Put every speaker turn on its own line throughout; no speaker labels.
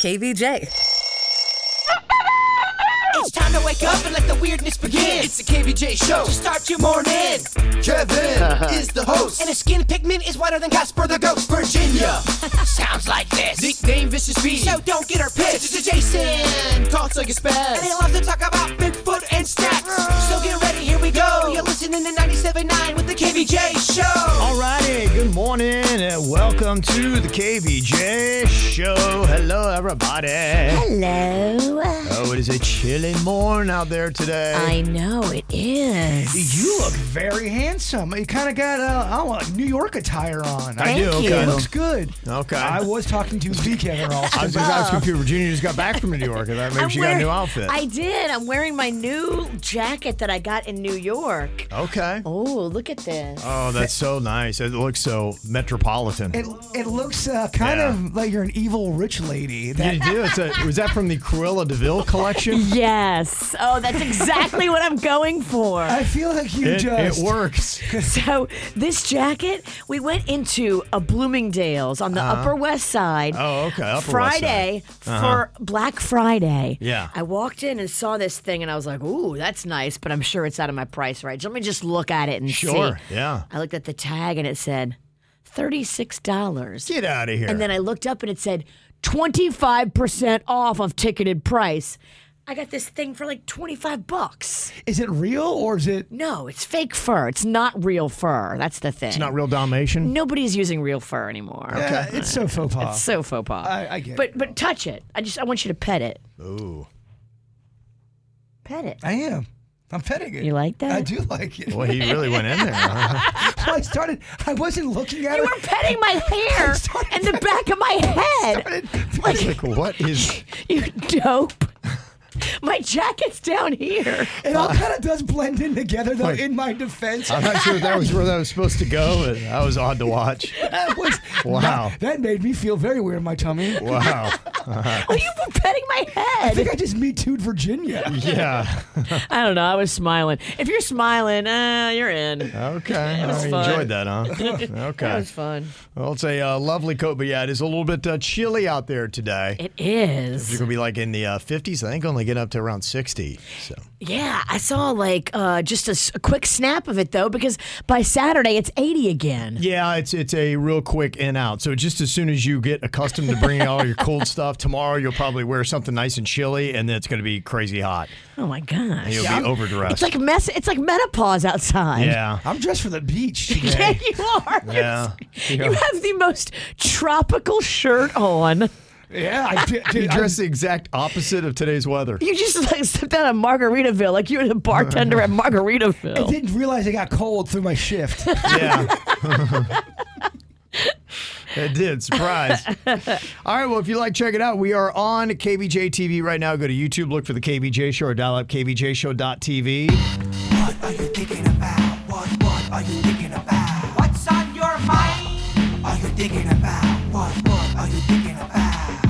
KVJ.
It's time to wake up and let the weirdness begin. It's the KVJ show. So start your morning. Kevin is the host. And his skin pigment is whiter than Casper the Ghost. Virginia sounds like this. Nickname Vicious Beat. So don't get her pissed. It's Jason. Talks like a spaz. And they love to talk about Bigfoot and snacks. So get ready, here we go. You're listening to 97.9 with the KVJ show.
Alrighty, good morning and welcome to the KVJ show. Hello, everybody.
Hello.
Oh, it is a chilly morn out there today.
I know it is.
You look very handsome. You kind of got a I want New York attire on.
I do.
Thank you.
Okay.
Looks good.
Okay.
I was talking to the Kevin
I
Ralston.
was, I was confused. Virginia just got back from New York. and I Maybe
I'm
she got a
wearing-
new outfit.
I did. I'm wearing my new jacket that I got in New York.
okay.
Oh, look at this.
Oh, that's so nice. It looks so metropolitan.
It, it looks uh, kind
Yeah.
of like you're an evil rich lady. That,
you do. It's a, was that from the Cruella Deville collection?
Yes. Oh, that's exactly what I'm going for.
I feel like you
It, it
just
works.
So, this jacket, we went into a Bloomingdale's on the
Uh-huh.
Upper West Side.
Oh, okay, Upper West Uh-huh.
Friday for Black Friday.
Yeah.
I walked in and saw this thing and I was like, ooh, that's nice, but I'm sure it's out of my price range. Let me just look at it and
Sure.
see.
Yeah.
I looked at the tag and it said $36.
Get out of here.
And then I looked up and it said 25% off of ticketed price. I got this thing for like 25 bucks.
is it real or is it?
No, it's fake fur. It's not real fur. That's the thing.
it's not real Dalmatian.
Nobody's using real fur anymore.
Yeah, uh, it's so faux
It's
pas.
so faux pas.
I- I get
but,
it.
But touch it. I just I want you to pet it.
Ooh.
Pet it.
I am. I'm petting it.
You like that?
I do like it.
Well, he really went in there. huh?
I started. I wasn't looking at
You
it.
were petting my hair
started
and the back of my head.
It's like, what is.
You dope. My jacket's down here.
It all kind of does blend in together, though.
Like-
in my defense,
I'm not sure that was where that was supposed to go, but that was odd to watch.
that was
Wow.
that made me feel very weird in my tummy.
Wow.
Oh, you were petting my
I think
head.
I just me too'd Virginia.
Yeah.
I don't know. I was smiling. If you're smiling, uh, you're in.
Okay.
was
I
fun.
enjoyed that, huh?
That
Okay.
was fun.
Well, it's a uh, lovely coat, but yeah, it is a little bit uh, chilly out there today.
It
It's
is.
going to be like in the uh, 50s. I think only get up to around 60. So
Yeah, I saw like uh, just a, s- a quick snap of it though, because by Saturday it's 80 again.
yeah, it's it's a real quick in out. So just as soon as you get accustomed to bringing all your cold stuff, tomorrow you'll probably wear something nice and chilly, and then it's going to be crazy hot.
Oh my gosh.
And you'll
Yeah.
be overdressed.
It's like mess. It's like menopause outside.
yeah.
I'm dressed for the beach
Yeah,
today.
you are. You're
Yeah.
s- You have the most tropical shirt on.
yeah, I did.
You
Dude, I'm-
dress the exact opposite of today's weather.
You just like stepped out of Margaritaville, like you were the bartender at
I
Margaritaville.
didn't realize I got cold through my shift.
Yeah. it did. Surprise. All right. Well, if you like, check it out. We are on KBJ TV right now. Go to YouTube, look for the KBJ Show or dial up KBJShow.tv.
What are you thinking about? What what are you thinking about? What's on your mind? Are you thinking about? What what are you thinking about?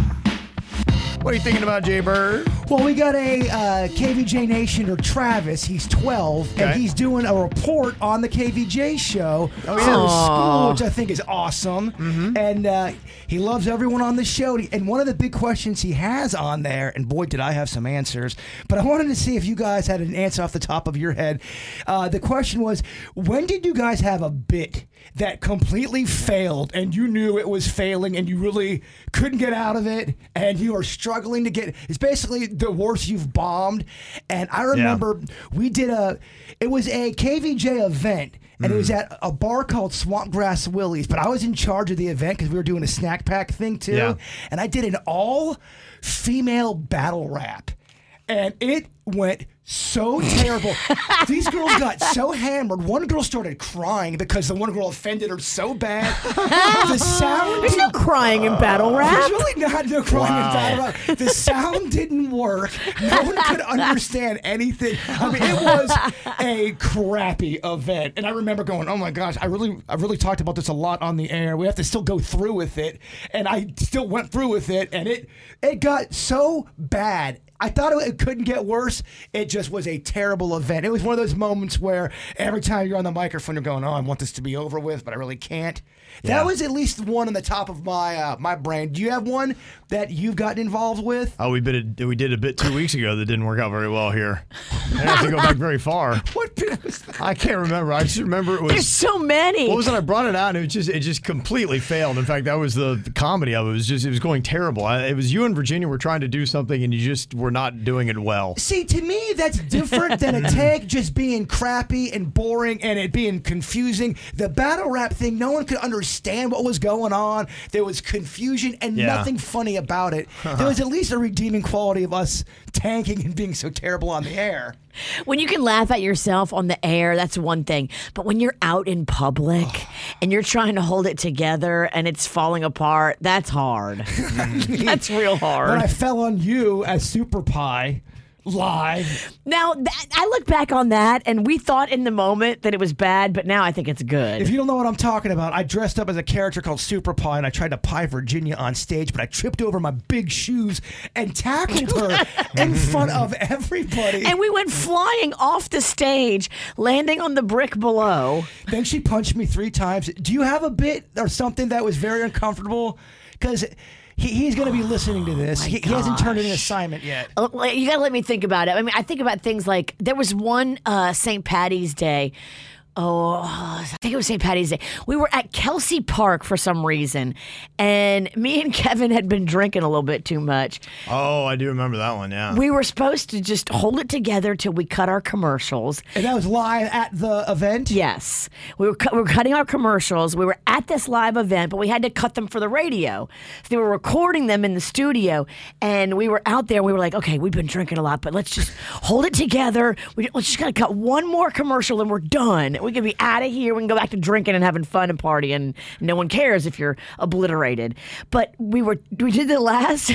What are you thinking about, Jay Bird?
Well, we got a uh, KVJ Nation or Travis. He's 12,
Okay.
and he's doing a report on the KVJ show
Oh,
oh,
yeah.
school, which I think is awesome. And uh, he loves everyone on the show. And one of the big questions he has on there, and boy, did I have some answers. But I wanted to see if you guys had an answer off the top of your head. Uh, the question was, when did you guys have a bit? That completely failed, and you knew it was failing, and you really couldn't get out of it, and you are struggling to get. It's basically the worst you've bombed. And I remember we did a, it was a KVJ event, and it was at a bar called Swampgrass Willie's. But I was in charge of the event because we were doing a snack pack thing too.
Yeah.
And I did an all female battle rap. And it went so terrible. These girls got so hammered. One girl started crying because the one girl offended her so bad. the sound.
There's no crying in battle rap.
There's really not no crying
Wow.
in battle rap. The sound didn't work. No one could understand anything. I mean, it was a crappy event, and I remember going, "Oh my gosh, I really, I've really talked about this a lot on the air. We have to still go through with it." And I still went through with it, and it, it got so bad. I thought it, it couldn't get worse. It just was a terrible event. It was one of those moments where every time you're on the microphone, you're going, "Oh, I want this to be over with, but I really can't."
Yeah.
That was at least one on the top of my uh, my brain. Do you have one that you've gotten involved with?
Oh, we bit a, we did a bit two weeks ago that didn't work out very well here. I don't have to go back very far.
What bit was that?
I can't remember. I just remember it was.
There's so many.
What was it? I brought it out, and it was just it just completely failed. In fact, that was the the comedy of it. It was just it was going terrible. I, it was you and Virginia were trying to do something, and you just were not doing it well.
See, to me, that's different than a tag just being crappy and boring and it being confusing. The battle rap thing, no one could understand what was going on. There was confusion and
Yeah.
nothing funny about it. There was at least a redeeming quality of us tanking and being so terrible on the air.
When you can laugh at yourself on the air, that's one thing. But when you're out in public and you're trying to hold it together and it's falling apart, that's hard.
Mm.
that's real
When I
hard.
fell on you as Super Pie live.
Now, that, I look back on that and we thought in the moment that it was bad, but now I think it's
If
good.
you don't know what I'm talking about, I dressed up as a character called Super Pie and I tried to pie Virginia on stage, but I tripped over my big shoes and tackled her in front of everybody.
And we went flying off the stage, landing on the brick below.
then she punched me three times. Do you have a bit or something that was very uncomfortable? Because he, he's going to be listening to this. he, he hasn't turned in an assignment yet.
Uh, like, You gotta let me think about it. I mean, I think about things like there was one uh, St. Patty's Day. Oh, I think it was St. Patty's Day. We were at Kelsey Park for some reason, and me and Kevin had been drinking a little bit too much.
Oh, I do remember that one. Yeah.
We were supposed to just hold it together till we cut our commercials.
And that was live at the event.
Yes, we were, cu- we were cutting our commercials. We were at this live event, but we had to cut them for the radio. So they were recording them in the studio, and we were out there. and We were like, okay, we've been drinking a lot, but let's just hold it together. We, let's just gotta cut one more commercial, and we're done. We can be out of here. We can go back to drinking and having fun and partying. No one cares if you're obliterated. But we were we did the last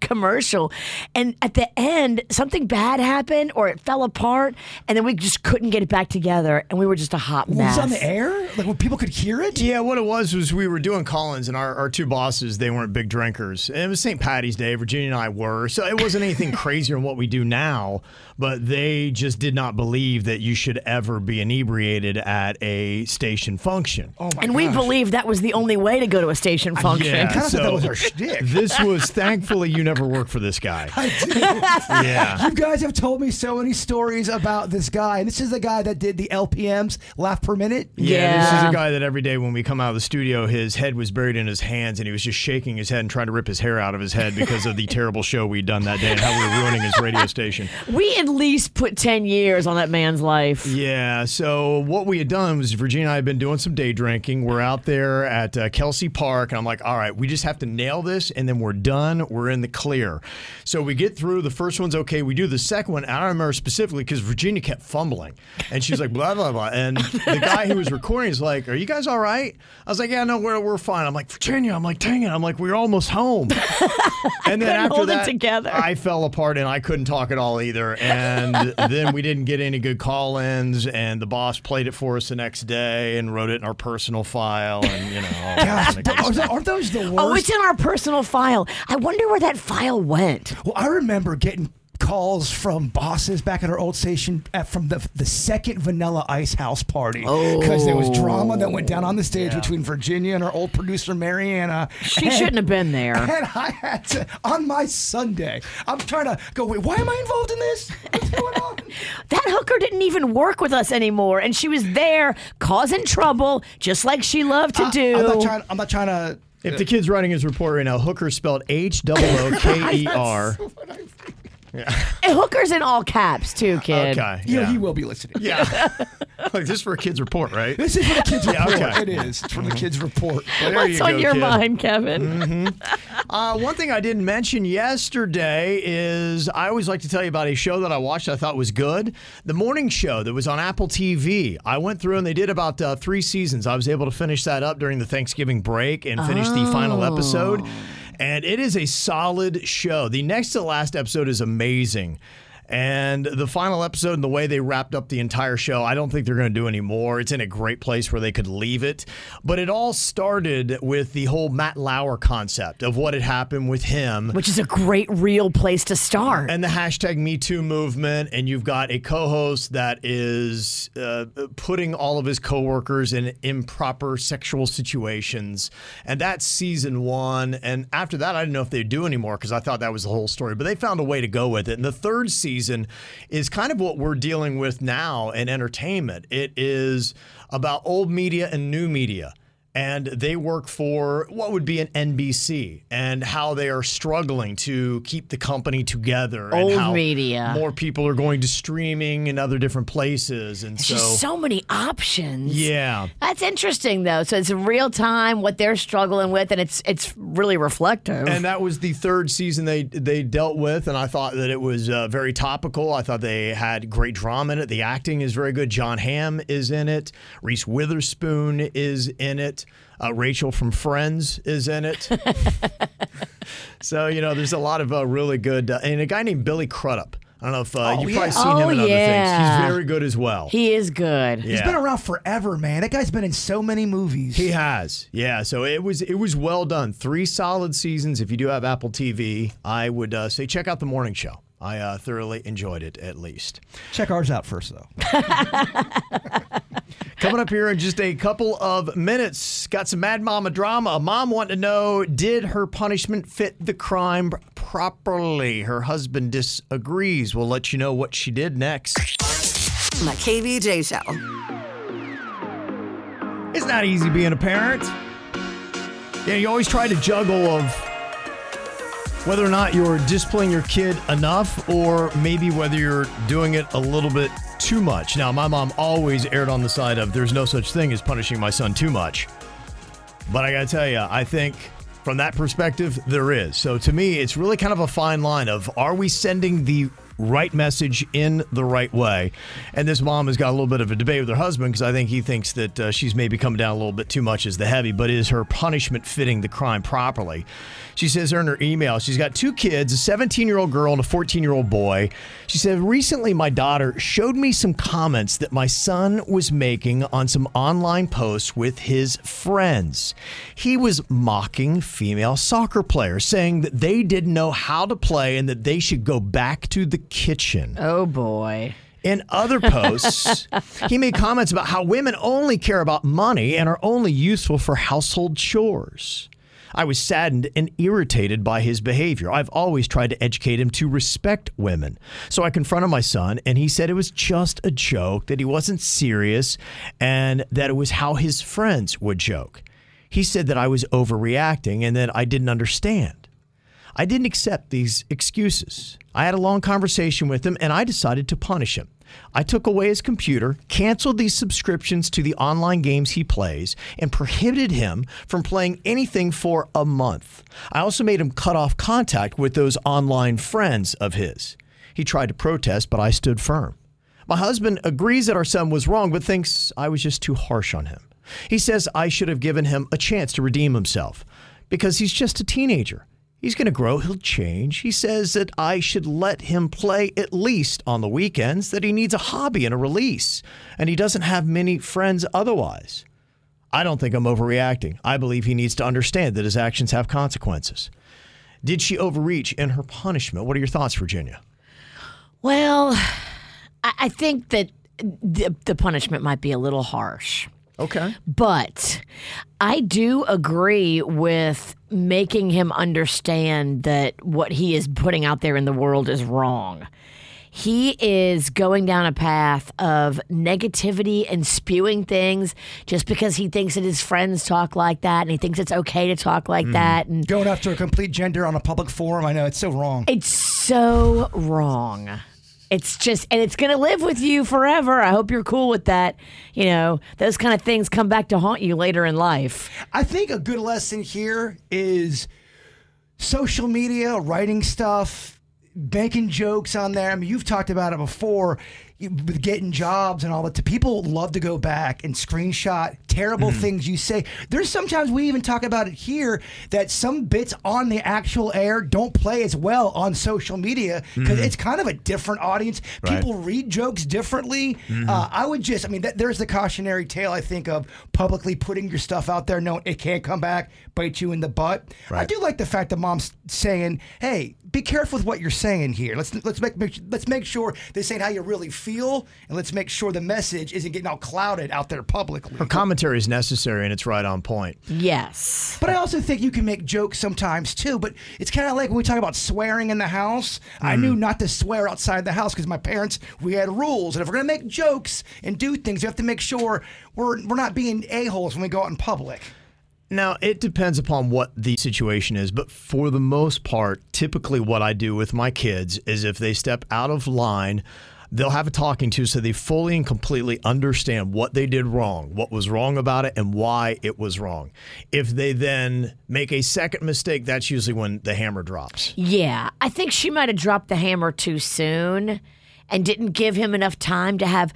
commercial, and at the end, something bad happened or it fell apart, and then we just couldn't get it back together, and we were just a hot
Was
mess.
it on the air? Like when people could hear it?
Yeah, what it was was we were doing Collins, and our, our two bosses they weren't big drinkers. And it was St. Patty's Day. Virginia and I were, so it wasn't anything crazier than what we do now. But they just did not believe that you should ever be inebriated at a station function.
Oh my
And we
gosh. Uh,
believed that was the only way to go to a station function.
Yeah,
I kinda thought that
so-
was our shtick.
This was thankfully you never worked for this guy. yeah.
You guys have told me so many stories about this guy, and this is the guy that did the LPMs, laugh per minute.
Yeah, this is
Yeah.
a guy that every day when we come out of the studio, his head was buried in his hands and he was just shaking his head and trying to rip his hair out of his head because of the terrible show we'd done that day and how we were ruining his radio station.
We at least put 10 years on that man's life.
Yeah, so what we had done was Virginia and I had been doing some day drinking. We're out there at uh, Kelsey Park, and I'm like, all right, we just have to nail this, and then we're done. We're in the clear. So we get through. The first one's okay. We do the second one. and I remember specifically because Virginia kept fumbling, and she's like, blah, blah, blah. And the guy who was recording is like, are you guys all right? I was like, yeah, no, we're, we're fine. I'm like, Virginia, I'm like, dang it. I'm like, we're almost home. And
couldn't
then after
hold it
that,
together.
I fell apart and I couldn't talk at all either. And then we didn't get any good call-ins, and the boss played it for us the next day and wrote it in our personal file, and you know. all that
Gosh,
kind of
that-
good
aren't
stuff.
tho- aren't those the worst?
Oh, it's in our personal file. I wonder where that file went.
Well, I remember getting calls from bosses back at our old station at, from the, the second Vanilla Ice house party because there was drama that went down on the stage between Virginia and our old producer Mariana.
She shouldn't have been there.
And I had to on my Sunday. I'm trying to go. Wait, why am I involved in this? What's going on?
That hooker didn't even work with us anymore, and she was there causing trouble, just like she loved to do.
I'm not trying. I'm not trying to.
If the kid's writing his report right now, Hooker spelled H O O K E R.
And hookers in all caps too, kid.
Okay.
Yeah,
Yeah.
he will be listening.
Yeah. like this is for a kid's report, right?
This is for the kids'
Yeah,
report. Mm-hmm.
okay.
It is. It's for the kids' report.
There
What's
you
on
go,
your
kid. Mm-hmm.
mind, Kevin?
Uh, one thing I didn't mention yesterday is I always like to tell you about a show that I watched I thought was good. The morning show that was on Apple TV. I went through and they did about uh, three seasons. I was able to finish that up during the Thanksgiving break and finish the final episode. And it is a solid show. The next to last episode is amazing. And the final episode and the way they wrapped up the entire show, I don't think they're going to do any more. It's in a great place where they could leave it. But it all started with the whole Matt Lauer concept of what had happened with him
Which is a great real place to start.
and the hashtag Me Too movement. And you've got a co host that is uh, putting all of his coworkers in improper sexual situations. And that's season one. And after that, I didn't know if they do anymore because I thought that was the whole story. But they found a way to go with it. And the third season is kind of what we're dealing with now in entertainment it is about old media and new media and they work for what would be an NBC and how they are struggling to keep the company together
Old
and how
media.
more people are going to streaming and other different places and
There's
so
just so many options.
yeah
That's interesting though. So it's real time what they're struggling with and it's it's really reflective.
and that was the third season they they dealt with and I thought that it was uh, very topical I thought they had great drama in it the acting is very good John Hamm is in it Reese Witherspoon is in it uh, Rachel from Friends is in it So you know, there's a lot of uh, really good, uh, and a guy named Billy Crudup. I don't know if uh, you've probably seen him
Oh,
in other things.
yeah.
He's very good as well.
he is good.
yeah.
He's been around forever, man. That guy's been in so many movies.
He has, yeah. So it was it was well done. Three solid seasons. If you do have Apple TV, I would uh, say check out the morning show. I uh, thoroughly enjoyed it, at least.
Check ours out first, though.
Coming up here in just a couple of minutes, got some Mad Mama drama. A mom wanted to know did her punishment fit the crime properly? Her husband disagrees. We'll let you know what she did next.
My KVJ show.
It's not easy being a parent. Yeah, you always try to juggle of whether or not you're disciplining your kid enough or maybe whether you're doing it a little bit too much. Now, my mom always aired on the side of there's no such thing as punishing my son too much. But I got to tell you, I think from that perspective, there is. So to me, it's really kind of a fine line of are we sending the right message in the right way? And this mom has got a little bit of a debate with her husband because I think he thinks that uh, she's maybe come down a little bit too much as the heavy, but is her punishment fitting the crime properly? She says here in her email, she's got two kids, a 17 year old girl and a 14 year old boy. She said, Recently, my daughter showed me some comments that my son was making on some online posts with his friends. He was mocking female soccer players, saying that they didn't know how to play and that they should go back to the kitchen.
Oh boy.
In other posts, he made comments about how women only care about money and are only useful for household chores. I was saddened and irritated by his behavior. I've always tried to educate him to respect women. So I confronted my son, and he said it was just a joke, that he wasn't serious, and that it was how his friends would joke. He said that I was overreacting and that I didn't understand. I didn't accept these excuses. I had a long conversation with him and I decided to punish him. I took away his computer, canceled these subscriptions to the online games he plays, and prohibited him from playing anything for a month. I also made him cut off contact with those online friends of his. He tried to protest, but I stood firm. My husband agrees that our son was wrong, but thinks I was just too harsh on him. He says I should have given him a chance to redeem himself because he's just a teenager. He's going to grow, he'll change. He says that I should let him play at least on the weekends, that he needs a hobby and a release, and he doesn't have many friends otherwise. I don't think I'm overreacting. I believe he needs to understand that his actions have consequences. Did she overreach in her punishment? What are your thoughts, Virginia?
Well, I, I think that the, the punishment might be a little harsh.
Okay.
But I do agree with making him understand that what he is putting out there in the world is wrong. He is going down a path of negativity and spewing things just because he thinks that his friends talk like that and he thinks it's okay to talk like that. And
Going after a complete gender on a public forum, I know it's so wrong.
it's so wrong. It's just, and it's going to live with you forever. I hope you're cool with that. You know, those kind of things come back to haunt you later in life.
I think a good lesson here is social media, writing stuff, making jokes on there. I mean, you've talked about it before you- with getting jobs and all that. People love to go back and screenshot terrible
Mm-hmm.
things you say. There's sometimes we even talk about it here that some bits on the actual air don't play as well on social media because it's kind of a different audience.
Mm-hmm. Right. Mm-hmm.
People read jokes differently. Uh, I would just, I mean, that, there's the cautionary tale, I think, of publicly putting your stuff out there knowing it can't come back, bite you in the butt. I
Right.
do like the fact that mom's saying, hey, be careful with what you're saying here. Let's let's make, make let's make sure this ain't how you really feel, and let's make sure the message isn't getting all clouded out there publicly.
Her commentary is necessary and it's right on point.
Yes.
But I also think you can make jokes sometimes too. But it's kind of like when we talk about swearing in the house. I knew not to swear outside the house because my parents we had rules, and if we're gonna make jokes and do things, we have to make sure we're we're not being a holes when we go out in public.
Now, it depends upon what the situation is, but for the most part, typically what I do with my kids is if they step out of line, they'll have a talking to so they fully and completely understand what they did wrong, what was wrong about it, and why it was wrong. If they then make a second mistake, that's usually when the hammer drops.
Yeah. I think she might have dropped the hammer too soon and didn't give him enough time to have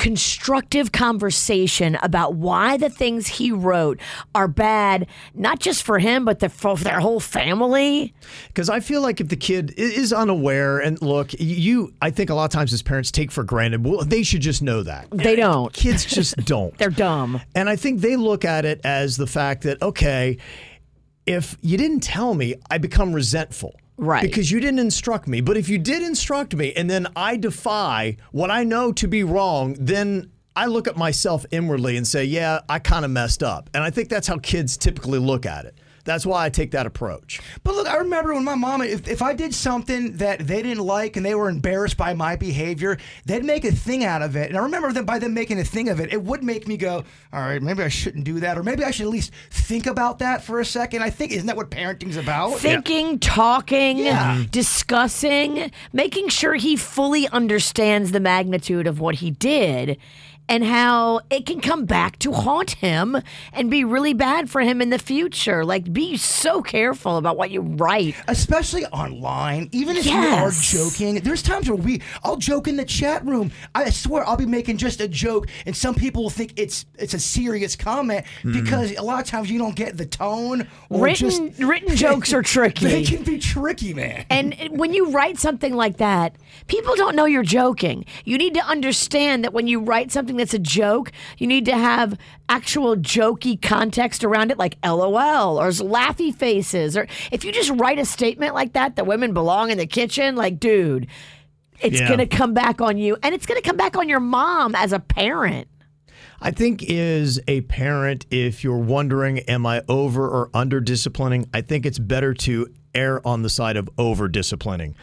constructive conversation about why the things he wrote are bad, not just for him, but the, for their whole family.
Because I feel like if the kid i- is unaware, and look, you, I think a lot of times as parents take for granted, well, they should just know that.
They don't.
Kids just don't.
They're dumb.
And I think they look at it as the fact that, okay, if you didn't tell me, I become resentful.
Right.
Because you didn't instruct me. But if you did instruct me and then I defy what I know to be wrong, then I look at myself inwardly and say, yeah, I kind of messed up. And I think that's how kids typically look at it. That's why I take that approach.
But look, I remember when my mom, if, if I did something that they didn't like and they were embarrassed by my behavior, they'd make a thing out of it. And I remember them by them making a thing of it, it would make me go, all right, maybe I shouldn't do that, or maybe I should at least think about that for a second. I think, isn't that what parenting's about?
Thinking, talking,
Yeah.
discussing, making sure he fully understands the magnitude of what he did and how it can come back to haunt him and be really bad for him in the future. Like, be so careful about what you write.
especially online even if
Yes.
you are joking there's times where we i'll joke in the chat room i swear i'll be making just a joke and some people will think it's it's a serious comment because a lot of times you don't get the tone or just
Written, written jokes are tricky.
they can be tricky man
And when you write something like that, people don't know you're joking. You need to understand that when you write something that's a joke, you need to have actual jokey context around it, like LOL or laughy faces. Or if you just write a statement like that, that women belong in the kitchen, like, dude, it's
Yeah.
going to come back on you. And it's going to come back on your mom as a parent.
I think is a parent if you're wondering am I over or under disciplining, I think it's better to err on the side of over disciplining.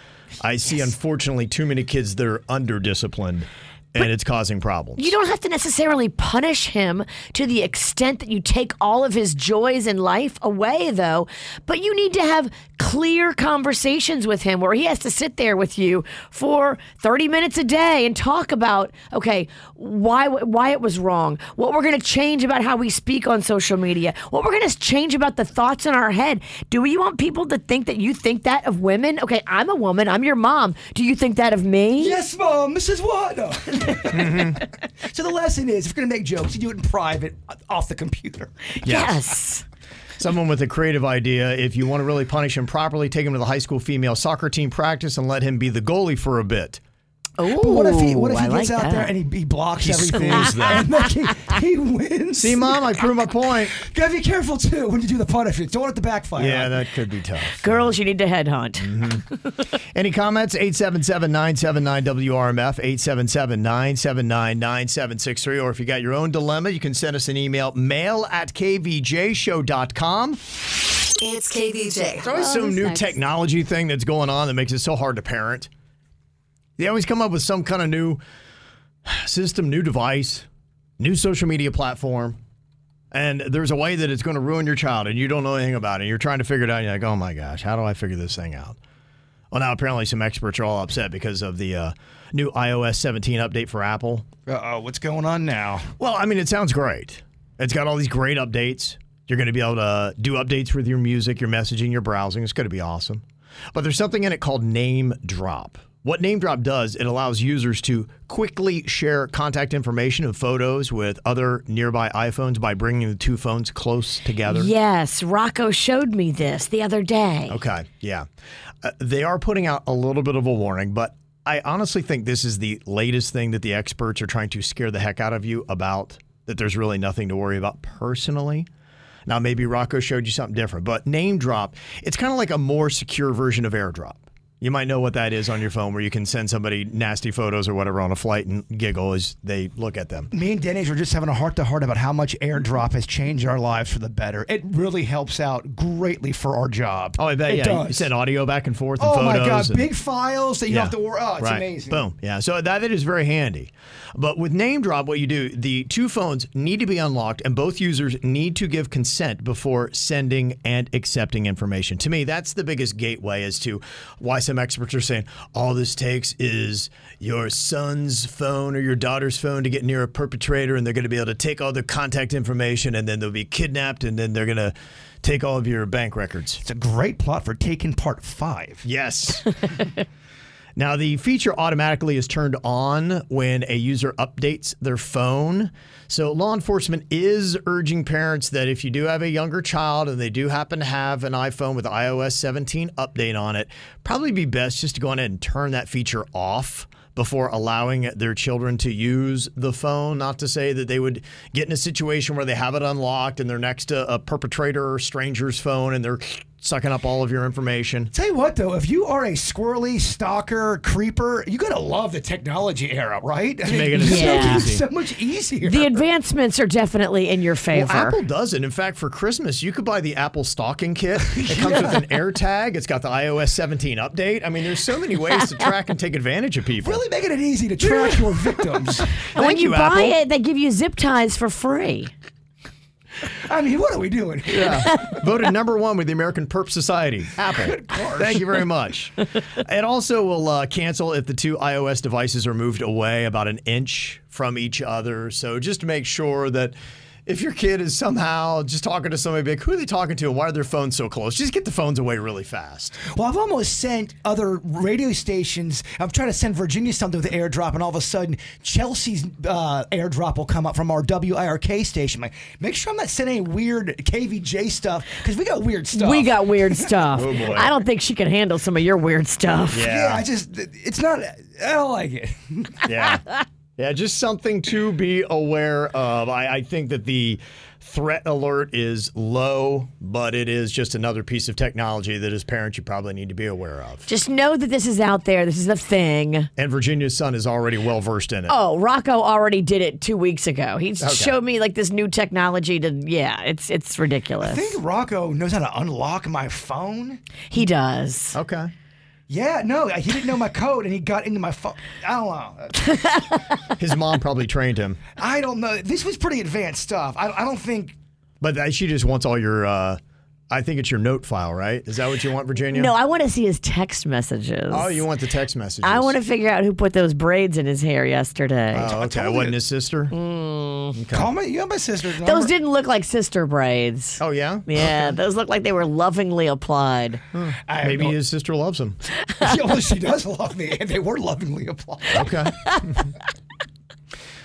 I see unfortunately too many kids that are under disciplined and it's causing problems.
You don't have to necessarily punish him to the extent that you take all of his joys in life away, though. But you need to have clear conversations with him where he has to sit there with you for 30 minutes a day and talk about, okay, why, why it was wrong, what we're going to change about how we speak on social media, what we're going to change about the thoughts in our head. Do you want people to think that you think that of women? Okay, I'm a woman, I'm your mom. Do you think that of me?
Yes, mom, Mrs. What? No. so the lesson is, if you're gonna make jokes, you do it in private, uh, off the computer.
yes.
Someone with a creative idea, if you want to really punish him properly, take him to the high school female soccer team practice and let him be the goalie for a bit.
But what if he, what
Ooh,
if he
I
gets
like
out there
that.
and he, he blocks everything?
schools them.
And like, he, he wins.
See, mom, I proved my point.
Gotta be careful too when you do the punishment. Don't let the backfire.
Yeah, that could be tough.
Girls, you need to headhunt.
Mm-hmm.
Any comments? 877-979-WRMF, 877-979-9763. Or if you got your own dilemma, you can send us an email, mail at kvjshow.com.
It's KVJ.
There's always some new technology thing that's going on that makes it so hard to parent. They always come up with some kind of new system, new device, new social media platform. And there's a way that it's going to ruin your child, and you don't know anything about it. You're trying to figure it out. And you're like, oh my gosh, how do I figure this thing out? Well, now apparently some experts are all upset because of the uh, new iOS 17 update for Apple.
Uh oh, what's going on now?
Well, I mean, it sounds great. It's got all these great updates. You're going to be able to do updates with your music, your messaging, your browsing. It's going to be awesome. But there's something in it called name drop. What name drop does, it allows users to quickly share contact information and photos with other nearby iPhones by bringing the two phones close together.
Yes, Rocco showed me this the other day.
Okay, yeah. Uh, they are putting out a little bit of a warning, but I honestly think this is the latest thing that the experts are trying to scare the heck out of you about that there's really nothing to worry about personally. Now, maybe Rocco showed you something different, but name drop, it's kind of like a more secure version of airdrop. You might know what that is on your phone where you can send somebody nasty photos or whatever on a flight and giggle as they look at them.
Me and Denny's were just having a heart to heart about how much airdrop has changed our lives for the better. It really helps out greatly for our job.
Oh, I bet.
it
yeah.
does.
You send audio back and forth and
oh
photos.
my god,
and-
big files that you don't have to worry. Oh, it's
Right.
amazing.
Boom. Yeah. So that, that is very handy. But with name drop, what you do, the two phones need to be unlocked and both users need to give consent before sending and accepting information. To me, that's the biggest gateway as to why some experts are saying all this takes is your son's phone or your daughter's phone to get near a perpetrator and they're going to be able to take all their contact information and then they'll be kidnapped and then they're going to take all of your bank records.
It's a great plot for Taken Part Five.
Yes. now, the feature automatically is turned on when a user updates their phone. So, law enforcement is urging parents that if you do have a younger child and they do happen to have an iPhone with iOS 17 update on it, probably be best just to go on ahead and turn that feature off. Before allowing their children to use the phone, not to say that they would get in a situation where they have it unlocked and they're next to a perpetrator or stranger's phone and they're sucking up all of your information.
Tell you what though, if you are a squirrely stalker creeper, you gotta love the technology era, right? It's
making it
so
easy.
so much easier.
The advancements are definitely in your favor.
Well, Apple does it. In fact, for Christmas, you could buy the Apple stalking kit. It comes with an AirTag. It's got the iOS 17 update. I mean, there's so many ways to track and take advantage of people.
really making it easy to track your victims.
and when
Thank
you,
you,
buy
Apple.
it, they give you zip ties for free.
I mean, what are we doing here?
Voted number one with the American Perp Society. Apple. Thank you very much. It also will uh, cancel if the two iOS devices are moved away about an inch from each other. So just make sure that. If your kid is somehow just talking to somebody, be like, who are they talking to and why are their phones so close? Just get the phones away really fast.
Well, I've almost sent other radio stations. I'm trying to send Virginia something with airdrop, and all of a sudden, Chelsea's uh, airdrop will come up from our WIRK station. Like, make sure I'm not sending any weird KVJ stuff because we got weird stuff.
We got weird stuff.
Oh, boy.
I don't think she can handle some of your weird stuff.
Yeah, I just, it's not, I don't like it.
Yeah. yeah, just something to be aware of. I, I think that the threat alert is low, but it is just another piece of technology that as parents you probably need to be aware of.
Just know that this is out there. This is a thing.
And Virginia's son is already well versed in it.
Oh, Rocco already did it two weeks ago. He showed me like this new technology to yeah, it's it's ridiculous.
I think Rocco knows how to unlock my phone.
he does.
Okay.
Yeah, no, he didn't know my code, and he got into my phone. I don't know.
His mom probably trained him,
I don't know. This was pretty advanced stuff. I, I don't think.
but that- she just wants all your. Uh, I think it's your note file, right? Is that what you want, Virginia?
No, I want to see his text messages.
Oh, you want the text messages?
I want to figure out who put those braids in his hair yesterday.
Oh, okay. Wasn't his sister?
Mm.
Call my, you have my sister's number.
those didn't look like sister braids.
Oh, yeah.
Yeah, those look like they were lovingly applied.
I
Maybe
don't-
his sister loves him.
Yeah, well, she does love me, and they were lovingly applauded.
Okay.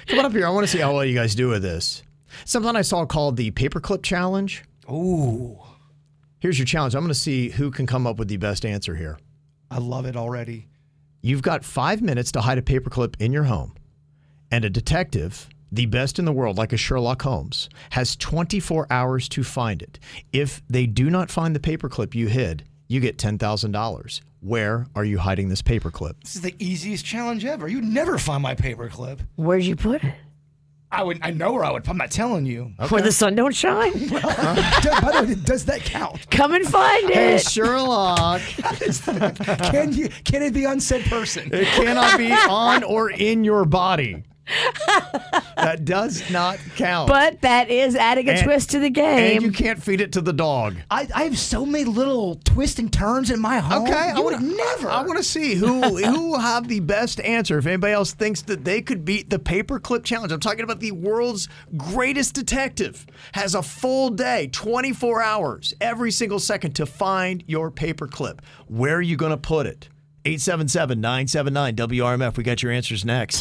Come on up here. I want to see how well you guys do with this. Something I saw called the paperclip challenge.
Ooh,
Here's your challenge. I'm going to see who can come up with the best answer here.
I love it already.
You've got five minutes to hide a paperclip in your home, and a detective, the best in the world, like a Sherlock Holmes, has 24 hours to find it. If they do not find the paperclip you hid, you get $10,000. Where are you hiding this paperclip?
This is the easiest challenge ever. You'd never find my paperclip.
Where'd you put it?
I would. I know where I would. I'm not telling you.
Where the sun don't shine.
Does- By the way, does that count?
Come and find
Hey,
it.
Sherlock.
Can you? Can it be unsaid person?
It cannot be on or in your body. That does not count.
But that is adding a
And-
twist to the
and you
game.
can't feed it to the dog.
I, I have so many little twists and turns in my home.
Okay,
Oh, you
I wanna,
would never.
I want to see who who will have the best answer. If anybody else thinks that they could beat the paperclip challenge, I'm talking about the world's greatest detective has a full day, 24 hours, every single second to find your paperclip. Where are you going to put it? 877-979-WRMF. We got your answers next.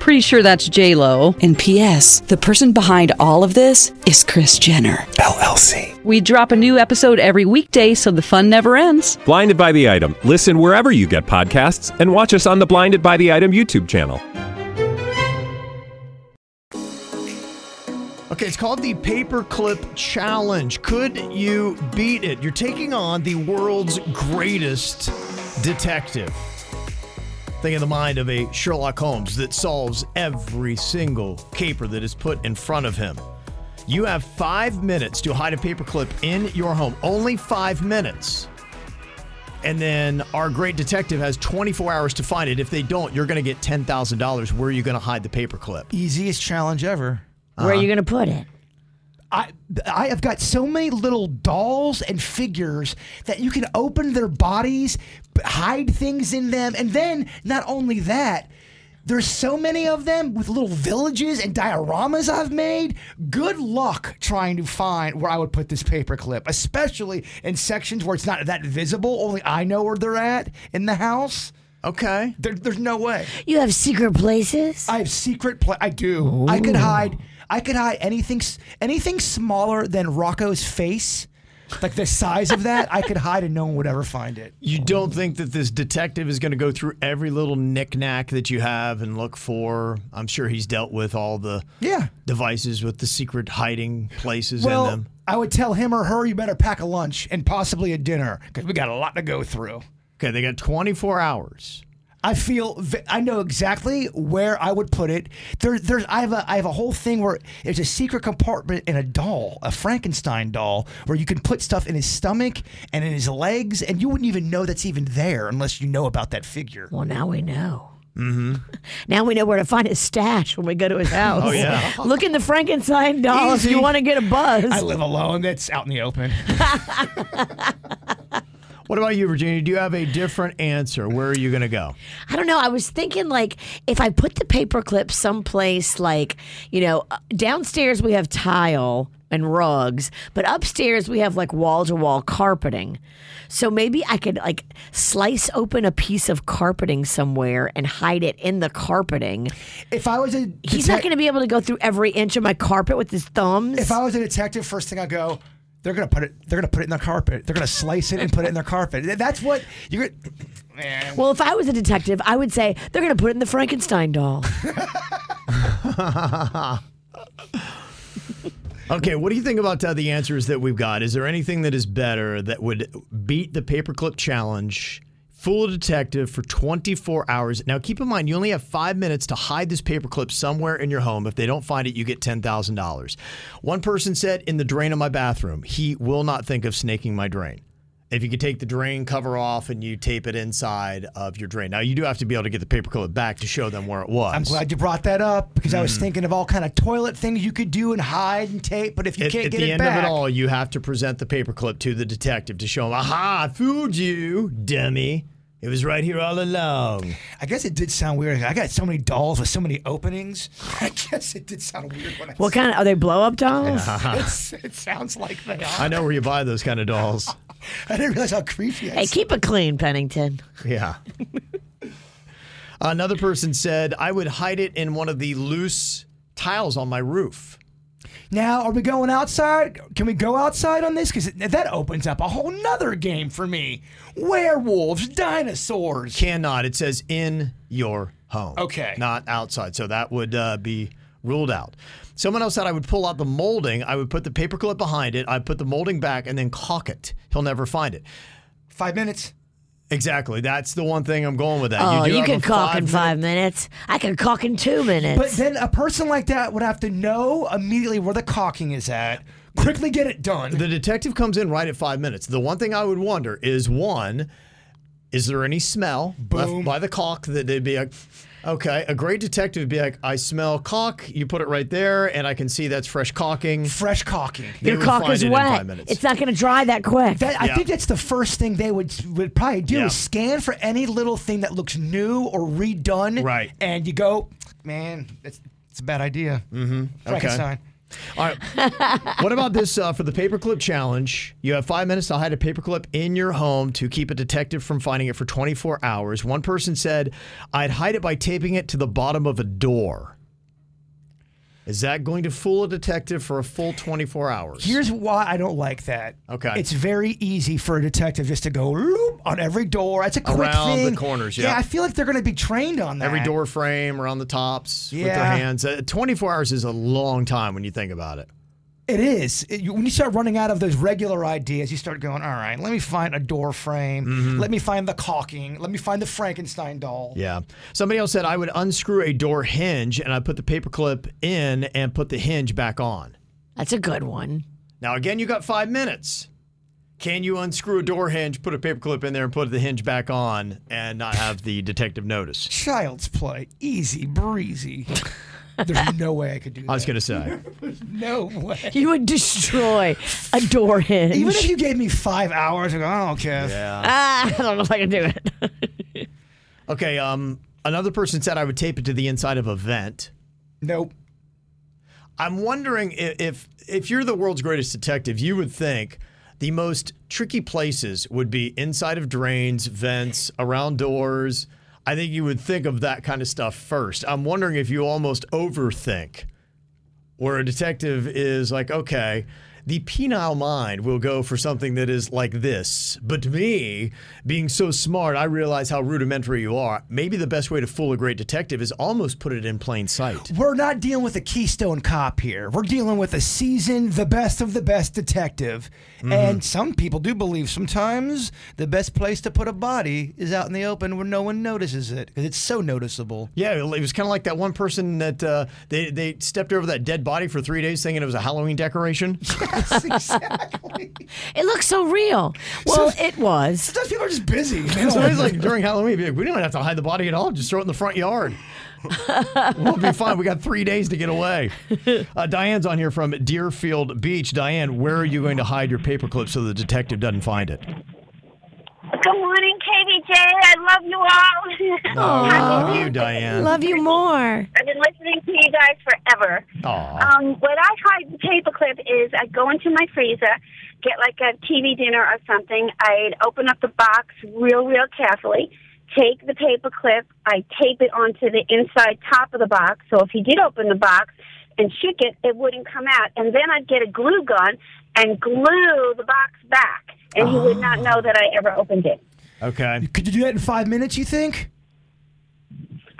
Pretty sure that's J Lo. And P.S. The person behind all of this is Chris Jenner LLC. We drop a new episode every weekday, so the fun never ends.
Blinded by the item. Listen wherever you get podcasts, and watch us on the Blinded by the Item YouTube channel.
Okay, it's called the paperclip challenge. Could you beat it? You're taking on the world's greatest detective. Think in the mind of a Sherlock Holmes that solves every single caper that is put in front of him. You have five minutes to hide a paperclip in your home. Only five minutes. And then our great detective has 24 hours to find it. If they don't, you're going to get $10,000. Where are you going to hide the paperclip?
Easiest challenge ever.
Where are you
Uh-huh.
going to put it?
I I have got so many little dolls and figures that you can open their bodies, b- hide things in them, and then not only that, there's so many of them with little villages and dioramas I've made. Good luck trying to find where I would put this paperclip, especially in sections where it's not that visible. Only I know where they're at in the house.
Okay.
There, there's no way.
You have secret places?
I have secret pla I do. I could hide. I could hide anything. s- Anything smaller than Rocco's face, like the size of that, I could hide and no one would ever find it.
You don't think that this detective is going to go through every little knickknack that you have and look for? I'm sure he's dealt with all the
Yeah.
devices with the secret hiding places in
Well,
them.
I would tell him or her, you better pack a lunch and possibly a dinner because we got a lot to go through.
Okay, they got 24 hours.
I feel v- I know exactly where I would put it. There, there's I have a I have a whole thing where there's a secret compartment in a doll, a Frankenstein doll, where you can put stuff in his stomach and in his legs, and you wouldn't even know that's even there unless you know about that figure.
Well, now we know. Mm-hmm. Now we know where to find his stash when we go to his house.
Oh, yeah.
Look in the Frankenstein doll if
Easy.
you want to get a buzz.
I live alone. That's out in the open.
What about you, Virginia? Do you have a different answer? Where are you going to go?
I don't know. I was thinking like if I put the paperclip someplace like you know uh, downstairs we have tile and rugs, but upstairs we have like wall to wall carpeting. So maybe I could like slice open a piece of carpeting somewhere and hide it in the carpeting.
If I was a
He's
detec-
not going to be able to go through every inch of my carpet with his thumbs.
if I was a detective, first thing I go. They're gonna put it. They're gonna put it in their carpet. They're gonna slice it and put it in their carpet. That's what you're.
well, if I was a detective, I would say they're going to put it in the Frankenstein doll.
Okay, what do you think about uh, the answers that we've got? Is there anything that is better that would beat the paperclip challenge? Fool a detective for 24 hours. Now, keep in mind, you only have five minutes to hide this paperclip somewhere in your home. If they don't find it, you get $10,000. One person said, in the drain of my bathroom, he will not think of snaking my drain. If you could take the drain cover off and you tape it inside of your drain. Now, you do have to be able to get the paperclip back to show them where it was.
I'm glad you brought that up because I was
Hmm.
thinking of all kind of toilet things you could do and hide and tape, but if you
at,
can't
at
get
the
it
end
back,
of it all, you have to present the paperclip to the detective to show him, aha, I fooled you, dummy. It was right here all along.
I guess it did sound weird. I got so many dolls with so many openings. I guess it did sound weird when I
what kind of are they blow up dolls?
it's, it sounds like they are.
I know where you buy those kind of dolls.
I didn't realize how creepy. I
Hey, keep it clean, Pennington.
Yeah. Another person said, I would hide it in one of the loose tiles on my roof.
Now, are we going outside? Can we go outside on this? Because that opens up a whole nother game for me. Werewolves, dinosaurs.
Cannot. It says in your home.
Okay.
Not outside. So that would uh, be ruled out. Someone else said I would pull out the molding. I would put the paperclip behind it. I'd put the molding back and then caulk it. He'll never find it.
Five minutes.
Exactly. That's the one thing I'm going with that.
Uh,
Oh,
do
you,
have
can
a
cock in
five-minute-
five minutes. I can cock in two minutes.
But then a person like that would have to know immediately where the caulking is at, quickly get it done.
The detective comes in right at five minutes. The one thing I would wonder is one, is there any smell left by the caulk that they'd be like, okay, a great detective would be like, I smell caulk. You put it right there, and I can see that's fresh caulking.
Fresh caulking.
They
Your
would
cock
find
is
it in
wet.
five minutes.
It's not going to dry that quick.
That, I
Yeah.
think that's the first thing they would would probably do
Yeah.
is scan for any little thing that looks new or redone.
Right.
And you go, man, it's, it's a bad idea. Mm-hmm. Frankenstein.
All right. what about this uh, for the paperclip challenge? You have five minutes to hide a paperclip in your home to keep a detective from finding it for 24 hours. One person said, I'd hide it by taping it to the bottom of a door. Is that going to fool a detective for a full 24 hours?
Here's why I don't like that.
Okay.
It's very easy for a detective just to go loop on every door. That's a quick
Around the
thing.
corners,
Yeah,
yeah.
I feel like they're going to be trained on that.
Every door frame around the tops with their
Yeah.
hands. Uh, 24 hours is a long time when you think about it.
It is. It- you- when you start running out of those regular ideas, you start going, all right, let me find a door frame.
Mm-hmm.
Let me find the caulking. Let me find the Frankenstein doll.
Yeah. Somebody else said, I would unscrew a door hinge and I put the paperclip in and put the hinge back on.
That's a good one.
Now, again, you got five minutes. Can you unscrew a door hinge, put a paperclip in there, and put the hinge back on and not have the detective notice?
Child's play. Easy breezy. There's no way I could do that.
I was going to say.
No way.
You would destroy a door hinge.
Even if you gave me five hours, I go, I don't care.
Ah, I don't know if I can do it.
Okay. Um, another person said I would tape it to the inside of a vent.
Nope.
I'm wondering i- if if you're the world's greatest detective, you would think the most tricky places would be inside of drains, vents, around doors. I think you would think of that kind of stuff first. I'm wondering if you almost overthink where a detective is like, okay, the penile mind will go for something that is like this. But me, being so smart, I realize how rudimentary you are. Maybe the best way to fool a great detective is almost put it in plain sight.
We're not dealing with a Keystone cop here. We're dealing with a seasoned, the best of the best detective.
Mm-hmm.
And some people do believe sometimes the best place to put a body is out in the open where no one notices it because it's so noticeable.
Yeah, it was kind of like that one person that uh, they they stepped over that dead body for three days, thinking it was a Halloween decoration.
Yes, exactly.
It looks so real. Well, it was.
Sometimes people are just busy. They
so
don't-
it's like during Halloween, be like, we didn't have to hide the body at all; just throw it in the front yard. we'll be fine. We got three days to get away. Uh, Diane's on here from Deerfield Beach. Diane, where are you going to hide your paperclip so the detective doesn't find it?
Good morning, KBJ. I love you all.
Love you, Diane.
Love you more.
I've been listening to you guys forever.
Aw.
Um, what I hide the paperclip is I go into my freezer, get like a TV dinner or something. I'd open up the box real, real carefully, take the paperclip, I tape it onto the inside top of the box. So if he did open the box and shook it, it wouldn't come out. And then I'd get a glue gun and glue the box back, and he would not know that I ever opened it.
okay.
Could you do that in five minutes, you think?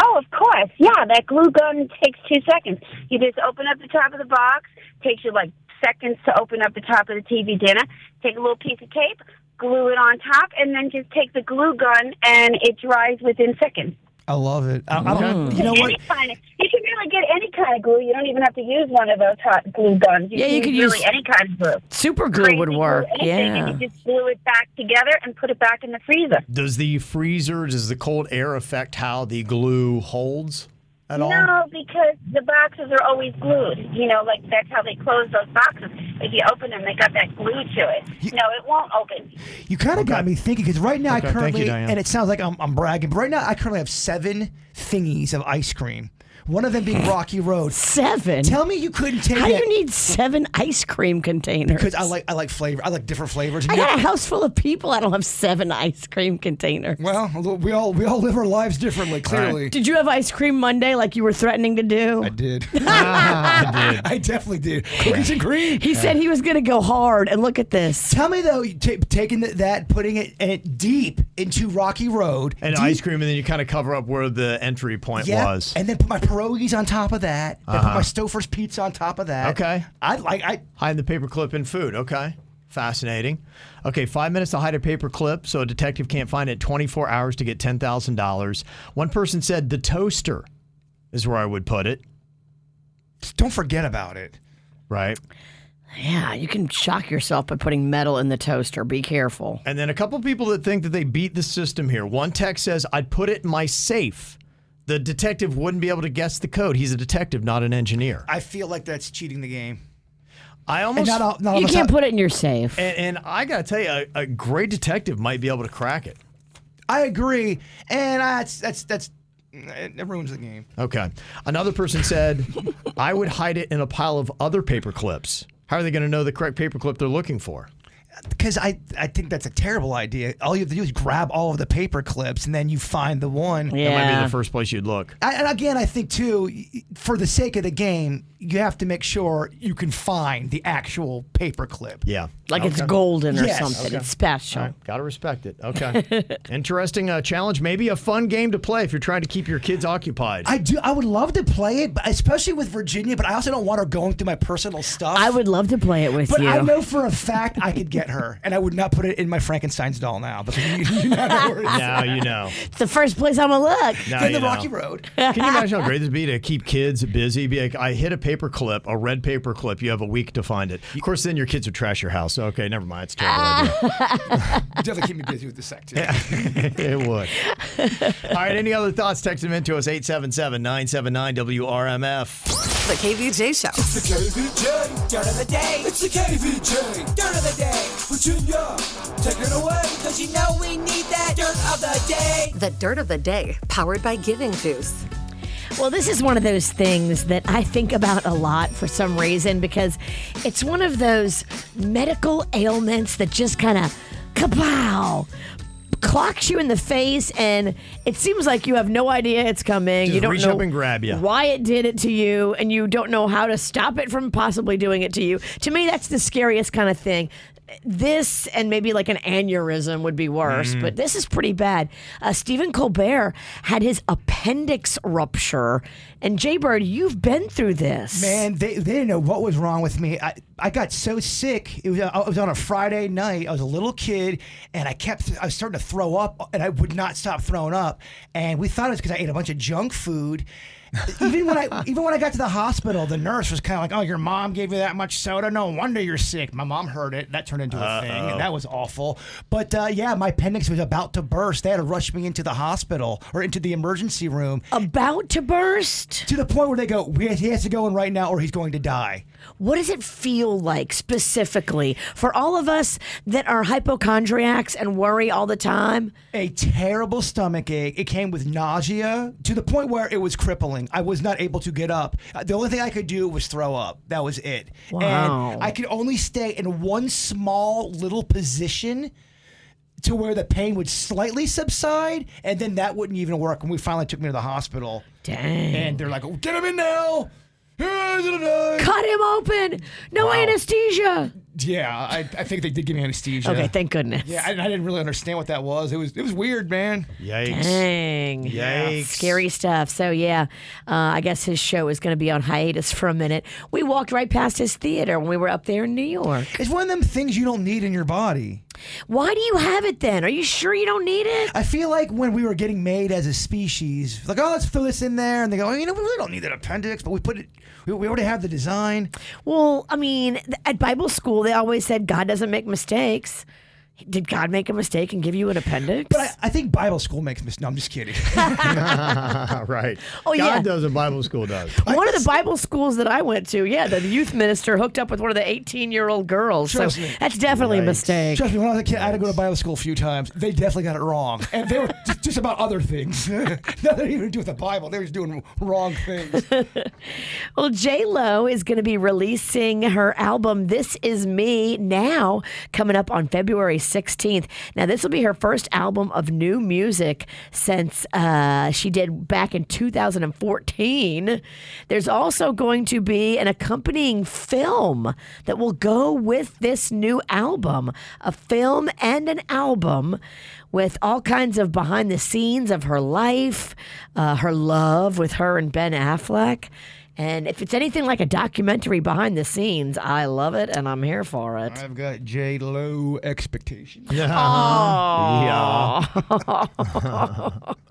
Oh, of course. Yeah, that glue gun takes two seconds. You just open up the top of the box. Takes you like seconds to open up the top of the TV dinner. Take a little piece of tape, glue it on top, and then just take the glue gun, and it dries within seconds.
I love it. I, I don't, you know what?
Any kind of, you can really get any kind of glue. You don't even have to use one of those hot glue guns. You
Yeah,
can
you could
use really
use
any kind of glue.
Super glue
Crazy
would work.
anything,
Yeah.
And you just glue it back together and put it back in the freezer.
Does the freezer, does the cold air affect how the glue holds at all?
No, because the boxes are always glued. You know, like that's how they close those boxes. If you open them, they got that glue to it. No, it won't open.
You kind of got me thinking because right now
Okay,
I
thank you,
currently,
Diane.
and it sounds like I'm, I'm bragging, but right now I currently have seven thingies of ice cream. One of them being Rocky Road.
Seven.
Tell me you couldn't take
How do
that
you need seven ice cream containers?
because I like I like flavor. I like different flavors.
I got a house full of people. I don't have seven ice cream containers.
well, look, we all we all live our lives differently. Clearly,
Did you have ice cream Monday like you were threatening to do?
I did. I definitely did. Cookies and cream.
He said he was going to go hard, and look at this.
Tell me though, you ta- taking th- that, putting it, it deep into Rocky Road,
and
deep-
ice cream, and then you kind of cover up where the entry point
Yeah,
was. Uh-huh.
and then put my pierogies on top of that. Then put my Stouffer's pizza on top of that.
Okay.
I like I
Hide the paperclip in food. Okay. Fascinating. Okay, five minutes to hide a paper clip so a detective can't find it. 24 hours to get $10,000. One person said the toaster is where I would put it.
Don't forget about it.
Right.
Yeah, you can shock yourself by putting metal in the toaster. Be careful.
And then a couple people that think that they beat the system here. One tech says, I'd put it in my safe. The detective wouldn't be able to guess the code. He's a detective, not an engineer.
I feel like that's cheating the game.
I almost.
not all- not all
You
of us
can't
have-
put it in your safe.
and, and I got to tell you, a, a great detective might be able to crack it.
I agree, and that's that's that's it ruins the game.
Okay. Another person said, I would hide it in a pile of other paper clips. How are they going to know the correct paper clip they're looking for?
Because I, I think that's a terrible idea. All you have to do is grab all of the paper clips, and then you find the one.
That might be
Yeah.
the first place you'd look.
I, and again, I think too, y- for the sake of the game, you have to make sure you can find the actual paper clip.
Yeah.
Like it's golden or
Yes.
something.
Okay.
It's special.
All right, gotta respect it. Okay, interesting uh, challenge. Maybe a fun game to play if you're trying to keep your kids occupied.
I do. I would love to play it, but especially with Virginia. But I also don't want her going through my personal stuff.
I would love to play it with
But
you.
I know for a fact I could get her, and I would not put it in my Frankenstein's doll now because you, you know how it works.
now you know.
it's the first place I'm gonna look.
Now
Then
you
the
know.
Rocky Road.
Can you imagine how great this would be to keep kids busy? Be like, I hit a paper clip, a red paper clip. You have a week to find it. Of course, then your kids would trash your house. Okay, never mind. It's a terrible.
Ah.
idea.
You definitely keep me busy with the sect. too.
it would. All right. Any other thoughts? Text them in to us 877 979 WRMF.
The KVJ Show.
It's the KVJ dirt of the day. It's the KVJ dirt of the day. Virginia, take it away. Cause you know we need that dirt of the day.
The dirt of the day, powered by Giving Juice.
Well, this is one of those things that I think about a lot for some reason because it's one of those medical ailments that just kind of kapow clocks you in the face and it seems like you have no idea it's coming
Just
you don't
reach
know
up and grab ya.
why it did it to you and you don't know how to stop it from possibly doing it to you to me that's the scariest kind of thing this and maybe like an aneurysm would be worse,
Mm.
but this is pretty bad. Uh, Stephen Colbert had his appendix rupture, and Jaybird, you've been through this.
Man, they, they didn't know what was wrong with me. I, I got so sick. It was I was on a Friday night. I was a little kid, and I kept I was starting to throw up, and I would not stop throwing up. And we thought it was because I ate a bunch of junk food. even when I even when I got to the hospital, the nurse was kind of like, "Oh, your mom gave you that much soda. No wonder you're sick." My mom heard it. That turned into a thing, and that was awful. But uh, yeah, my appendix was about to burst. They had to rush me into the hospital or into the emergency room
About to burst?
to the point where they go, "We- "He has to go in right now, or he's going to die."
What does it feel like specifically for all of us that are hypochondriacs and worry all the time?
a terrible stomach ache. It came with nausea to the point where it was crippling. I was not able to get up. Uh, The only thing I could do was throw up. That was it.
Wow.
And I could only stay in one small little position to where the pain would slightly subside, and then that wouldn't even work. And we finally took me to the hospital,
Dang.
and they're like, "Oh, "Get him in now."
Cut him open. No anesthesia.
Yeah, I, I think they did give me anesthesia.
Okay, thank goodness.
yeah, I, I didn't really understand what that was. It was it was weird, man.
Yikes.
Dang.
Yikes.
Scary stuff. So, yeah, uh, I guess his show is going to be on hiatus for a minute. We walked right past his theater when we were up there in New York.
It's one of them things you don't need in your body.
Why do you have it then? Are you sure you don't need it?
I feel like when we were getting made as a species, like, oh, let's throw this in there. And they go, oh, you know, we really don't need that appendix, but we put it, we, we already have the design.
Well, I mean, th- at Bible school, they always said God doesn't make mistakes. Did God make a mistake and give you an appendix?
But I, I think Bible school makes mistakes. No, I'm just kidding.
All right.
Oh,
God
yeah.
doesn't, Bible school does.
one of the Bible schools that I went to, yeah, the youth minister hooked up with one of the 18 year old girls. So
Trust me.
that's definitely a mistake.
Trust me, when I was a kid, I had to go to Bible school a few times. They definitely got it wrong. And they were just, just about other things. Nothing even to do with the Bible. They were just doing wrong things.
Well, J Lo is going to be releasing her album "This Is Me" now, coming up on February 16th. Now, this will be her first album of new music since uh, she did back in 2014. There's also going to be an accompanying film that will go with this new album, a film and an album with all kinds of behind the scenes of her life, uh, her love with her and Ben Affleck And if it's anything like a documentary behind the scenes, I love it and I'm here for it.
I've got J Lo expectations.
Oh.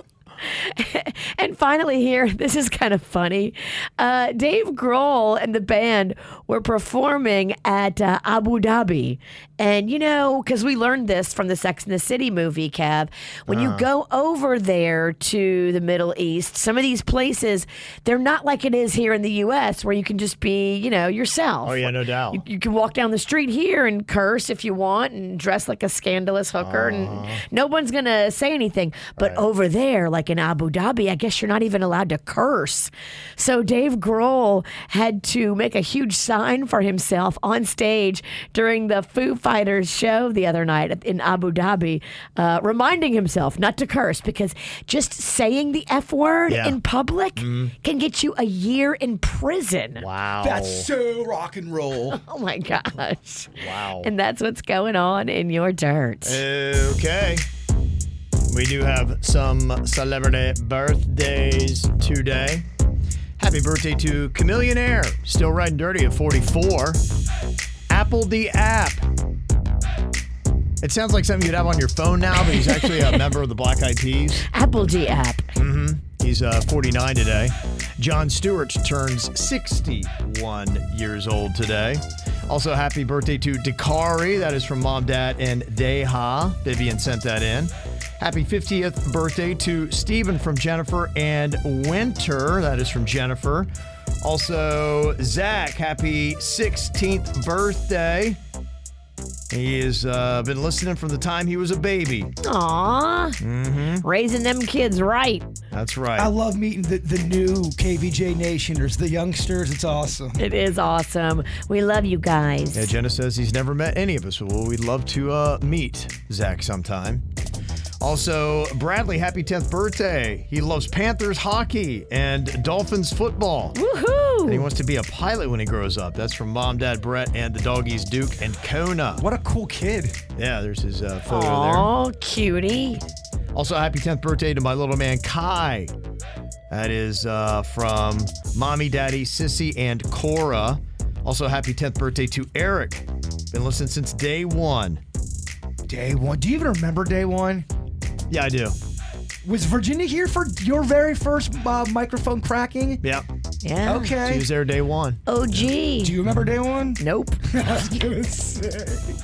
and finally, here, this is kind of funny. Uh, Dave Grohl and the band were performing at uh, Abu Dhabi. And, you know, because we learned this from the Sex and the City movie, Cav, when
Uh.
you go over there to the Middle East, some of these places, they're not like it is here in the U.S., where you can just be, you know, yourself.
Oh, yeah, no doubt.
You, you can walk down the street here and curse if you want and dress like a scandalous hooker and no one's going to say anything. But over there, like in Abu Dhabi, I guess you're not even allowed to curse. So Dave Grohl had to make a huge sign for himself on stage during the Foo Fighters show the other night in Abu Dhabi, uh, reminding himself not to curse because just saying the F word
Yeah.
in public can get you a year in prison.
Wow.
That's so rock and roll.
Oh my gosh.
Wow.
And that's what's going on in your dirt.
Okay. We do have some celebrity birthdays today. Happy birthday to Chameleon Air, still riding dirty at 44. Apple the app. It sounds like something you'd have on your phone now, but he's actually a member of the Black Eyed Peas.
Apple G app.
He's uh, 49 today. John Stewart turns 61 years old today. Also, happy birthday to Dakari. That is from Mom, Dad, and Deha. Vivian sent that in. Happy 50th birthday to Stephen from Jennifer and Winter. That is from Jennifer. Also, Zach, happy 16th birthday. He has uh, been listening from the time he was a baby.
Aw.
Mm-hmm.
Raising them kids right.
That's right.
I love meeting the, the new KVJ Nationers, the youngsters. It's awesome.
It is awesome. We love you guys.
Yeah, Jenna says he's never met any of us. Well, we'd love to uh, meet Zach sometime. Also, Bradley, happy 10th birthday. He loves Panthers hockey and Dolphins football. And he
Woohoo.
wants to be a pilot when he grows up. That's from Mom, Dad, Brett, and the doggies, Duke and Kona.
What a cool kid.
Yeah, there's his uh, photo
Aw, cutie.
there. Also, happy 10th birthday to my little man, Kai. That is uh, from Mommy, Daddy, Sissy, and Cora. Also, happy 10th birthday to Eric. Been listening since day one.
Day one. Do you even remember day one?
Yeah, I do.
Was Virginia here for your very first uh, microphone cracking?
Yeah.
Yeah.
She
Okay.
was there day one.
Do
OG.
you remember day one?
Nope.
I was gonna say.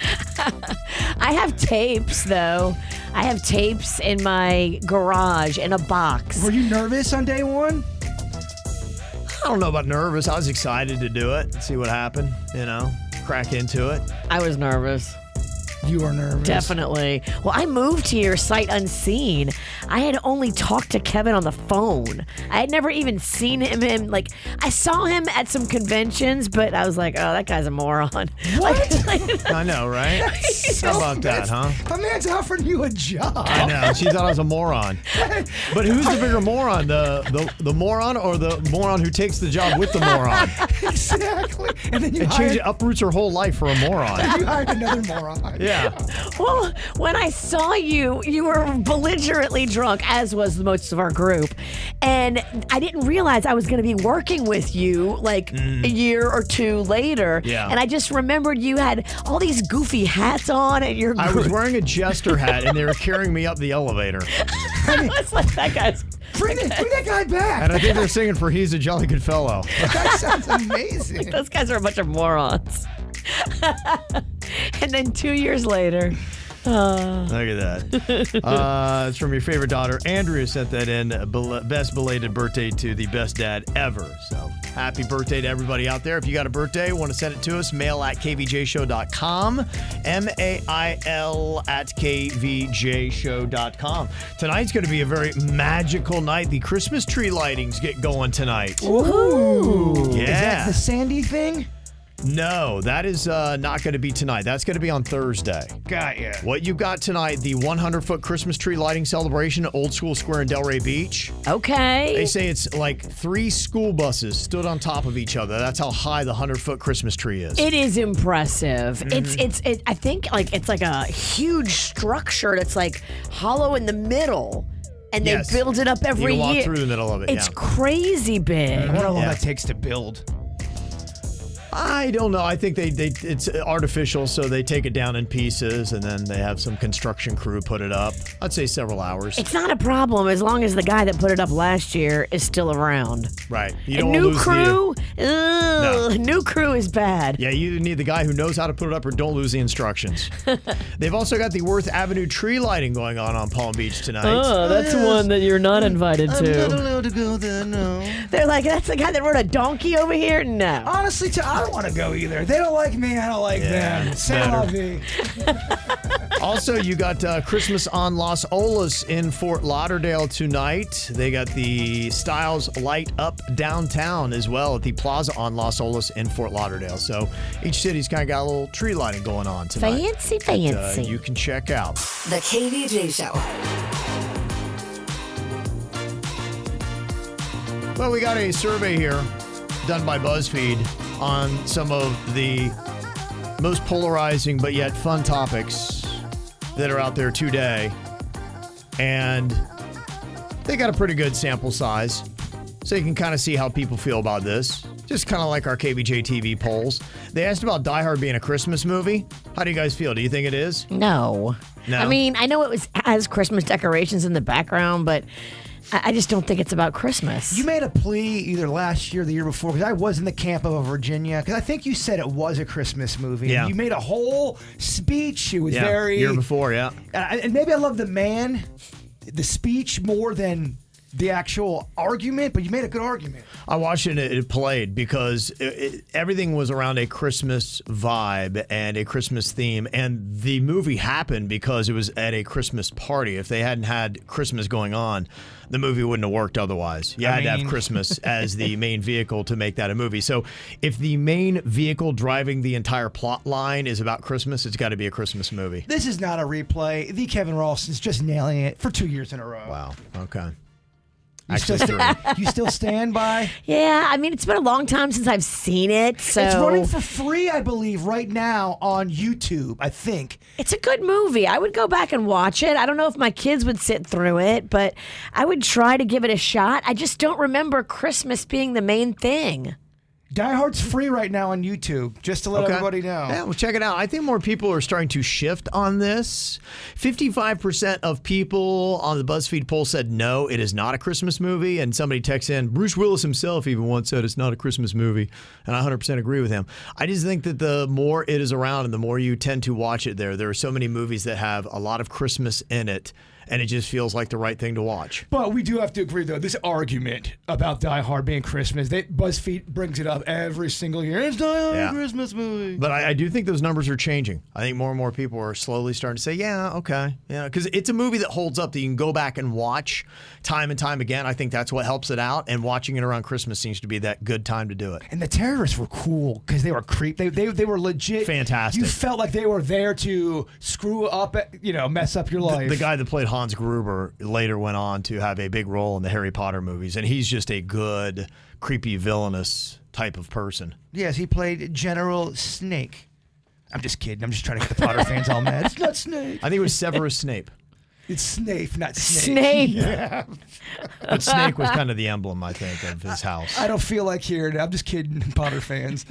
I have tapes, though. I have tapes in my garage in a box.
Were you nervous on day one?
I don't know about nervous. I was excited to do it, see what happened, you know, crack into it.
I was nervous.
You were nervous.
Definitely. Well, I moved here sight unseen. I had only talked to Kevin on the phone. I had never even seen him. him like I saw him at some conventions, but I was like, oh, that guy's a moron. Like, like-
I know, right? How about that, huh?
My man's offering you a job.
I know. She thought I was a moron. But who's the bigger moron? The, the the moron or the moron who takes the job with the moron?
exactly. And then you
It changes
hired,
uproots her whole life for a moron.
you hired another moron.
Yeah.
well, when I saw you, you were belligerently drunk, as was most of our group, and I didn't realize I was going to be working with you like a year or two later.
Mm. Yeah.
And I just remembered you had all these goofy hats on, and your
I was wearing a jester hat and they were carrying me up the elevator.
I was like, that guy's.
Bring, that, bring that guy back.
And I think they're singing for He's a Jolly Good Fellow.
That sounds amazing.
Those guys are a bunch of morons. and then two years later,
Look at that. Uh, it's from your favorite daughter, Andrea, sent that in. Bel- Best belated birthday to the best dad ever. So happy birthday to everybody out there. If you got a birthday, want to send it to us, mail at kvjshow.com, M A I L at kvjshow.com. Tonight's going to be a very magical night. The Christmas tree lightings get going tonight.
Ooh. Is
Yeah.
that the Sandy thing?
No, that is uh, not going to be tonight. That's going to be on Thursday.
Got ya.
What you got tonight, the 100 foot Christmas tree lighting celebration at Old School Square in Delray Beach. They
okay.
say it's like three school buses stood on top of each other. That's how high the 100 foot Christmas tree is.
It is impressive.
Mm-hmm.
It's it's it, I think like it's like a huge structure that's like hollow in the middle. and they
Yes.
build it up
You
every
can walk
year.
through the middle of it,
It's
yeah. Mm-hmm.
crazy big.
I wonder how long
Yeah.
that takes to build.
I don't know. I think they, they it's artificial, so they take it down in pieces, and then they have some construction crew put it up. I'd say several hours.
It's not a problem as long as the guy that put it up last year is still around.
right. You
A
don't wanna
new
lose the-
crew, ugh, new crew is bad.
Yeah, you either need the guy who knows how to put it up or don't lose the instructions. They've also got the Worth Avenue tree lighting going on on Palm Beach tonight.
Oh, that's one that you're not invited to.
Hmm. allowed to go there, no.
They're like, that's the guy that rode a donkey over here. No,
Honestly, too, I don't want to go either. They don't like me. I don't like
Yeah,
them.
it's
Say la
better.
vie.
Also, you got uh, Christmas on Los Olas in Fort Lauderdale tonight. They got the Styles Light Up downtown as well at the Plaza on Los Olas in Fort Lauderdale. So each city's kind of got a little tree lighting going on tonight.
fancy,
that, uh,
fancy.
you can check out.
The KVJ Show.
Well, we got a survey here done by BuzzFeed on some of the most polarizing but yet fun topics that are out there today. And they got a pretty good sample size. So you can kind of see how people feel about this. Just kind of like our KBJ TV polls. They asked about Die Hard being a Christmas movie. How do you guys feel? Do you think it is?
no.
No?
I mean, I know it was has Christmas decorations in the background, but I, I just don't think it's about Christmas.
You made a plea either last year or the year before because I was in the camp of a Virginia because I think you said it was a Christmas movie.
Yeah.
You made a whole speech. It was very.
year before, yeah.
And, I- and maybe I love the man, the speech more than the actual argument, but you made a good argument.
I watched it and it it played because it, it, everything was around a Christmas vibe and a Christmas theme. And the movie happened because it was at a Christmas party. If they hadn't had Christmas going on, the movie wouldn't have worked otherwise. You
I
had to have
mean-
Christmas as the main vehicle to make that a movie. So if the main vehicle driving the entire plot line is about Christmas, it's got to be a Christmas movie.
This is not a replay. The Kevin Ralston's just nailing it for two years in a row.
Wow. Okay.
You still,
Actually, three.
you still stand by?
yeah, I mean, it's been a long time since I've seen it, so
It's running for free, I believe, right now on YouTube. I think.
It's a good movie. I would go back and watch it. I don't know if my kids would sit through it, but I would try to give it a shot. I just don't remember Christmas being the main thing.
Die Hard's free right now on YouTube, just to let
Okay.
everybody know.
Yeah, well, check it out. I think more people are starting to shift on this. 55% of people on the BuzzFeed poll said no, it is not a Christmas movie. And somebody texts in, Bruce Willis himself even once said it's not a Christmas movie. And I 100% agree with him. I just think that the more it is around and the more you tend to watch it there, there are so many movies that have a lot of Christmas in it. And it just feels like the right thing to watch.
But we do have to agree, though, this argument about Die Hard being Christmas, they, BuzzFeed brings it up every single year. It's Die Hard
Yeah.
Christmas movie.
But I, I do think those numbers are changing. I think more and more people are slowly starting to say, yeah, okay. Yeah, because it's a movie that holds up that you can go back and watch time and time again. I think that's what helps it out. And watching it around Christmas seems to be that good time to do it.
And the terrorists were cool because they were creep. They, they they were legit.
Fantastic.
You felt like they were there to screw up, you know, mess up your life.
The guy that played Hans Gruber later went on to have a big role in the Harry Potter movies. And he's just a good, creepy, villainous type of person.
Yes, he played General Snake. I'm just kidding. I'm just trying to get the Potter fans all mad. It's not Snake.
I think it was Severus Snape.
It's Snape, not Snake.
Snape.
But Snape was kind of the emblem, I think, of his house.
I don't feel like hearing it. I'm just kidding, Potter fans.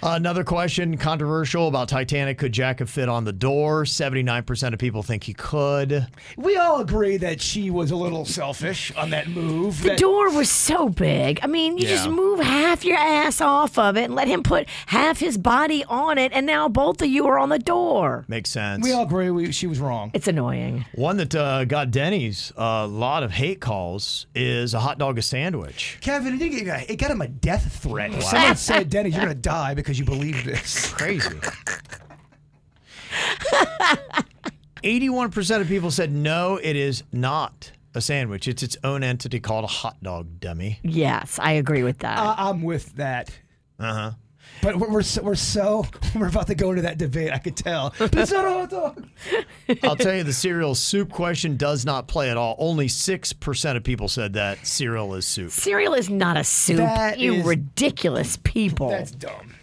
Another question, controversial about Titanic. Could Jack have fit on the door? 79% of people think he could.
we all agree that she was a little selfish on that move.
The
that-
door was so big. I mean, you just
Yeah.
move half your ass off of it and let him put half his body on it, and now both of you are on the door.
Makes sense.
We all agree we, she was wrong.
It's annoying.
One that uh, got Denny's a lot of hate calls is a hot dog a sandwich.
Kevin, it, didn't get, it got him a death threat. Someone said, Denny, you're going to die because you believe this.
Crazy. 81% of people said no, it is not a sandwich. It's its own entity called a hot dog dummy.
Yes, I agree with that.
I, I'm with that.
Uh huh.
Uh-huh. But we're, we're, so, we're so, we're about to go into that debate, I could tell. But it's not a hot dog.
I'll tell you, the cereal soup question does not play at all. Only 6% of people said that cereal is soup.
Cereal is not a soup.
That
You
is-
ridiculous people.
That's dumb.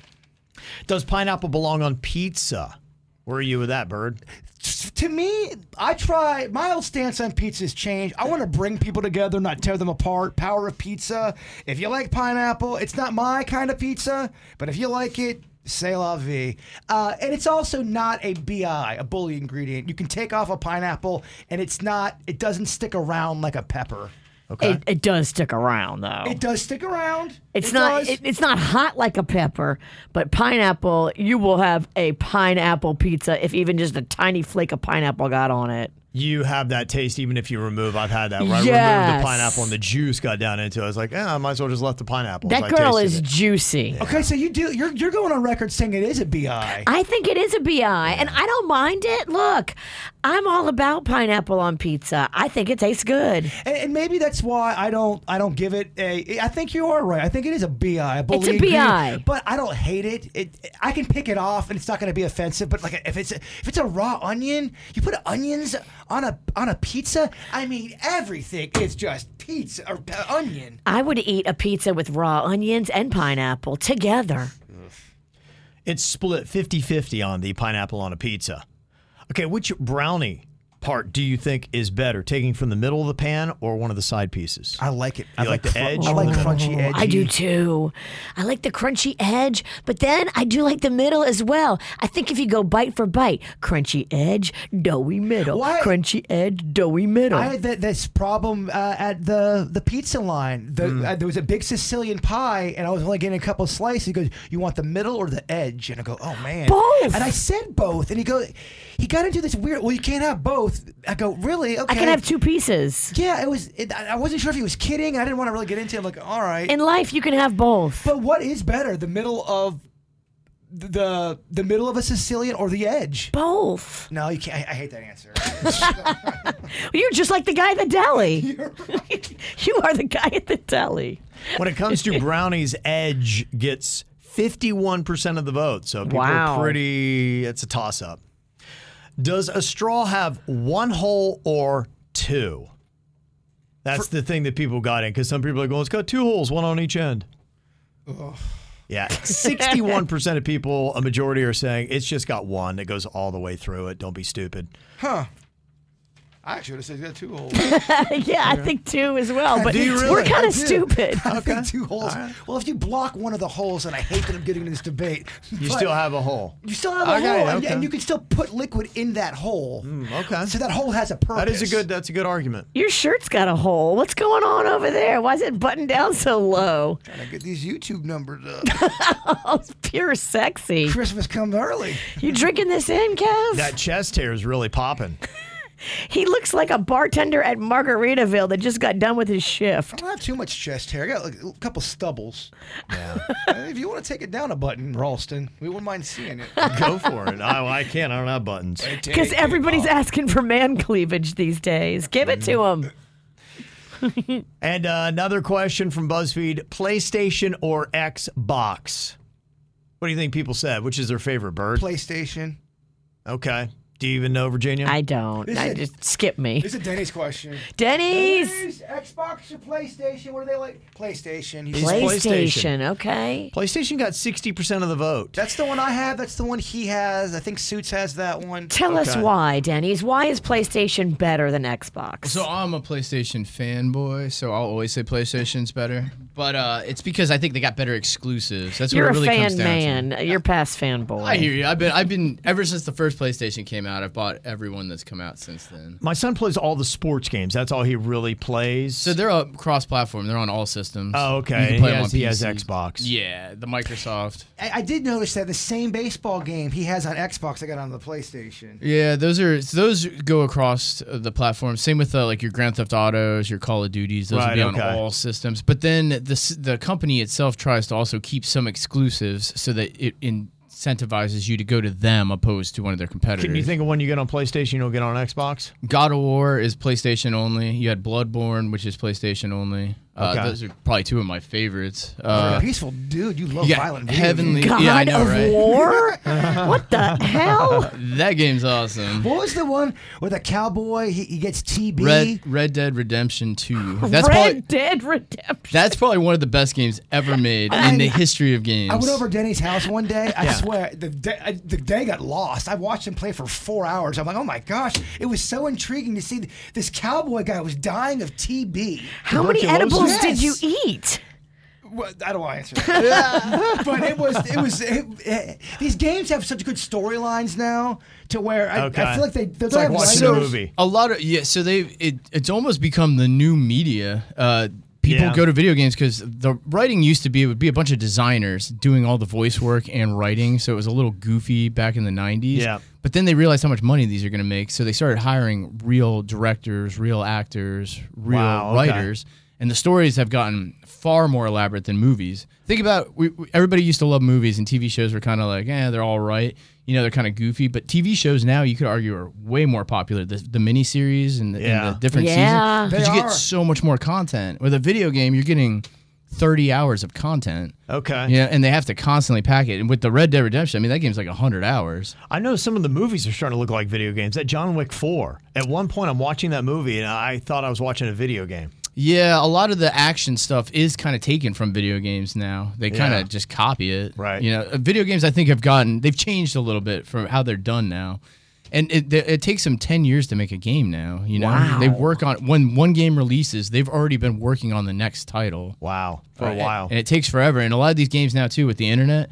Does pineapple belong on pizza? Where are you with that, Bird?
it's to me. I try my old stance on pizza has changed. I want to bring people together, not tear them apart. Power of pizza. If you like pineapple, it's not my kind of pizza, but if you like it. C'est la vie. Uh, and it's also not a BI, a bully ingredient. You can take off a pineapple and it's not, it doesn't stick around like a pepper.
It, it does stick around though.
It does stick around.
It's
It
not.
does.
It, it's not hot like a pepper, but pineapple. You will have a pineapple pizza if even just a tiny flake of pineapple got on it.
You have that taste even if you remove. I've had that where I removed
Yes.
the pineapple and the juice got down into it. I was like, eh, I might as well just left the pineapple.
That
So I
girl
tasted
is
it.
juicy.
Okay, so you do you're you're going on record saying it is a BI.
I think it is a bi, and I don't mind it. Look, I'm all about pineapple on pizza. I think it tastes good.
And, and maybe that's why I don't I don't give it a. I think you are right. I think it is a bi. bully
It's a
ingredient,
BI.
but I don't hate it. it. I can pick it off, and it's not going to be offensive. But like if it's a, if it's a raw onion, you put onions on a on a pizza. I mean everything is just pizza or uh, onion.
I would eat a pizza with raw onions and pineapple together.
It's split 50 50 on the pineapple on a pizza. Okay, which brownie part do you think is better, taking from the middle of the pan or one of the side pieces?
I like it.
You
I
like the edge
I
or
like
the middle?
crunchy edge.
Oh, I do too. I like the crunchy edge, but then I do like the middle as well. I think if you go bite for bite, crunchy edge, doughy middle,
Why-
crunchy edge, doughy middle.
I had th- this problem uh, at the the pizza line. The,
Mm.
uh, there was a big Sicilian pie, and I was only getting a couple slices. He goes, "You want the middle or the edge?" And I go, "Oh man,
Both.
And I said both, and he goes, he got into this weird. Well, you can't have both. I go, really? Okay.
I can have two pieces.
Yeah, it was. It, I I wasn't sure if he was kidding, and I didn't want to really get into. it. I'm like, all right.
In life, you can have both.
but what is better, the middle of the the middle of a Sicilian or the edge?
Both.
No, you can't. I, I hate that answer.
You're just like the guy at the deli. you are the guy at the deli.
When it comes to brownies, edge gets 51% of the vote. So people
Wow.
are pretty, it's a toss up. Does a straw have one hole or two? That's the thing that people got in because some people are going, it's got two holes, one on each end. Yeah, 61% of people, a majority are saying it's just got one that goes all the way through it. Don't be stupid.
I actually would have said you got two holes.
yeah, I think two as well, but
Do you
we're
really?
kind
I
of
do.
stupid.
I think two holes. Well, if you block one of the holes, and I hate that I'm getting into this debate,
You
but
still have a hole.
you still have a
Okay,
hole, and-
okay.
and you can still put liquid in that hole.
okay.
So that hole has a purpose.
That is a good. That's a good argument.
Your shirt's got a hole. What's going on over there? Why is it buttoned down so low?
Trying to get these YouTube numbers up.
Oh, it's pure sexy.
Christmas comes early.
You drinking this in, Kev?
That chest hair is really popping.
He looks like a bartender at Margaritaville that just got done with his
I
shift.
don't have too much chest hair. I got like, a couple stubbles. Yeah. if you want to take it down a button, Ralston, we wouldn't mind seeing it.
Go for it. I, I can't. I don't have buttons.
Because everybody's asking for man cleavage these days. Give it to him.
And uh, another question from BuzzFeed: PlayStation or Xbox? What do you think people said? Which is their favorite bird?
PlayStation.
Okay. Do you even know Virginia?
I don't.
This
I
is-
just skip me.
This is a Denny's question.
Denny's
Denny's, Xbox or PlayStation? What are they like? PlayStation. He's-
Play- PlayStation.
PlayStation. Okay.
PlayStation got sixty percent of the vote.
That's the one I have. That's the one he has. I think Suits has that one.
Tell us
Okay.
why, Denny's. Why is PlayStation better than Xbox?
So I'm a PlayStation fanboy, so I'll always say PlayStation's better. But uh, it's because I think they got better exclusives. That's
You're
what it really
a
comes
fan
down
man.
to.
You're past fanboy.
I hear you. I've been I've been ever since the first PlayStation came out. I've bought everyone that's come out since then.
My son plays all the sports games. That's all he really plays.
So they're all cross-platform. They're on all systems.
Oh, okay.
You
He
can play them
has-
on
he has
PC.
Xbox.
Yeah, the Microsoft.
I, I did notice that the same baseball game he has on Xbox, I got on the PlayStation.
Yeah, those are so those go across uh, the platform. Same with uh, like your Grand Theft Autos, your Call of Duties. Those
Right,
will be
okay.
on all systems. But then the s- the company itself tries to also keep some exclusives so that it incentivizes you to go to them opposed to one of their competitors.
Can you think of one you get on PlayStation you'll get on Xbox?
God of War is PlayStation only. You had Bloodborne, which is PlayStation only. Uh,
Okay.
Those are probably two of my favorites.
You're
Uh,
a peaceful dude. You love
yeah,
violent videos.
heavenly. yeah, I know, right?
what the hell?
that game's awesome.
What was the one where the cowboy he, he gets TB?
Red Red Dead Redemption Two. That's probably
Dead Redemption.
that's probably one of the best games ever made in the history of games.
I went over to Denny's house one day. I
Yeah.
swear, the day, I, the day got lost. I watched him play for four hours. I'm like, oh my gosh, it was so intriguing to see th- this cowboy guy was dying of TB.
How many edibles did you
Yes.
eat?
Well, I don't want to answer that. but it was, it was. It, it- these games have such good storylines now, to where I, I feel like they they don't have writers.
A lot of yeah, so they it, it's almost become the new media. Uh, people
Yeah.
go to video games because the writing used to be it would be a bunch of designers doing all the voice work and writing, so it was a little goofy back in the '90s.
Yeah.
But then they realized how much money these are going to make, so they started hiring real directors, real actors, real
Wow, okay.
writers, and the stories have gotten far more elaborate than movies. Think about we, we- everybody used to love movies, and TV shows were kind of like, eh, they're all right. You know, they're kind of goofy, but TV shows now you could argue are way more popular. The, the miniseries and the, and
Yeah.
the different
Yeah.
seasons, because
They
you
are.
get so much more content. With a video game, you're getting thirty hours of content.
Okay.
Yeah, and they have to constantly pack it. And with the Red Dead Redemption, I mean, that game's like hundred hours.
I know some of the movies are starting to look like video games. That John Wick 4. At one point, I'm watching that movie and I thought I was watching a video game.
Yeah, a lot of the action stuff is kind of taken from video games now. They kind of
Yeah.
just copy it.
Right.
You know, uh, video games I think have gotten they've changed a little bit from how they're done now. And it, th- it takes them 10 years to make a game now, you know.
Wow.
They work on when one game releases, they've already been working on the next title.
Wow. For
Uh,
a while. Mm-hmm.
And it takes forever. And a lot of these games now too with the internet,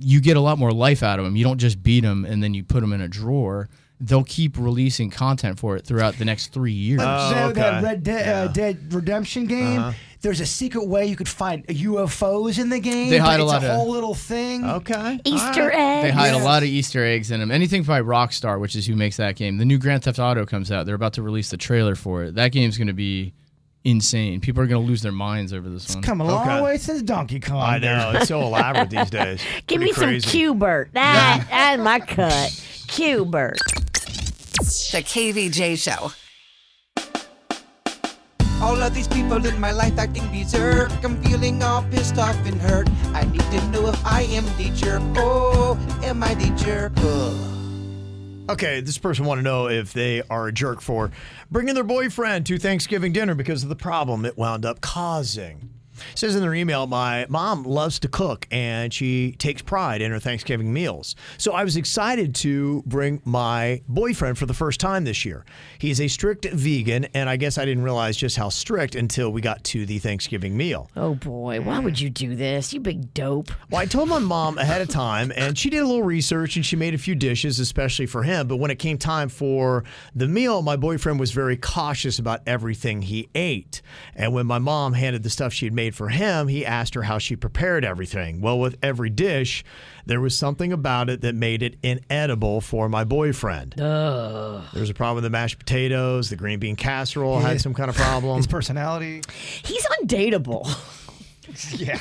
you get a lot more life out of them. You don't just beat them and then you put them in a drawer. They'll keep releasing content for it throughout the next 3 years.
Oh,
that, that Red De- uh, Dead Redemption game.
Uh-huh.
There's a secret way you could find UFOs in the game.
They
but
hide a
it's
lot
a
of-
whole little thing.
Okay.
Easter
They hide a
Yes.
lot of Easter eggs in them. Anything by Rockstar, which is who makes that game. The new Grand Theft Auto comes out. They're about to release the trailer for it. That game's going to be insane. People are going to lose their minds over this one.
Come a long way since Donkey Kong.
I know. It's so elaborate these days.
Give me
Pretty crazy.
some Q-Bert. That, that's my cut. Q-Bert.
The KVJ Show.
All of these people in my life acting berserk. I'm feeling all pissed off and hurt. I need to know if I am the jerk. Oh, am I the jerk? Ugh.
Okay, this person want to know if they are a jerk for bringing their boyfriend to Thanksgiving dinner because of the problem it wound up causing. It says in their email, my mom loves to cook and she takes pride in her Thanksgiving meals. So I was excited to bring my boyfriend for the first time this year. He's a strict vegan, and I guess I didn't realize just how strict until we got to the Thanksgiving meal.
Oh boy, why would you do this? You big dope.
Well, I told my mom ahead of time, and she did a little research and she made a few dishes, especially for him. But when it came time for the meal, my boyfriend was very cautious about everything he ate. And when my mom handed the stuff she had made for him, he asked her how she prepared everything. Well, with every dish, there was something about it that made it inedible for my boyfriend. There was a problem with the mashed potatoes, the green bean casserole had some kind of problem.
His personality.
He's undateable.
Yeah,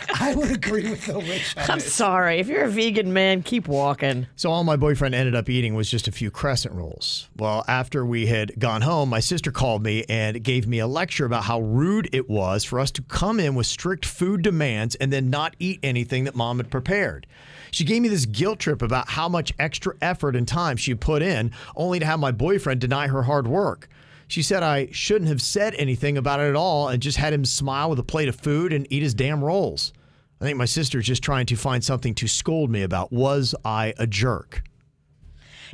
I would agree with the witch. on
I'm
this.
sorry. If you're a vegan man, keep walking.
So all my boyfriend ended up eating was just a few crescent rolls. Well, after we had gone home, my sister called me and gave me a lecture about how rude it was for us to come in with strict food demands and then not eat anything that mom had prepared. She gave me this guilt trip about how much extra effort and time she put in, only to have my boyfriend deny her hard work. She said I shouldn't have said anything about it at all and just had him smile with a plate of food and eat his damn rolls. I think my sister's just trying to find something to scold me about. Was I a jerk?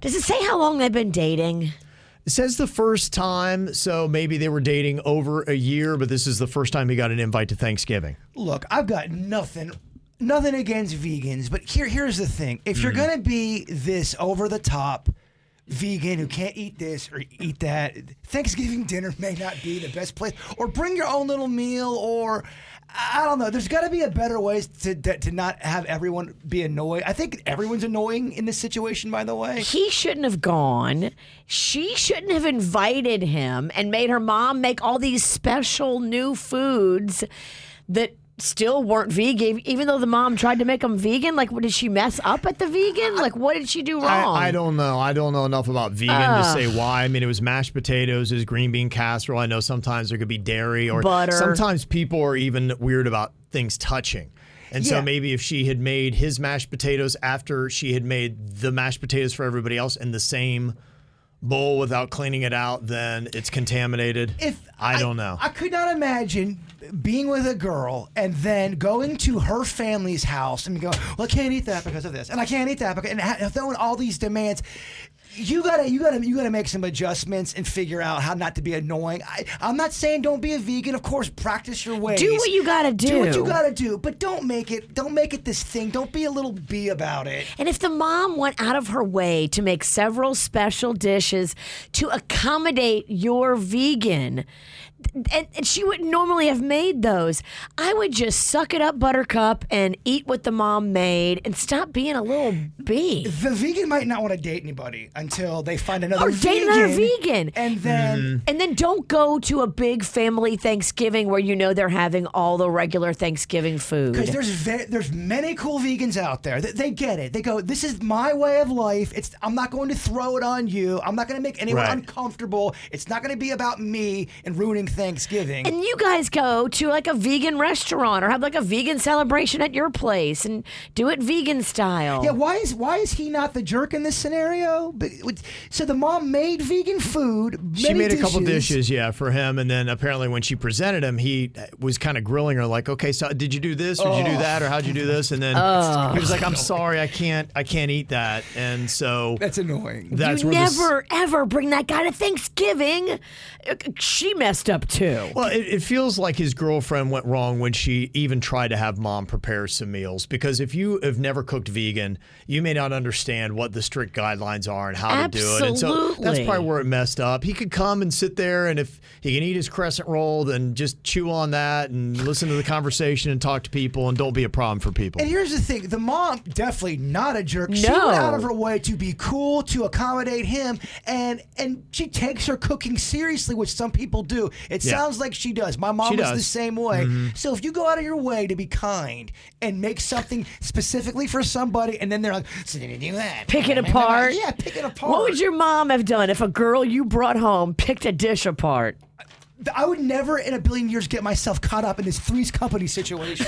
Does it say how long they've been dating?
It says the first time, so maybe they were dating over a year, but this is the first time he got an invite to Thanksgiving.
Look, I've got nothing, nothing against vegans, but here, here's the thing: if you're
Mhm.
gonna be this over the top vegan who can't eat this or eat that, Thanksgiving dinner may not be the best place. Or bring your own little meal, or I don't know. There's got to be a better ways to that- to not have everyone be annoyed. I think everyone's annoying in this situation, by the way.
He shouldn't have gone. She shouldn't have invited him and made her mom make all these special new foods that still weren't vegan, even though the mom tried to make them vegan? Like, what, did she mess up at the vegan? Like, what did she do wrong?
I, I don't know. I don't know enough about vegan to
Ugh.
say why. I mean, it was mashed potatoes, it was green bean casserole. I know sometimes there could be dairy or
Butter.
Sometimes people are even weird about things touching. And
Yeah.
so maybe if she had made his mashed potatoes after she had made the mashed potatoes for everybody else in the same bowl without cleaning it out, then it's contaminated.
If
I, don't know.
I could not imagine being with a girl and then going to her family's house and go, "Well, I can't eat that because of this, and I can't eat that because," and ha- throwing all these demands. You gotta, you gotta, you gotta make some adjustments and figure out how not to be annoying. I, I'm not saying don't be a vegan. Of course, practice your ways.
what you gotta
Do what
do.
you gotta do, but don't make it, don't make it this thing. Don't be a little bee about it.
And if the mom went out of her way to make several special dishes to accommodate your vegan, and, and she would normally have made those, I would just suck it up, Buttercup, and eat what the mom made and stop being a little bee.
The vegan might not want to date anybody until they find another
or date another
vegan.
vegan.
And then-
Mm-hmm.
Mhm.
and then don't go to a big family Thanksgiving where you know they're having all the regular Thanksgiving food.
Because there's ve- there's many cool vegans out there. They, they get it. They go, this is my way of life. It's I'm not going to throw it on you. I'm not going to make anyone
Right.
uncomfortable. It's not going to be about me and ruining Thanksgiving.
and you guys go to like a vegan restaurant or have like a vegan celebration at your place and do it vegan style.
yeah, why is why is he not the jerk in this scenario? But, it- so the mom made vegan food.
She
many
made a couple dishes, yeah, for him. And then apparently, when she presented him, he was kind of grilling her, like, "Okay, so did you do this? Or did you do
Oh.
that? Or how'd you do this?" And then
Oh.
he was like, "I'm sorry, I can't, I can't eat that." And so
that's annoying.
That's
you
where this-
never ever bring that guy to Thanksgiving. Uh, She messed up too.
Well, it, it feels like his girlfriend went wrong when she even tried to have mom prepare some meals. Because if you have never cooked vegan, you may not understand what the strict guidelines are and how to do it. And so that's
Absolutely.
probably where it messed up. He could come and sit there, and if he can eat his crescent roll, then just chew on that and listen to the conversation and talk to people and don't be a problem for people.
And here's the thing: the mom definitely not a jerk. She
No.
went out of her way to be cool to accommodate him, and and she takes her cooking seriously, which some people do. It
Yeah.
sounds like she does. My mom
She
was the
does.
same way.
Mm-hmm.
Mhm.
So if you go out of your way to be kind and make something specifically for somebody, and then they're like, so did you do that?
Pick it apart.
Yeah, pick it apart.
What would your mom have done if a girl you brought home picked a dish apart?
I would never in a billion years get myself caught up in this Three's Company situation.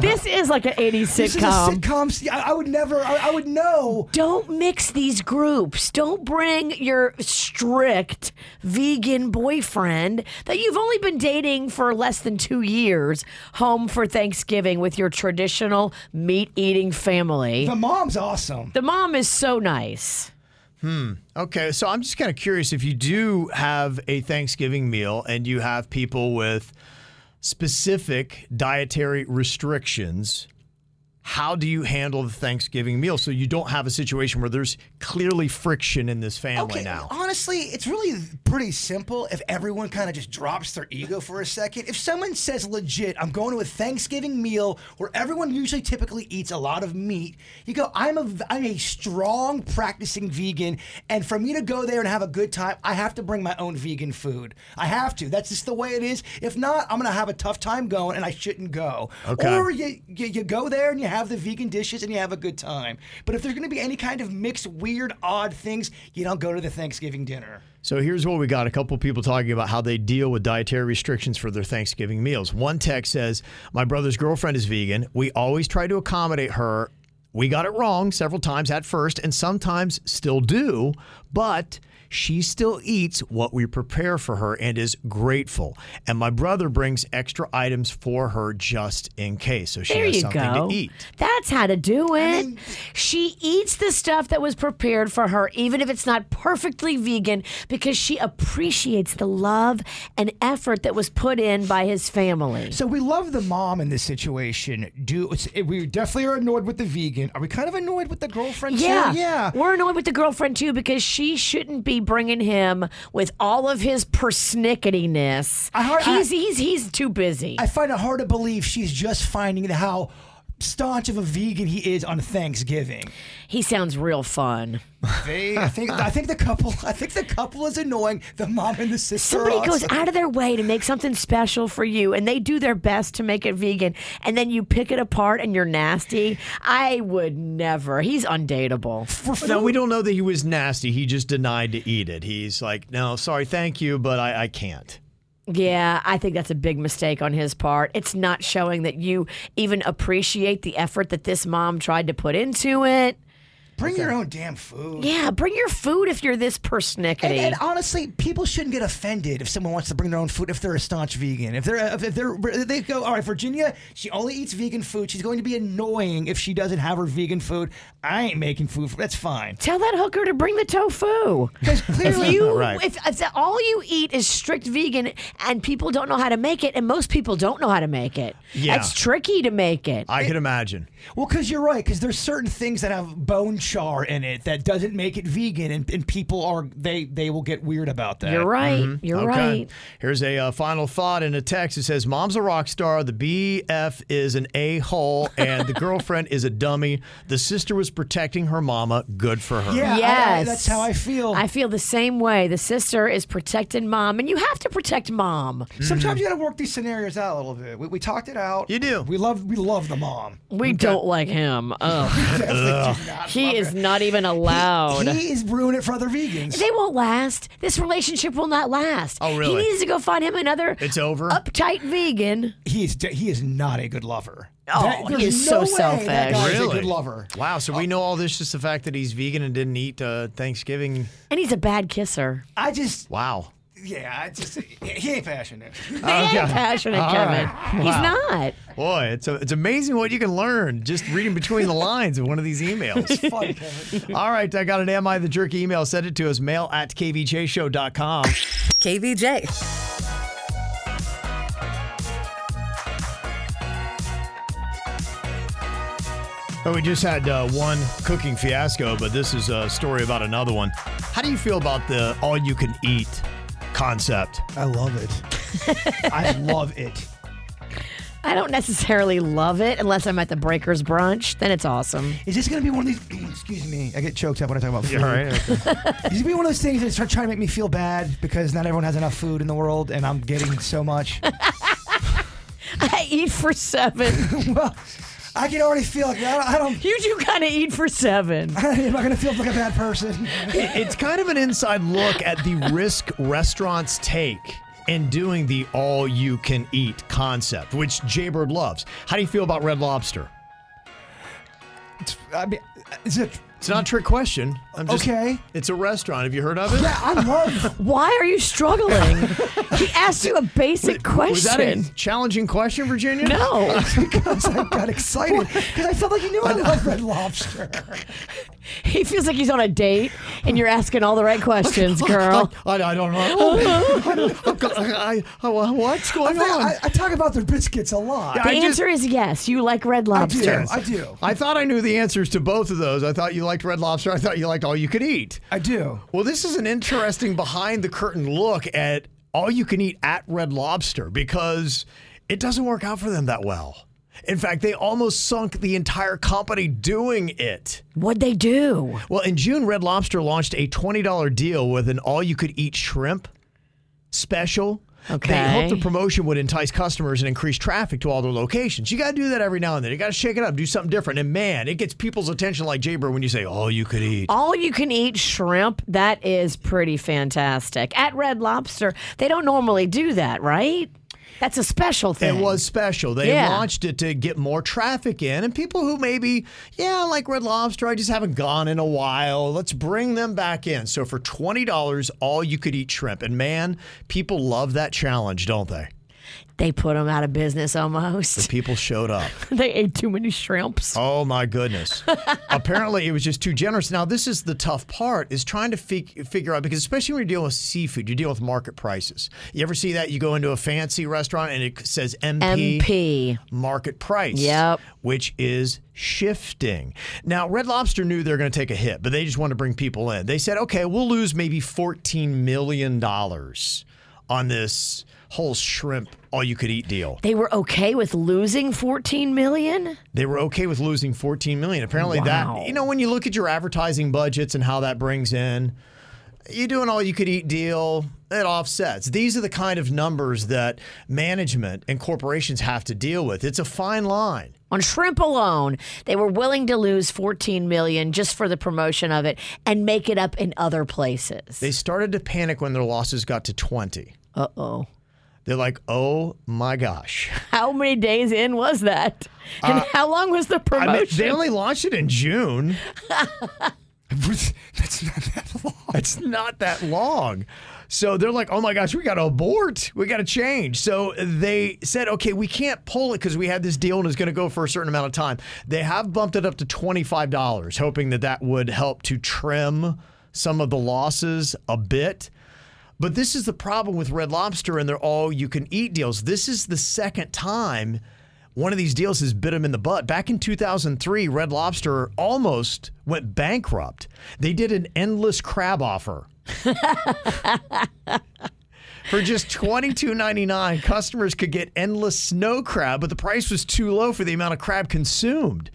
this is like an 80s sitcom.
Uh-huh. This is a sitcom. See, I, I would never. I, I would know.
Don't mix these groups. Don't bring your strict vegan boyfriend that you've only been dating for less than two years home for Thanksgiving with your traditional meat eating family. The
mom's awesome.
The mom is so nice.
Hmm. Okay. So I'm just kind of curious if you do have a Thanksgiving meal and you have people with specific dietary restrictions, how do you handle the Thanksgiving meal so you don't have a situation where there's clearly friction in this family now?
Honestly, it's really pretty simple if everyone kind of just drops their ego for a second. If someone says legit, I'm going to a Thanksgiving meal where everyone usually typically eats a lot of meat, you go, I'm a I'm a strong practicing vegan, and for me to go there and have a good time, I have to bring my own vegan food. I have to. That's just the way it is. If not, I'm gonna have a tough time going and I shouldn't go.
Okay.
Or you, you, you go there and you have the vegan dishes and you have a good time. But if there's going to be any kind of mixed, weird, odd things, you don't go to the Thanksgiving dinner.
So here's what we got a couple people talking about how they deal with dietary restrictions for their Thanksgiving meals. One text says, My brother's girlfriend is vegan. We always try to accommodate her. We got it wrong several times at first and sometimes still do, but she still eats what we prepare for her and is grateful. And my brother brings extra items for her just in case. So she
There
has
you
something
go.
to eat.
That's how to do it. she eats the stuff that was prepared for her, even if it's not perfectly vegan, because she appreciates the love and effort that was put in by his family.
So we love the mom in this situation. Do eh, we definitely are annoyed with the vegan? Are we kind of annoyed with the girlfriend? too?
Yeah.
yeah.
We're annoyed with the girlfriend too because she shouldn't be bringing him with all of his persnicketyness.
I heard-
he's,
I-
he's, he's too busy.
I find it hard to believe she's just finding out how staunch of a vegan he is on Thanksgiving.
He sounds real fun.
They, I think, I think the couple, I think the couple is annoying. The mom and the sister. are
Somebody goes
awesome.
out of their way to make something special for you, and they do their best to make it vegan, and then you pick it apart and you're nasty. I would never. He's undateable.
No, we don't know that he was nasty. He just denied to eat it. He's like, no, sorry, thank you, but I, I can't.
Yeah, I think that's a big mistake on his part. It's not showing that you even appreciate the effort that this mom tried to put into it.
Bring your own damn food.
Yeah, bring your food if you're this persnickety.
And, and honestly, people shouldn't get offended if someone wants to bring their own food if they're a staunch vegan. If they're if they're they go, all right, Virginia, she only eats vegan food. She's going to be annoying if she doesn't have her vegan food. I ain't making food. For, that's fine.
Tell that hooker to bring the tofu.
Because
if
clearly,
you if, if that- all you eat is strict vegan and people don't know how to make it and most people don't know how to make it
Yeah.
it's tricky to make it
I can imagine.
Well, because you're right. Because there's certain things that have bone char in it that doesn't make it vegan, and, and people are they they will get weird about that.
that.
Mm-hmm.
Mhm. Okay. Here's a uh, final thought in a text. It says, "Mom's a rock star. The BF is an a hole, and the girlfriend is a dummy. The sister was protecting her mama. Good for her.
yes that's how i
Oh.
feel i feel the same way the sister is protecting mom and you have to protect mom
Sometimes you got to work these scenarios out a little bit. We, we talked it out. You
do.
We love we love the mom.
we don't like him Ugh. he is not even allowed
He is ruining it for other vegans.
Oh, they won't last. This relationship will not last.
Oh, really?
He needs to go find him another
It's over?
uptight vegan.
He is de- he is not a good lover.
Oh, he
there's
is so
way that guy is a
Really?
good lover. Oh.
Wow. So we know all this just the fact that he's vegan and didn't eat uh, Thanksgiving.
And he's a bad kisser.
I just
Wow.
Yeah, I just he ain't passionate.
ain't passionate, Kevin. He's
not. Boy, it's a, it's amazing what you can learn just reading between the lines of one of these emails.
It's fun, Kevin.
All right, I got an Am I the Jerk email. Send it to us, mail at kvjshow.com.
KVJ.
Oh, we just had uh, one cooking fiasco, but this is a story about another one. How do you feel about the all you can eat concept?
I love it. I love it.
I don't necessarily love it unless I'm at the Breakers brunch. Then it's awesome.
Is this gonna be one of these? excuse me, I get choked up when I talk about food.
Yeah, all right,
Is it be one of those things that start trying to make me feel bad because not everyone has enough food in the world, and I'm getting so much.
I eat for seven.
well, I can already feel like I don't. I don't
you do kind of eat for seven.
I'm not gonna feel like a bad person.
It- it's kind of an inside look at the risk restaurants take in doing the all you can eat concept, which Jaybird loves. How do you feel about Red Lobster?
It's, I mean, is it?
It's not a trick question. I'm just,
okay.
It's a restaurant. Have you heard of it?
Yeah, I love.
Why are you struggling? he asked you a basic question.
Was that a challenging question, Virginia?
No.
because I got excited because I felt like you knew I love Red Lobster.
he feels like he's on a date, and you're asking all the right questions, girl.
I, I don't
know.
I, what's going
on? I, I talk about their biscuits a lot.
the answer is yes. You like Red Lobster.
I thought I knew the answers to both of those. I thought you liked Red Lobster. I thought you liked All You Could Eat.
I do.
Well, this is an interesting behind the curtain look at All You Can Eat at Red Lobster because it doesn't work out for them that well. In fact, they almost sunk the entire company doing it.
What'd they do?
Well, in June, Red Lobster launched a $20 deal with an all you could eat shrimp special. They
Okay.
hoped the promotion would entice customers and increase traffic to all their locations. You got to do that every now and then. You got to shake it up, do something different. And man, it gets people's attention like Jaber when you say, all you could eat.
All you can eat shrimp, that is pretty fantastic. At Red Lobster, they don't normally do that, right? That's a special thing.
It was special. They
Yeah.
launched it to get more traffic in, and people who maybe, yeah, I like Red Lobster, I just haven't gone in a while. Let's bring them back in. So for twenty dollars, all you could eat shrimp, and man, people love that challenge, don't they?
They put them out of business almost. The
people showed up.
they ate too many shrimps.
Oh my goodness! Apparently, it was just too generous. Now, this is the tough part: is trying to fig- figure out because, especially when you're dealing with seafood, you deal with market prices. You ever see that? You go into a fancy restaurant and it says MP,
MP.
market price.
Yep.
which is shifting. Now, Red Lobster knew they were going to take a hit, but they just wanted to bring people in. They said, "Okay, we'll lose maybe fourteen million dollars." on this whole shrimp all you could eat deal.
They were okay with losing 14 million?
They were okay with losing 14 million. Apparently
Wow.
that you know when you look at your advertising budgets and how that brings in you do an all you could eat deal, it offsets. These are the kind of numbers that management and corporations have to deal with. It's a fine line.
On shrimp alone, they were willing to lose 14 million just for the promotion of it and make it up in other places.
They started to panic when their losses got to 20.
Uh oh.
They're like, oh my gosh.
How many days in was that? And
Uh,
how long was the
I
promotion?
mean, they only launched it in June. That's not that long. That's not that long. So they're like, oh my gosh, we got to abort. We got to change. So they said, okay, we can't pull it because we had this deal and it's going to go for a certain amount of time. They have bumped it up to $25, hoping that that would help to trim some of the losses a bit. But this is the problem with Red Lobster and their all you can eat deals. This is the second time one of these deals has bit them in the butt. Back in 2003, Red Lobster almost went bankrupt. They did an endless crab offer. For just $22.99, customers could get endless snow crab, but the price was too low for the amount of crab consumed.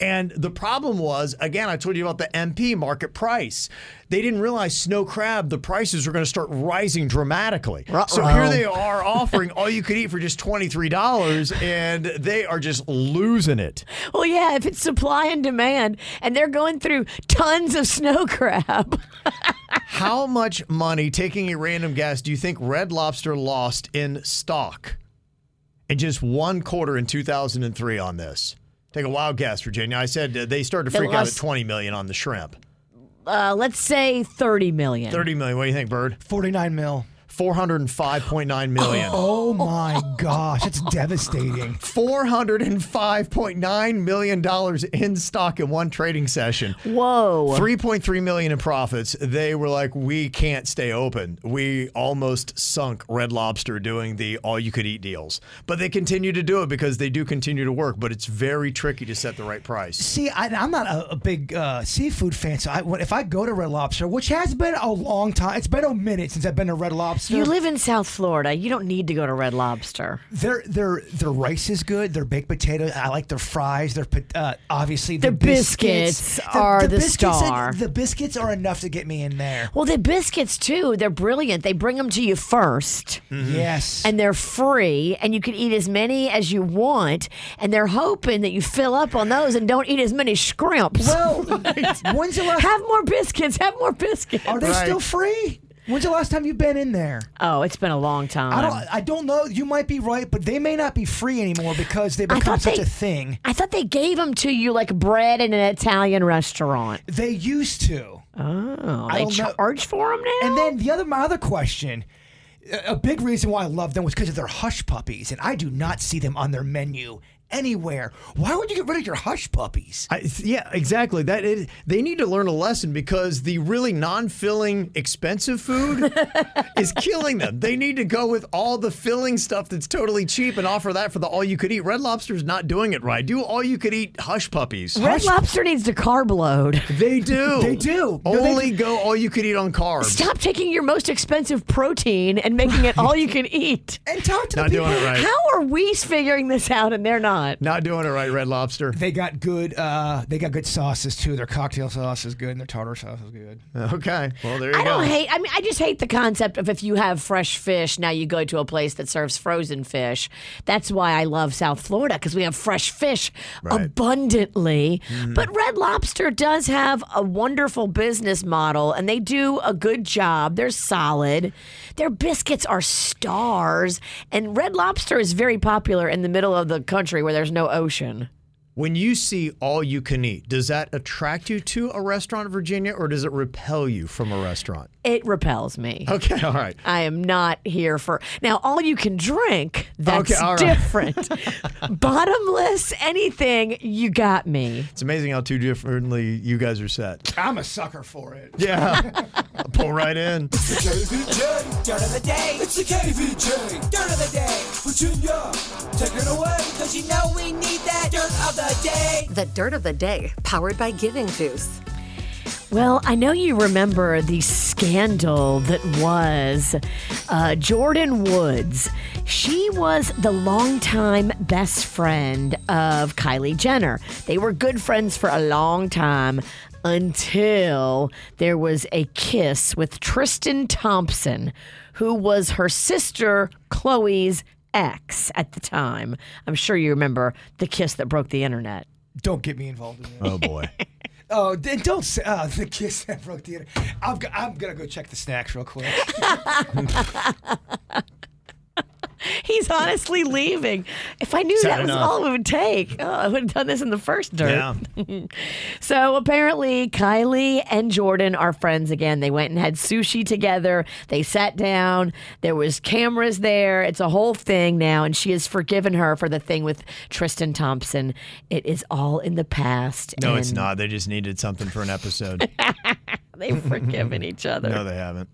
And the problem was, again, I told you about the MP market price. They didn't realize snow crab, the prices were going to start rising dramatically. So here they are offering all you could eat for just $23, and they are just losing it.
Well, yeah, if it's supply and demand, and they're going through tons of snow crab.
How much money, taking a random guess, do you think Red Lobster lost in stock in just one quarter in 2003 on this? Take a wild guess, Virginia. I said uh, they started to
They
freak out at
lost-
20 million on the shrimp.
Uh, let's say 30 million.
30 million. What do you think, Bird? 49 mil. 405.9 million.
Oh my gosh, it's devastating.
$405.9 million dollars in stock in one trading session.
Whoa.
3.3 million in profits. They were like, we can't stay open. We almost sunk Red Lobster doing the all you could eat deals. But they continue to do it because they do continue to work, but it's very tricky to set the right price.
See, I, I'm not a, a big uh, seafood fan, so I, when- if I go to Red Lobster, which has been a long time, it's been a minute since I've been to Red Lobster.
You live in South Florida. You don't need to go to Red Lobster.
Their their their rice is good. Their baked potato. I like their fries. Their pot- uh, obviously their
The biscuits are the star.
the biscuits are enough to get me in there.
Well, the biscuits too. They're brilliant. They bring them to you 1st
Mhm. Yes.
And they're free and you can eat as many as you want and they're hoping that you fill up on those and don't eat as many scrimps.
Well, when's the last
Have more biscuits. Have more biscuits.
Are they still free? When's the last time you've been in there?
Oh, it's been a long time.
Um,
I don't. I don't know. You might be right, but they may not be free anymore because they
I
become
thought
such
they-
a thing.
I thought they gave them to you like bread in an Italian restaurant.
They used to.
Oh,
I
they
don't know.
charge for them now.
And then the other my other question, a- a big reason why I love them was because of their hush puppies, and I do not see them on their menu anywhere. Why would you get rid of your hush puppies?
I, yeah, exactly. That is, they need to learn a lesson because the really non-filling, expensive food is killing them. They need to go with all the filling stuff that's totally cheap and offer that for the all-you-could-eat. Red Lobster's not doing it right. Do all-you-could-eat hush puppies.
Red
Hush-
Lobster needs to carb load.
They do.
They do. No, they
Only go all-you-could-eat on carbs.
Stop taking your most expensive protein and making it all you can eat.
And talk to
Not doing it right.
How are we figuring this out and they're not?
Not doing it right, Red Lobster.
They got good. Uh, they got good sauces too. Their cocktail sauce is good, and their tartar sauce is good.
Okay. Well, there you
I
go.
don't hate. I mean, I just hate the concept of if you have fresh fish, now you go to a place that serves frozen fish. That's why I love South Florida because we have fresh fish
Right.
abundantly. But Red Lobster does have a wonderful business model, and they do a good job. They're solid. Their biscuits are stars, and Red Lobster is very popular in the middle of the country where there's no ocean.
When you see all you can eat, does that attract you to a restaurant in Virginia or does it repel you from a restaurant?
It repels me.
Okay, all right.
I am not here for now. All you can drink, that's
Okay, all right.
different. Bottomless, anything you got me.
It's amazing how two differently you guys are set.
I'm a sucker for it.
Yeah. Pull right in.
KVJ, dirt of the day. It's the KVJ, dirt of the day. Virginia, take it away. Cause you know we need that dirt of the day.
The dirt of the day, powered by Giving Juice.
Well, I know you remember the scandal that was uh, Jordan Woods. She was the longtime best friend of Kylie Jenner. They were good friends for a long time until there was a kiss with Tristan Thompson, who was her sister Chloe's ex at the time. I'm sure you remember the kiss that broke the internet.
Don't get me involved in that.
Oh boy.
Oh, d- don't say uh, the kiss that broke the internet. I'm, go- I'm gonna go check the snacks real quick.
He's honestly leaving. If I knew
Sad
that was
enough.
all it would take, oh, I would have done this in the first dirt.
Yeah.
so apparently, Kylie and Jordan are friends again. They went and had sushi together. They sat down. There was cameras there. It's a whole thing now, and she has forgiven her for the thing with Tristan Thompson. It is all in the past.
No, it's
and
not. They just needed something for an episode.
They've forgiven each other.
No, they haven't.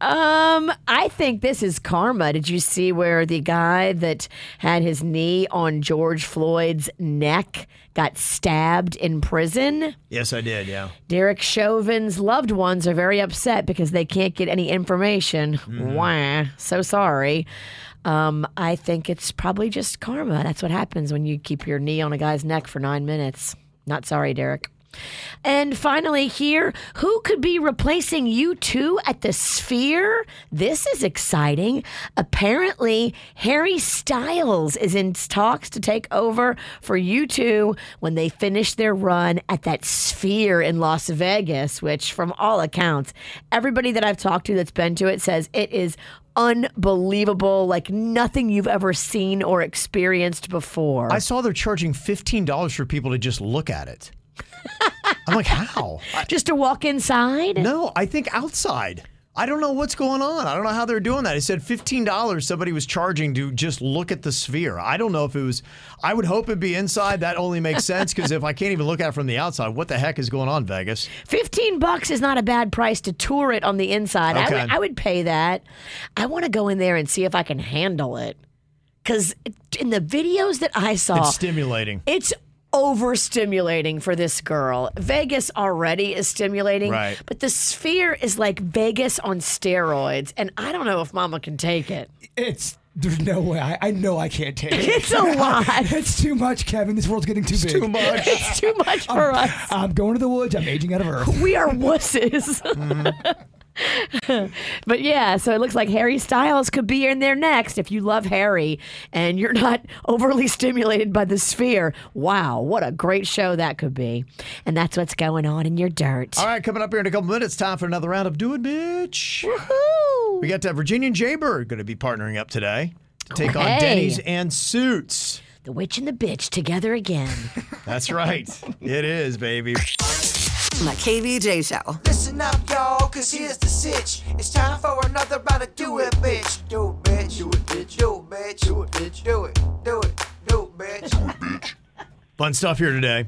Um, I think this is karma. Did you see where the guy that had his knee on George Floyd's neck got stabbed in prison?
Yes, I did. Yeah.
Derek Chauvin's loved ones are very upset because they can't get any information. Wah, so sorry. Um, I think it's probably just karma. That's what happens when you keep your knee on a guy's neck for nine minutes. Not sorry, Derek. And finally, here, who could be replacing you two at the Sphere? This is exciting. Apparently, Harry Styles is in talks to take over for you two when they finish their run at that Sphere in Las Vegas, which, from all accounts, everybody that I've talked to that's been to it says it is unbelievable, like nothing you've ever seen or experienced before.
I saw they're charging fifteen dollars for people to just look at it. I'm like, how?
Just to walk inside?
No, I think outside. I don't know what's going on. I don't know how they're doing that. It said fifteen dollars somebody was charging to just look at the sphere. I don't know if it was. I would hope it'd be inside. That only makes sense because if I can't even look at it from the outside, what the heck is going on, Vegas?
15 bucks is not a bad price to tour it on the inside. I, would,
Okay.
I would pay that. I want to go in there and see if I can handle it. Because in the videos that I saw,
It's stimulating.
it's overstimulating for this girl. Vegas already is stimulating,
Right.
but the sphere is like Vegas on steroids. And I don't know if mama can take it.
It's there's no way. I, I know I can't take it.
It's a lot.
it's too much, Kevin. This world's getting too big.
too much. It's too much
Oh,
for
I'm,
us.
I'm going to the woods. I'm aging out of earth.
We are wusses. but yeah, so it looks like Harry Styles could be in there next. If you love Harry and you're not overly stimulated by the sphere, wow, what a great show that could be. And that's what's going on in your dirt.
All right, coming up here in a couple minutes, time for another round of Do It, Bitch.
Woohoo!
We got to have Virginia and Jaybird going to be partnering up today to take
Hey.
on Denny's and Suits.
The witch and the bitch together again.
That's right. it is, baby.
My KVJ show.
Listen up, y'all, cause here's the sitch. It's time for another round of do it, bitch. Do it, bitch. Do it, bitch. Do it, bitch. Do it, bitch. Do it, do it, do it, bitch.
Fun stuff here today.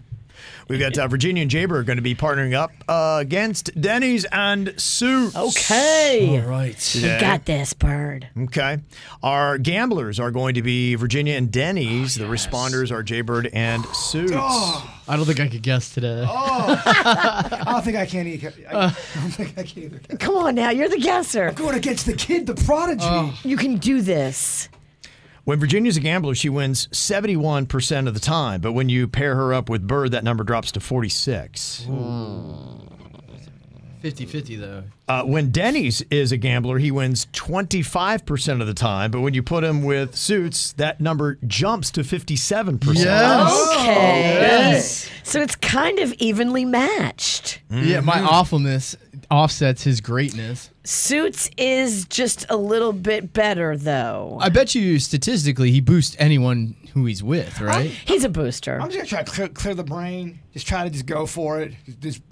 We've got uh, Virginia and Jaber going to be partnering up uh, against Denny's and Suits.
Okay.
All right.
You got this, Bird.
Okay. Our gamblers are going to be Virginia and Denny's. The responders are Jaybird and Suits.
Oh.
I don't think I could guess today.
Oh, I don't think I can either. I,
Uh.
I don't think I can either.
Come on now, you're the guesser. I'm
going against the kid, the prodigy.
You can do this.
When Virginia's a gambler, she wins 71% of the time. But when you pair her up with Bird, that number drops to 46.
50 50, though.
Uh, when Denny's is a gambler, he wins 25% of the time. But when you put him with Suits, that number jumps to 57%.
Okay.
Yes.
So it's kind of evenly matched.
Yeah, my awfulness offsets his greatness.
Suits is just a little bit better, though.
I bet you statistically he boosts anyone who he's with, right?
He's a booster.
I'm just gonna try to clear, clear the brain. Just try to just go for it. Just, just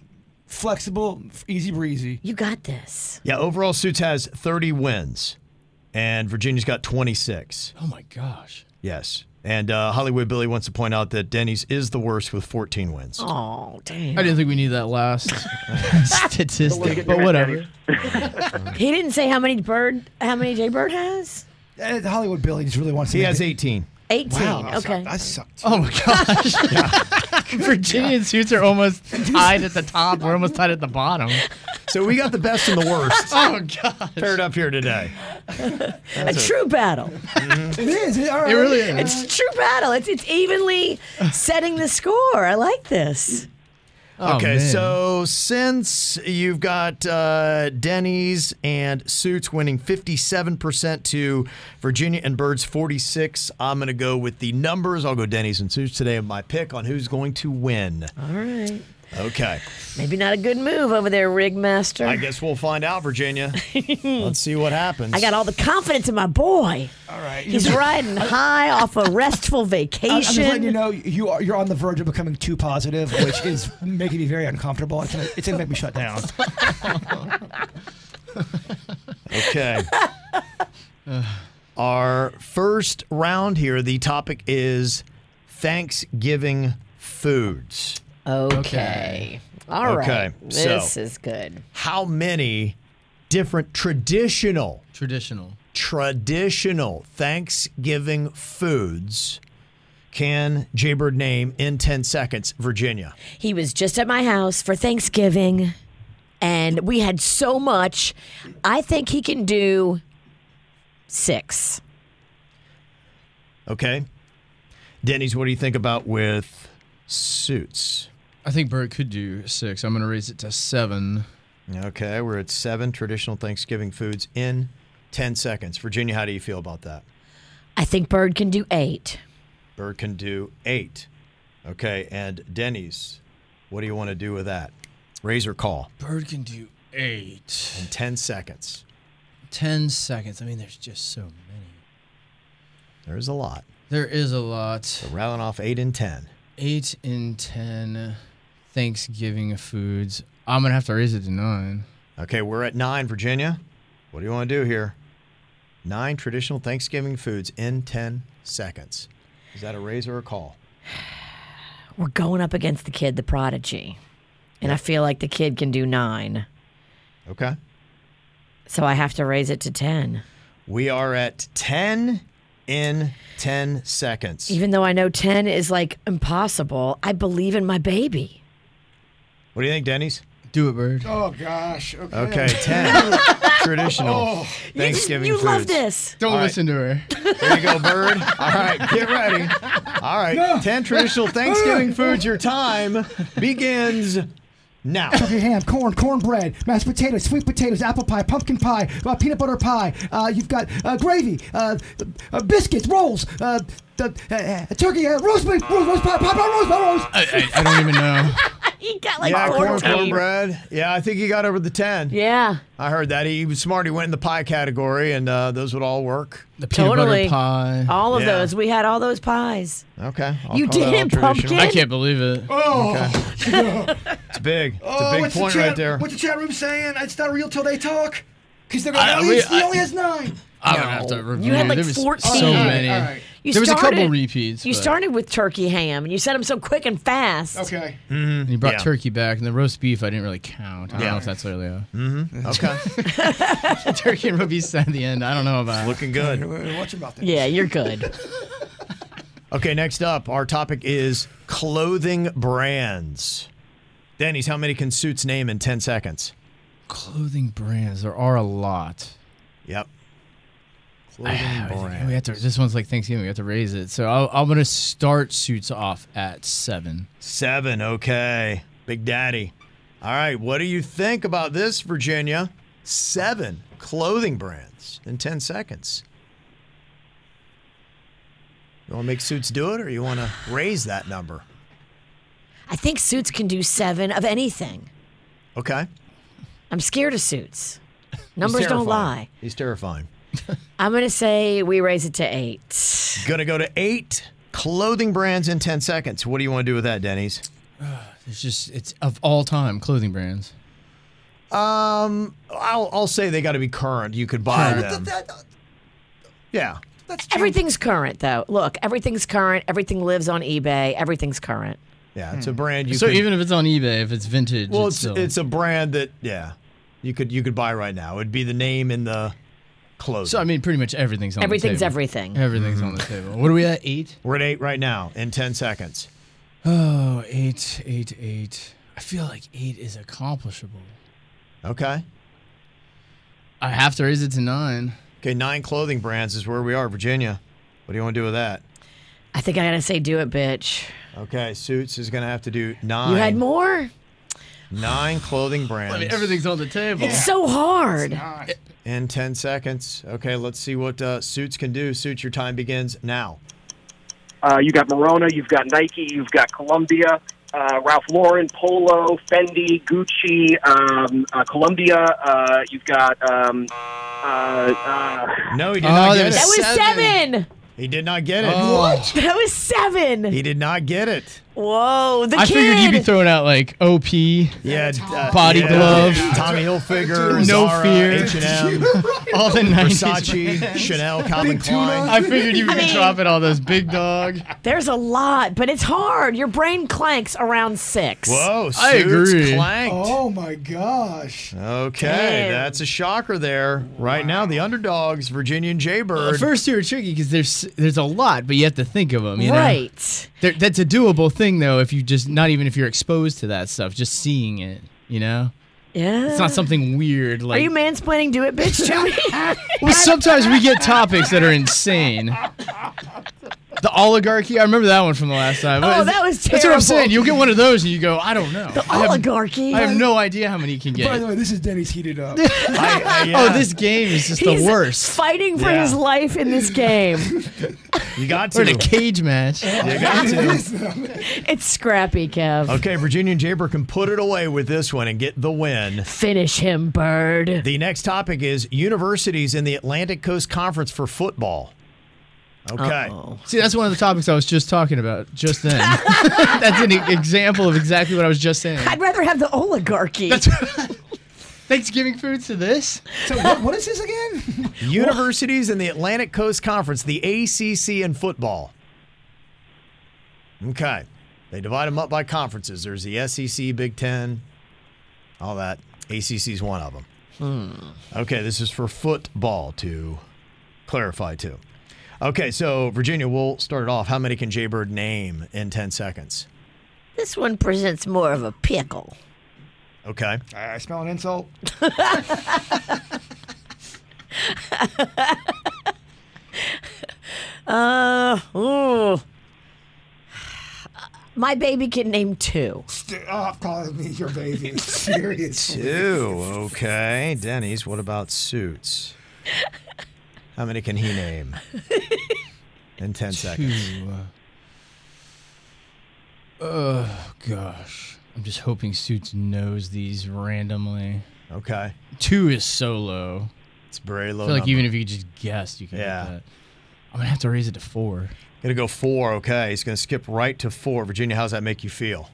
flexible, easy breezy.
You got this.
Yeah, overall, Suits has 30 wins, and Virginia's got 26.
Oh my gosh.
Yes. And uh, Hollywood Billy wants to point out that Denny's is the worst with 14 wins.
Oh, damn.
I didn't think we needed that last statistic, but whatever.
He didn't say how many bird, how many Jay Bird has.
Uh, Hollywood Billy just really wants. to
He
make
has
it-
18.
Eighteen.
Wow, I
okay.
sucked. I sucked.
Oh my gosh. Virginian suits are almost tied at the top. We're almost tied at the bottom.
So we got the best and the worst.
oh god!
Paired up here today.
a true battle.
it is. It, all
It
right.
really is. It's a true battle. It's it's evenly setting the score. I like this.
okay, so since you've got uh, Denny's and Suits winning 57% to Virginia and Birds 46, I'm going to go with the numbers. I'll go Denny's and Suits today in my pick on who's going to win.
All right.
Okay.
Maybe not a good move over there, Rigmaster.
I guess we'll find out, Virginia. Let's see what happens.
I got all the confidence in my boy. All right. He's riding high off a restful
I- I'm just
vacation.
letting you know you are you're on the verge of becoming too positive, which is making me very uncomfortable. It's gonna, it's gonna make me shut down.
Okay. Our first round here, the topic is Thanksgiving foods.
Okay. All right. This is good.
How many different traditional
traditional
traditional Thanksgiving foods can Jaybird name in 10 seconds, Virginia?
He was just at my house for Thanksgiving, and we had so much. I think he can do six.
Okay. Denny's, what do you think about with suits?
I think Bert could do six. I'm going to raise it to seven.
Okay, we're at seven traditional Thanksgiving foods in 10 seconds. Virginia, how do you feel about that?
I think Bird can do eight.
Bird can do eight. Okay, and Denny's, what do you want to do with that? Razor call
Bird can do eight.
in 10 seconds.
Ten seconds. I mean, there's just so many.
There's a lot.
There is a lot.
We're rattling off eight and 10.
Eight in ten Thanksgiving foods. I'm going to have to raise it to nine.
Okay, we're at nine, Virginia. What do you want to do here? Nine traditional Thanksgiving foods in 10 seconds. Is that a razor or a call?
We're going up against the kid, the prodigy, and I feel like the kid can do nine.
Okay.
So I have to raise it to 10.
We are at 10 in 10 seconds.
Even though I know 10 is like impossible, I believe in my baby.
What do you think, Denny's?
Do it, Bird.
Oh gosh.
Okay, 10 traditional
Oh.
Thanksgiving
you love
foods.
this.
Don't
All right.
listen to her.
There you go, Bird. All right, get ready. All right, 10 traditional Thanksgiving foods. Your time begins now.
Turkey ham, corn, cornbread, mashed potatoes, sweet potatoes, apple pie, pumpkin pie, uh, peanut butter pie. Uh, you've got uh, gravy, uh, uh, biscuits, rolls, uh, uh, uh, uh, turkey, uh, roast beef, roast, roast pie, pie, pie, roast, pie, roast.
I, I, I don't even know.
He got like
yeah, corn,
14.
cornbread. Yeah, I think he got over the 10.
Yeah.
I heard that. He was smart. He went in the pie category, and uh, those would all work.
The peanut
Totally. Oh,
butter pie.
All of
Yeah.
those. We had all those pies.
Okay. I'll
You
call that
did
all
it,
traditional.
pumpkin?
I can't believe it.
It's big. It's
Oh,
a big
what's the
point
chat,
right there.
What's the chat room saying? It's not real till they talk. Because they're going,
I-
oh,
we-
he's- he
I-
only has nine.
I don't have to review.
You had like
there was
14.
So
All right,
many.
all right.
You
there was a couple
started-
repeats.
You
but-
started with turkey ham and you said them so quick and fast.
Okay.
And you brought
Yeah.
turkey back, and the roast beef I didn't really count. I don't
Yeah. Hmm?
know if that's really a
Okay.
turkey and roast beef at the end. I don't know about.
Looking good.
Watch your mouth there.
Yeah, you're good.
Okay, next up, our topic is clothing brands. Denny's, how many can Suits name in 10 seconds?
Clothing brands. There are a lot.
Yep. Clothing
We
brand.
have to. This one's like Thanksgiving. We have to raise it. So I'll, I'm gonna start suits off at seven.
Seven. Okay. Big Daddy. All right. What do you think about this, Virginia? Seven clothing brands in 10 seconds. You want to make Suits do it, or you want to raise that number?
I think suits can do seven of anything.
Okay.
I'm scared of suits.
He's
Numbers don't
terrifying.
lie.
He's terrifying.
I'm going to say we raise it to eight.
Gonna go to eight clothing brands in 10 seconds. What do you want to do with that, Denny's?
It's just it's of all time clothing brands.
Um, I'll, I'll say they got to be current. You could buy them. Yeah.
Everything's current, though. Look, everything's current. Everything lives on eBay. Everything's current.
Yeah. It's a brand you
Hmm. so
could.
even if it's on eBay, if it's vintage,
well,
it's,
it's,
still,
it's a brand that, yeah, you could you could buy right now. It'd be the name in the clothing.
so I mean, pretty much everything's on.
Everything's
the table.
everything.
Mm-hmm.
Everything's on the table. What are we at? Eight.
We're at eight right now in 10 seconds.
Oh, eight, eight, eight. I feel like eight is accomplishable.
Okay.
I have to raise it to nine.
Okay, nine clothing brands is where we are, Virginia. What do you want to do with that?
I think I gotta say, do it, bitch.
Okay, Suits is going to have to do nine.
You had more.
Nine clothing brands.
I mean, everything's on the table.
It's so hard.
In 10 seconds. Okay, let's see what uh, Suits can do. Suits, your time begins now.
Uh, you got Morona, you've got Nike, you've got Columbia, uh, Ralph Lauren, Polo, Fendi, Gucci, um, uh, Columbia. Uh, you've got. Um, uh, uh,
No, he did not get it.
That was seven.
He did not get it.
Oh. What?
That was seven.
He did not get it.
Whoa, the
I
kid.
figured you'd be throwing out like OP,
yeah,
body
uh, yeah,
glove,
Tommy Hilfiger,
no
Zara,
fear,
H&M,
all the 90s
Versace,
brands.
Chanel, Calvin Big tuna. Klein.
I figured you were
I mean-
dropping all those big dog.
There's a lot, but it's hard. Your brain clanks around six.
I agree.
Oh my gosh.
Okay,
Damn.
that's a shocker there. Right now, the underdogs, Virginia and Jaybird.
The first two are tricky because there's there's a lot, but you have to think of them. You
Right.
Know? There- That's a doable thing though. If you just not even if you're exposed to that stuff, just seeing it. You know.
Yeah.
It's not something weird like.
Are you mansplaining? Do it, bitch, to me.
Well, sometimes we get topics that are insane. The oligarchy. I remember that one from the last time.
Oh, that was
That's what I'm
terrible.
saying. You'll get one of those, and you go, I don't know. The
oligarchy.
I have no idea how many you can get.
By the way, this is Denny's heated up.
Oh, this game is just
He's
the worst.
Fighting for
Yeah.
his life in this game.
You got
We're in a
to.
cage match.
You got to.
it's scrappy, Kev.
Okay, Virginia and Jaybird can put it away with this one and get the win.
Finish him, Bird.
The next topic is universities in the Atlantic Coast Conference for football. Okay.
See, that's one of the topics I was just talking about just then. that's an e- example of exactly what I was just saying.
I'd rather have the oligarchy.
Thanksgiving foods to this.
So what, what is this again?
Universities in the Atlantic Coast Conference, the ACC in football. Okay. They divide them up by conferences. There's the SEC, Big Ten, all that. ACC's one of them. Okay, this is for football to clarify, too. Okay, so Virginia, we'll start it off. How many can Jaybird name in 10 seconds?
This one presents more of a pickle.
Okay.
I smell an insult.
Uh, ooh. My baby can name two.
Stop Oh, calling me your baby. Seriously.
Two. Okay. Denny's, what about suits? How many can he name in 10 seconds?
Oh, gosh. I'm just hoping Suits knows these randomly.
Okay.
Two is so low.
It's very
I
low.
feel like
number.
even if you just guessed, you can
Yeah.
get that. I'm going to have to raise it to four.
Gonna go four. Okay, he's gonna skip right to four. Virginia, how's that make you feel?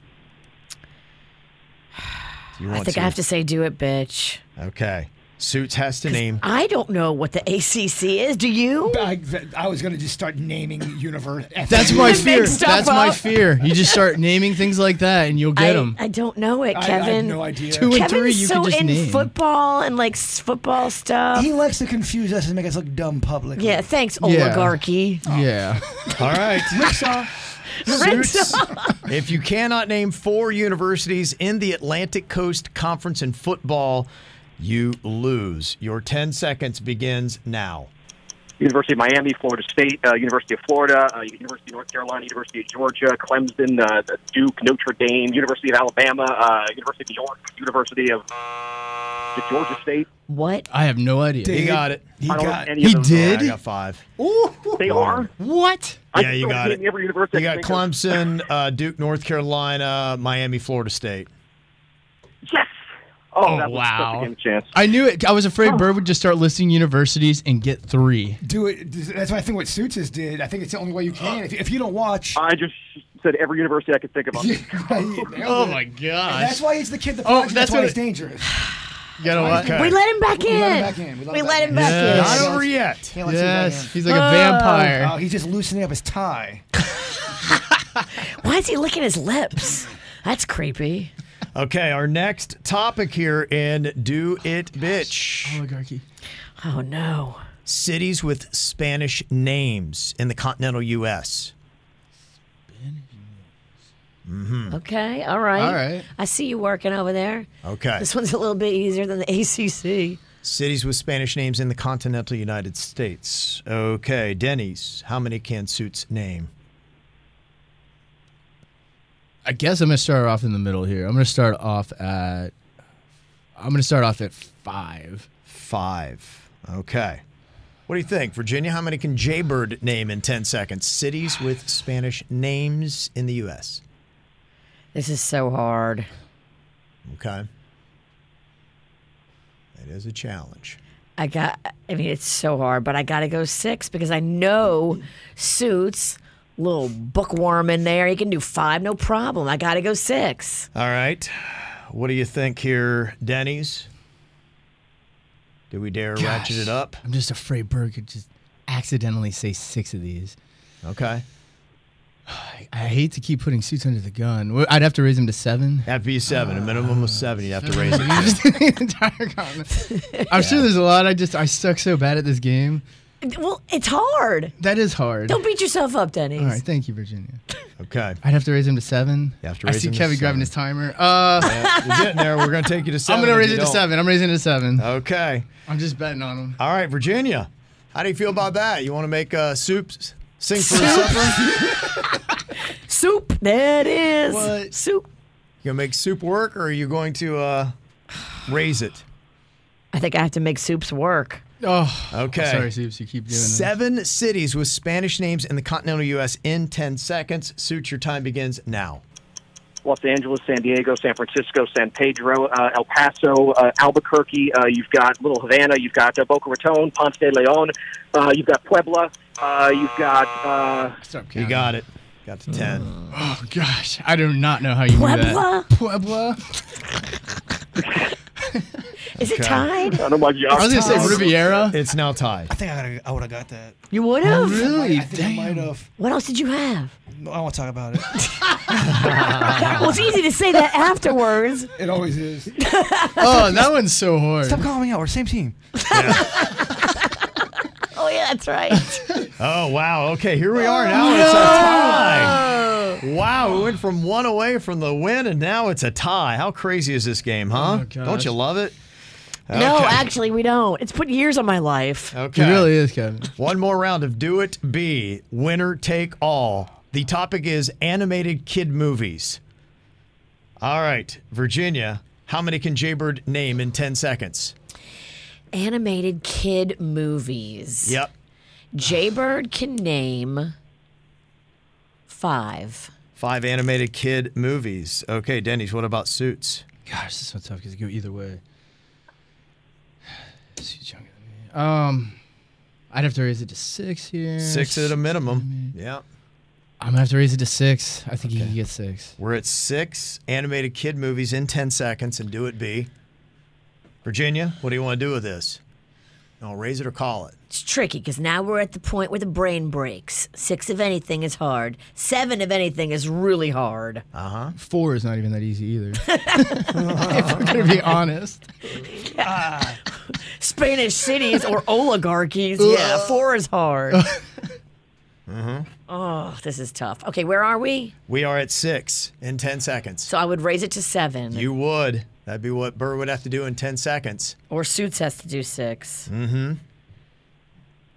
Do you
I think I have to say, do it, bitch.
Okay, Suits has to name.
I don't know what the ACC is. Do you?
I, I was gonna just start naming universe.
That's my
Make
fear.
stuff
That's my
up.
fear. You just start naming things like that and you'll
I,
get them.
I don't know it,
I- I
Kevin.
have no idea.
Two and
Kevin's
three, you
so
can just
in
name.
football and like s- football stuff.
He likes to confuse us and make us look dumb publicly.
Yeah, thanks,
Yeah.
oligarchy.
Yeah.
All right,
Rickshaw.
Suits. if you cannot name four universities in the Atlantic Coast Conference in football, you lose. Your ten seconds begins now.
University of Miami, Florida State, uh, University of Florida, uh, University of North Carolina, University of Georgia, Clemson, uh, Duke, Notre Dame, University of Alabama, uh, University of New York, University of the Georgia State.
What?
I have no idea.
You got it. Oh,
He
I don't
got.
know any
He
of those.
did?
I got five.
They are.
What?
I
Yeah,
just
you
don't
got
name
it.
Every university
You
I
got
can think of.
Clemson, uh, Duke, North Carolina, Miami, Florida State.
Yes. Oh,
Oh,
that was
wow.
Such a game chance.
I knew it. I was
Oh.
afraid Bird would just start listing universities and get three.
Do it. That's why I think what Suits is did. I think it's the only way you can. If, if you don't watch,
Uh,
I just said every university I could think of.
you- you nailed
oh
it.
Oh gosh.
That's why he's the kid that
Oh,
finds you.
that's
that's why
what
he's
it-
dangerous.
You gotta watch.
Okay.
We let him back in.
We let him back in. We let
We
him
let
back
him back
Yeah.
in.
Not
Not over yet.
Can't let
Yes,
Suits
he's like a
Oh.
back in. Oh,
vampire.
he's just loosening up his tie.
Why is he licking his lips? That's creepy.
Okay, our next topic here in Do It Bitch.
Oligarchy.
Oh no.
Cities with Spanish names in the continental U.S.
Hmm.
Mm-hmm.
Okay, all right.
All right.
I see you working over there.
Okay.
This one's a little bit easier than the ACC.
Cities with Spanish names in the continental United States. Okay, Denny's. How many can Suits name?
I guess I'm gonna start off in the middle here. I'm gonna start off at. I'm gonna start off at five.
Five. Okay. What do you think, Virginia? How many can Jaybird name in 10 seconds? Cities with Spanish names in the U.S.
This is so hard.
Okay. It is a challenge.
I got. I mean, it's so hard, but I got to go six because I know suits little bookworm in there. He can do five, no problem. I got to go six.
All right. What do you think here, Denny's? Do we dare ratchet it
Gosh,
up?
I'm just afraid Berg could just accidentally say six of these.
Okay.
I, I hate to keep putting suits under the gun. Wh- I'd have to raise him to seven.
That'd be seven. A minimum of seven. You'd have to raise
I'm
it.
sure there's a lot. I just I suck so bad at this game.
Well, it's hard.
That is hard.
Don't beat yourself up, Denny.
All right, thank you, Virginia.
Okay.
I'd have to raise him to seven.
You have to
I
raise
see
him to
Kevin grabbing
seven.
his timer. Uh,
Yeah, you're getting there. We're going to take you to seven.
I'm gonna
if
raise
you
it to
don't.
seven. I'm raising it to seven.
Okay.
I'm just betting on him.
All right, Virginia. How do you feel about that? You want to make uh, soups sing for supper?
Soup. There it is.
What?
Soup.
You gonna make soup work, or are you going to uh, raise it?
I think I have to make soups work.
Oh,
Okay.
Sorry, Soups, you keep doing this.
Seven cities with Spanish names in the continental U.S. in 10 seconds. Suits, your time begins now.
Los Angeles, San Diego, San Francisco, San Pedro, uh, El Paso, uh, Albuquerque. Uh, you've got Little Havana. You've got uh, Boca Raton, Ponce de Leon. Uh, you've got Puebla. Uh, you've got. Uh,
You got it. Got to 10.
Oh gosh, I do not know how you do that.
Puebla.
Puebla.
Is it
Okay.
tied?
I don't like
I was gonna say Riviera.
It's now tied.
I think I, gotta, I would have got that.
You would have.
Really?
I think I might have.
What else did you have?
I don't want to talk about it.
well, it's easy to say that afterwards.
It always is.
Oh, that one's so hard.
Stop calling me out. We're same team.
Oh yeah, that's right.
Oh, wow. Okay, here we are now. It's a tie. Wow, we went from one away from the win, and now it's a tie. How crazy is this game, huh?
Oh,
Don't you love it?
No,
Okay.
actually, we don't. It's put years on my life.
Okay.
It really is, Kevin.
One more round of Do It Be Winner Take All. The topic is animated kid movies. All right, Virginia, how many can Jaybird name in 10 seconds?
Animated kid movies.
Yep.
Jaybird can name five.
Five animated kid movies. Okay, Denny's, what about Suits?
Gosh, this one's tough because it go either way. She's younger than me. Um, I'd have to raise it to six here.
Six at a minimum.
Mm.
Yeah.
I'm gonna have to raise it to six. I think he can get six.
We're at six animated kid movies in 10 seconds, and Do It Be. Virginia, what do you want to do with this? No, raise it or call it.
It's tricky because now we're at the point where the brain breaks. Six of anything is hard. Seven of anything is really hard.
Uh huh.
Four is not even that easy either. if we're gonna be honest.
Spanish cities or oligarchies. yeah, four is hard. Oh, this is tough. Okay, where are we?
We are at six in 10 seconds.
So I would raise it to seven.
You would. That'd be what Burr would have to do in 10 seconds.
or Suits has to do six.
Mm-hmm.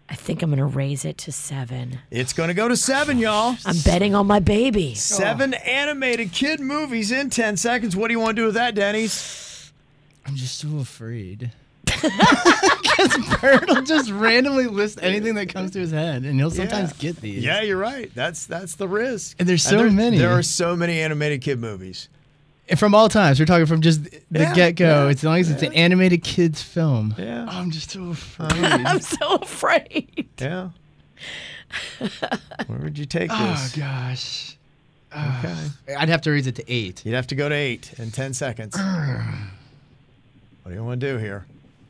I think I'm going to raise it to seven.
It's going to go to seven, y'all.
I'm betting on my baby.
Seven animated kid movies in 10 seconds. What do you want to do with that, Denny's?
I'm just so afraid. Because Bert will just randomly list anything that comes to his head, and he'll sometimes
Yeah.
get these.
Yeah, you're right. That's that's the risk.
And there's so
there-
many.
There are so many animated kid movies.
And from all times, we're talking from just the
Yeah,
get go.
yeah,
as long as it's an animated kids film.
Yeah.
I'm just so afraid.
I'm so afraid.
Yeah. Where would you take
Oh
this?
gosh.
Okay.
I'd have to raise it to eight.
You'd have to go to eight in 10 seconds. what do you want to do here?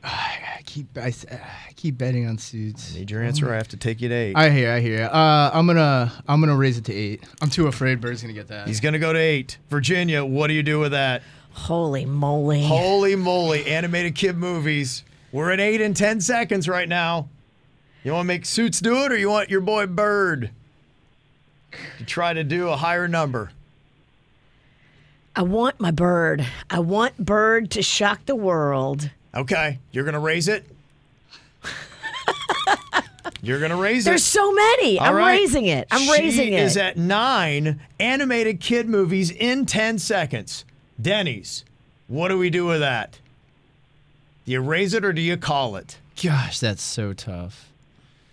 I keep I, s- I keep betting on suits.
Need your answer. or I have to take you to eight.
I hear, I hear. Uh, I'm gonna, I'm gonna raise it to eight. I'm too afraid Bird's gonna get that.
He's going to go to eight. Virginia, what do you do with that?
Holy moly.
Holy moly, animated kid movies. We're at eight and 10 seconds right now. You want to make Suits do it or you want your boy Bird to try to do a higher number?
I want my bird. I want bird to shock the world.
Okay, you're gonna raise it. You're gonna raise it.
There's so many.
All
I'm
right.
raising it. I'm
She
raising it.
Is at nine animated kid movies in ten seconds. Denny's. What do we do with that? Do you raise it or do you call it?
Gosh, that's so tough.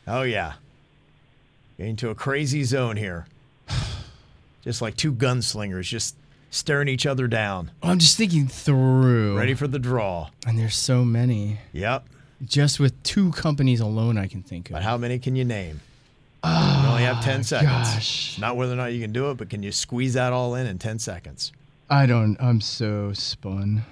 Oh yeah. Getting into a crazy zone here. Just like two gunslingers just staring each other down.
I'm just thinking through.
Ready for the draw.
And there's so many.
Yep.
Just with two companies alone, I can think of. But
how many can you name? you only have 10 seconds. Not whether or not you can do it, but can you squeeze that all in in 10 seconds?
I don't. I'm so spun.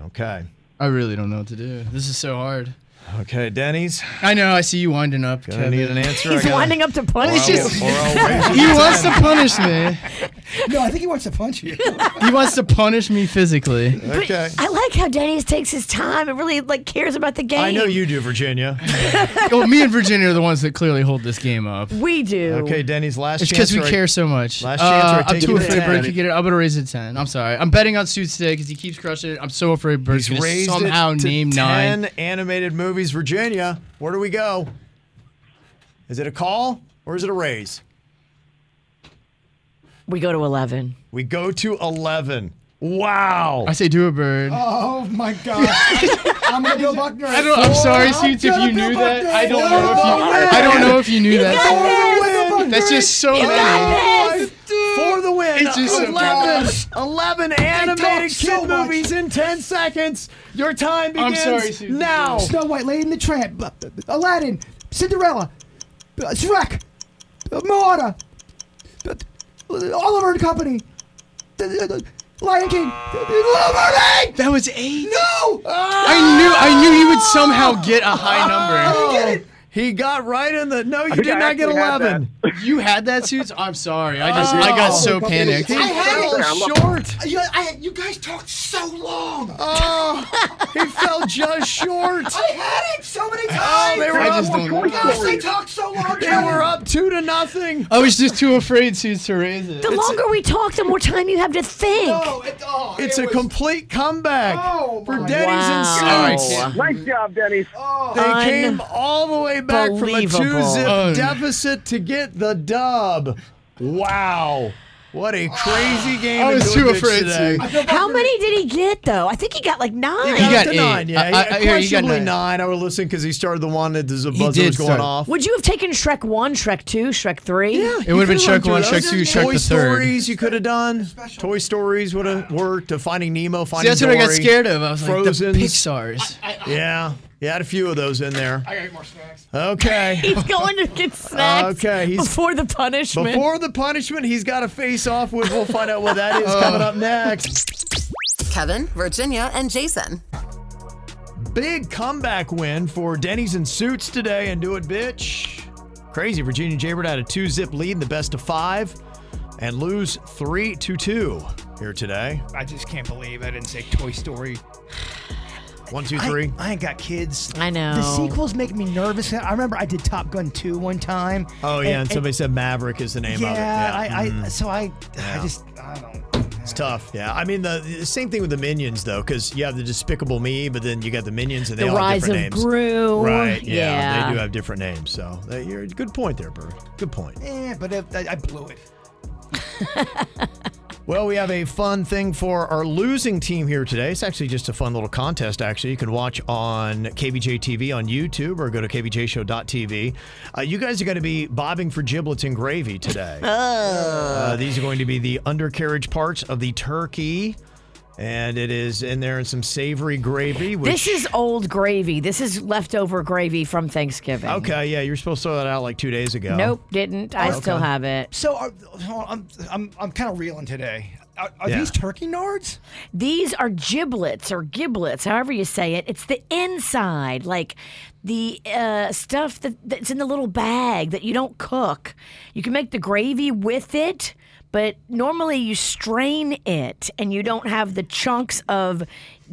Okay.
I really don't know what to do. This is so hard.
Okay, Denny's.
I know. I see you winding up.
Gonna
Kevin.
need an answer,
He's winding up to punish you.
he wants to punish me.
No, I think he wants to punch you.
He wants to punish me physically.
But I like how Denny's takes his time and really like cares about the game.
I know
you do, Virginia.
oh, me and Virginia are the ones that clearly hold this game up.
We do.
Okay, Denny's last
It's
chance.
because we
or I-
care so much.
Last chance or I
Uh, I'm
take
too
it to
afraid
10.
Bird could get it. I'm gonna raise it ten. I'm sorry. I'm betting on Suits today because he keeps crushing it. I'm so afraid Bird's
He's
gonna
raised
somehow
it to
name
10
nine.
animated movies. Virginia, where do we go? Is it a call or is it a raise?
We go to 11.
We go to 11. Wow.
I say do a bird.
Oh my god! I'm gonna Bill Buckner.
I don't. I'm sorry, Suits, if you knew that. I don't know if you. I don't know if you knew that. That's just so many.
For the win,
It's just so
11,
tough.
11 animated kid
talk so much.
movies in 10 seconds. Your time
I'm
begins
sorry,
Susan.
now.
Snow White, Lady in the Tramp, uh, Aladdin, Cinderella, uh, Shrek, uh, Moana, uh, Oliver and Company, uh, uh, Lion King, uh, Little Mermaid!
That was eight.
No!
I knew. I knew you would somehow get a
Oh.
high number.
He got right in the. No, you
think
did
I
not get
actually had
11.
You had that, Suits. I'm sorry. I just. I
Oh.
got so panicked.
I had it.
fell short.
You, I, you guys talked so long.
Oh, he fell just short.
I had it so many times.
they were I up- just don't know.
Gosh, they talked so long.
They were up two to nothing.
I was just too afraid, Suits, to raise it.
The longer we talk, the more time you have to think.
No, it, oh,
It's
it
a
was-
complete comeback
Oh,
for
my
Denny's and Suits.
Wow.
Nice job, Denny's.
They came all the way back from a two
Unbelievable.
zip
Un-
deficit to get the dub. Wow. What a crazy game.
I
to
was
do
too
it
afraid
today.
to.
How many did he get though? I think he got like nine.
He
He got
got, to
eight.
nine, yeah.
I- I- I
I,
hear you got
questionably
nine.
nine. I would listen because he started the one that the
He
buzzer
did
was going
start.
off.
Would you have taken Shrek one, Shrek two, Shrek three? Yeah,
It would have been Shrek one, Shrek two, Shrek
Toy
the third.
Stories you could have done. Toy Stories would have worked. To Finding Nemo,
See,
Finding
that's what I got
Dory,
scared of. I was
Frozen's.
like, the Pixar's.
uh,
Yeah, you had a few of those in there.
I got more snacks.
Okay.
He's going to get snacks
Okay, he's-
before the punishment.
Before the punishment, he's got a face off with. We'll find out what that
Oh.
is coming up next.
Kevin, Virginia, and Jason.
Big comeback win for Denny's and Suits today and do it, bitch. Crazy. Virginia Jaybird had a two zip lead in the best of five and lose 3 to 2 here today.
I just can't believe I didn't say Toy Story.
One, two,
I-
three.
I, ain't got kids.
I know.
The sequels make me nervous. I remember I did Top Gun 2 one time.
Oh, yeah. And, somebody said Maverick is the name
yeah,
of it.
I,
Mm-hmm.
Mhm.
I, so I,
Yeah.
I just, I don't.
It's tough. Yeah. I mean, the, the same thing with the Minions, though, because you have the Despicable Me, but then you got the Minions and they
The
all have
Rise
different
of
names.
Gru.
Right. Yeah,
Yeah.
They do have different names. So, uh, you're, good point there, Burr. Good point.
Eh, but if, I, I blew it.
Well, we have a fun thing for our losing team here today. It's actually just a fun little contest, actually. You can watch on KBJ TV on YouTube or go to KBJShow.tv. Uh, you guys are going to be bobbing for giblets and gravy today.
Oh.
Uh, these are going to be the undercarriage parts of the turkey. And it is in there in some savory gravy. Which,
this is old gravy. This is leftover gravy from Thanksgiving.
Okay, yeah, you're supposed to throw that out like two days ago.
Nope, didn't. I
Okay.
still have it.
So are, hold on, I'm, I'm, I'm kind of reeling today. Are, are
Yeah.
these turkey nards?
These are giblets or giblets, however you say it. It's the inside, like the uh, stuff that, that's in the little bag that you don't cook. You can make the gravy with it, but normally you strain it and you don't have the chunks of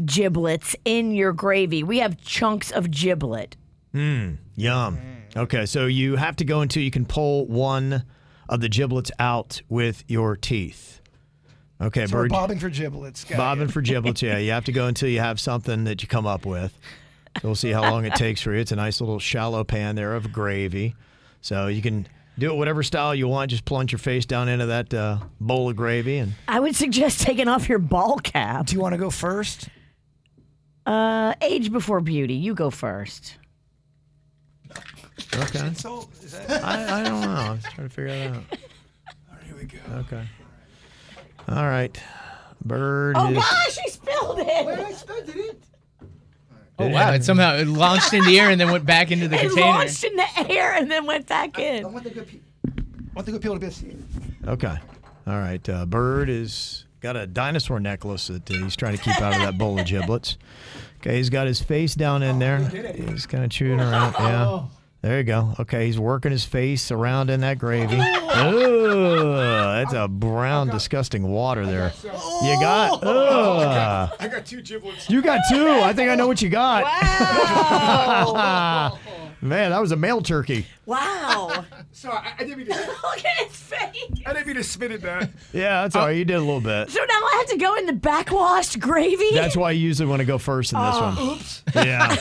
giblets in your gravy. We have chunks of giblet.
Mm, yum. Okay, so you have to go until you can pull one of the giblets out with your teeth. Okay,
So we're
Bird.
bobbing for giblets. Got
Bobbing
it.
for giblets. Yeah, you have to go until you have something that you come up with. So we'll see how long it takes for you. It's a nice little shallow pan there of gravy. So you can do it whatever style you want. Just plunge your face down into that uh, bowl of gravy and
I would suggest taking off your ball cap. Do
you want to go first?
Uh, age before beauty. You go first.
Okay. I, I don't know. I was trying to figure that out.
Here we go.
Okay. All right. Bird.
Oh
is-
gosh, he spilled it. Where
I spilled it?
Oh wow! It somehow it launched in the air and then went back into the
It
container.
launched in the air and then went back in. I
want the good people. want the good people to be able to see it.
Okay. All right. Uh, Bird is got a dinosaur necklace that uh, he's trying to keep out of that bowl of giblets. Okay, he's got his face down in there. He's kind of chewing around. Yeah. There you go. Okay, he's working his face around in that gravy. Ooh, that's a brown, disgusting water there. You got. Ugh.
I got two giblets.
You got two. I think I know what you got. Wow. Man, that was a male turkey.
Wow.
Sorry, I, I didn't mean to. Look
at his face.
I didn't mean to spit it back.
Yeah, that's all right. You did a little bit.
So now I have to go in the backwash gravy.
That's why I usually want to go first in this
Oh,
one.
Oops.
Yeah.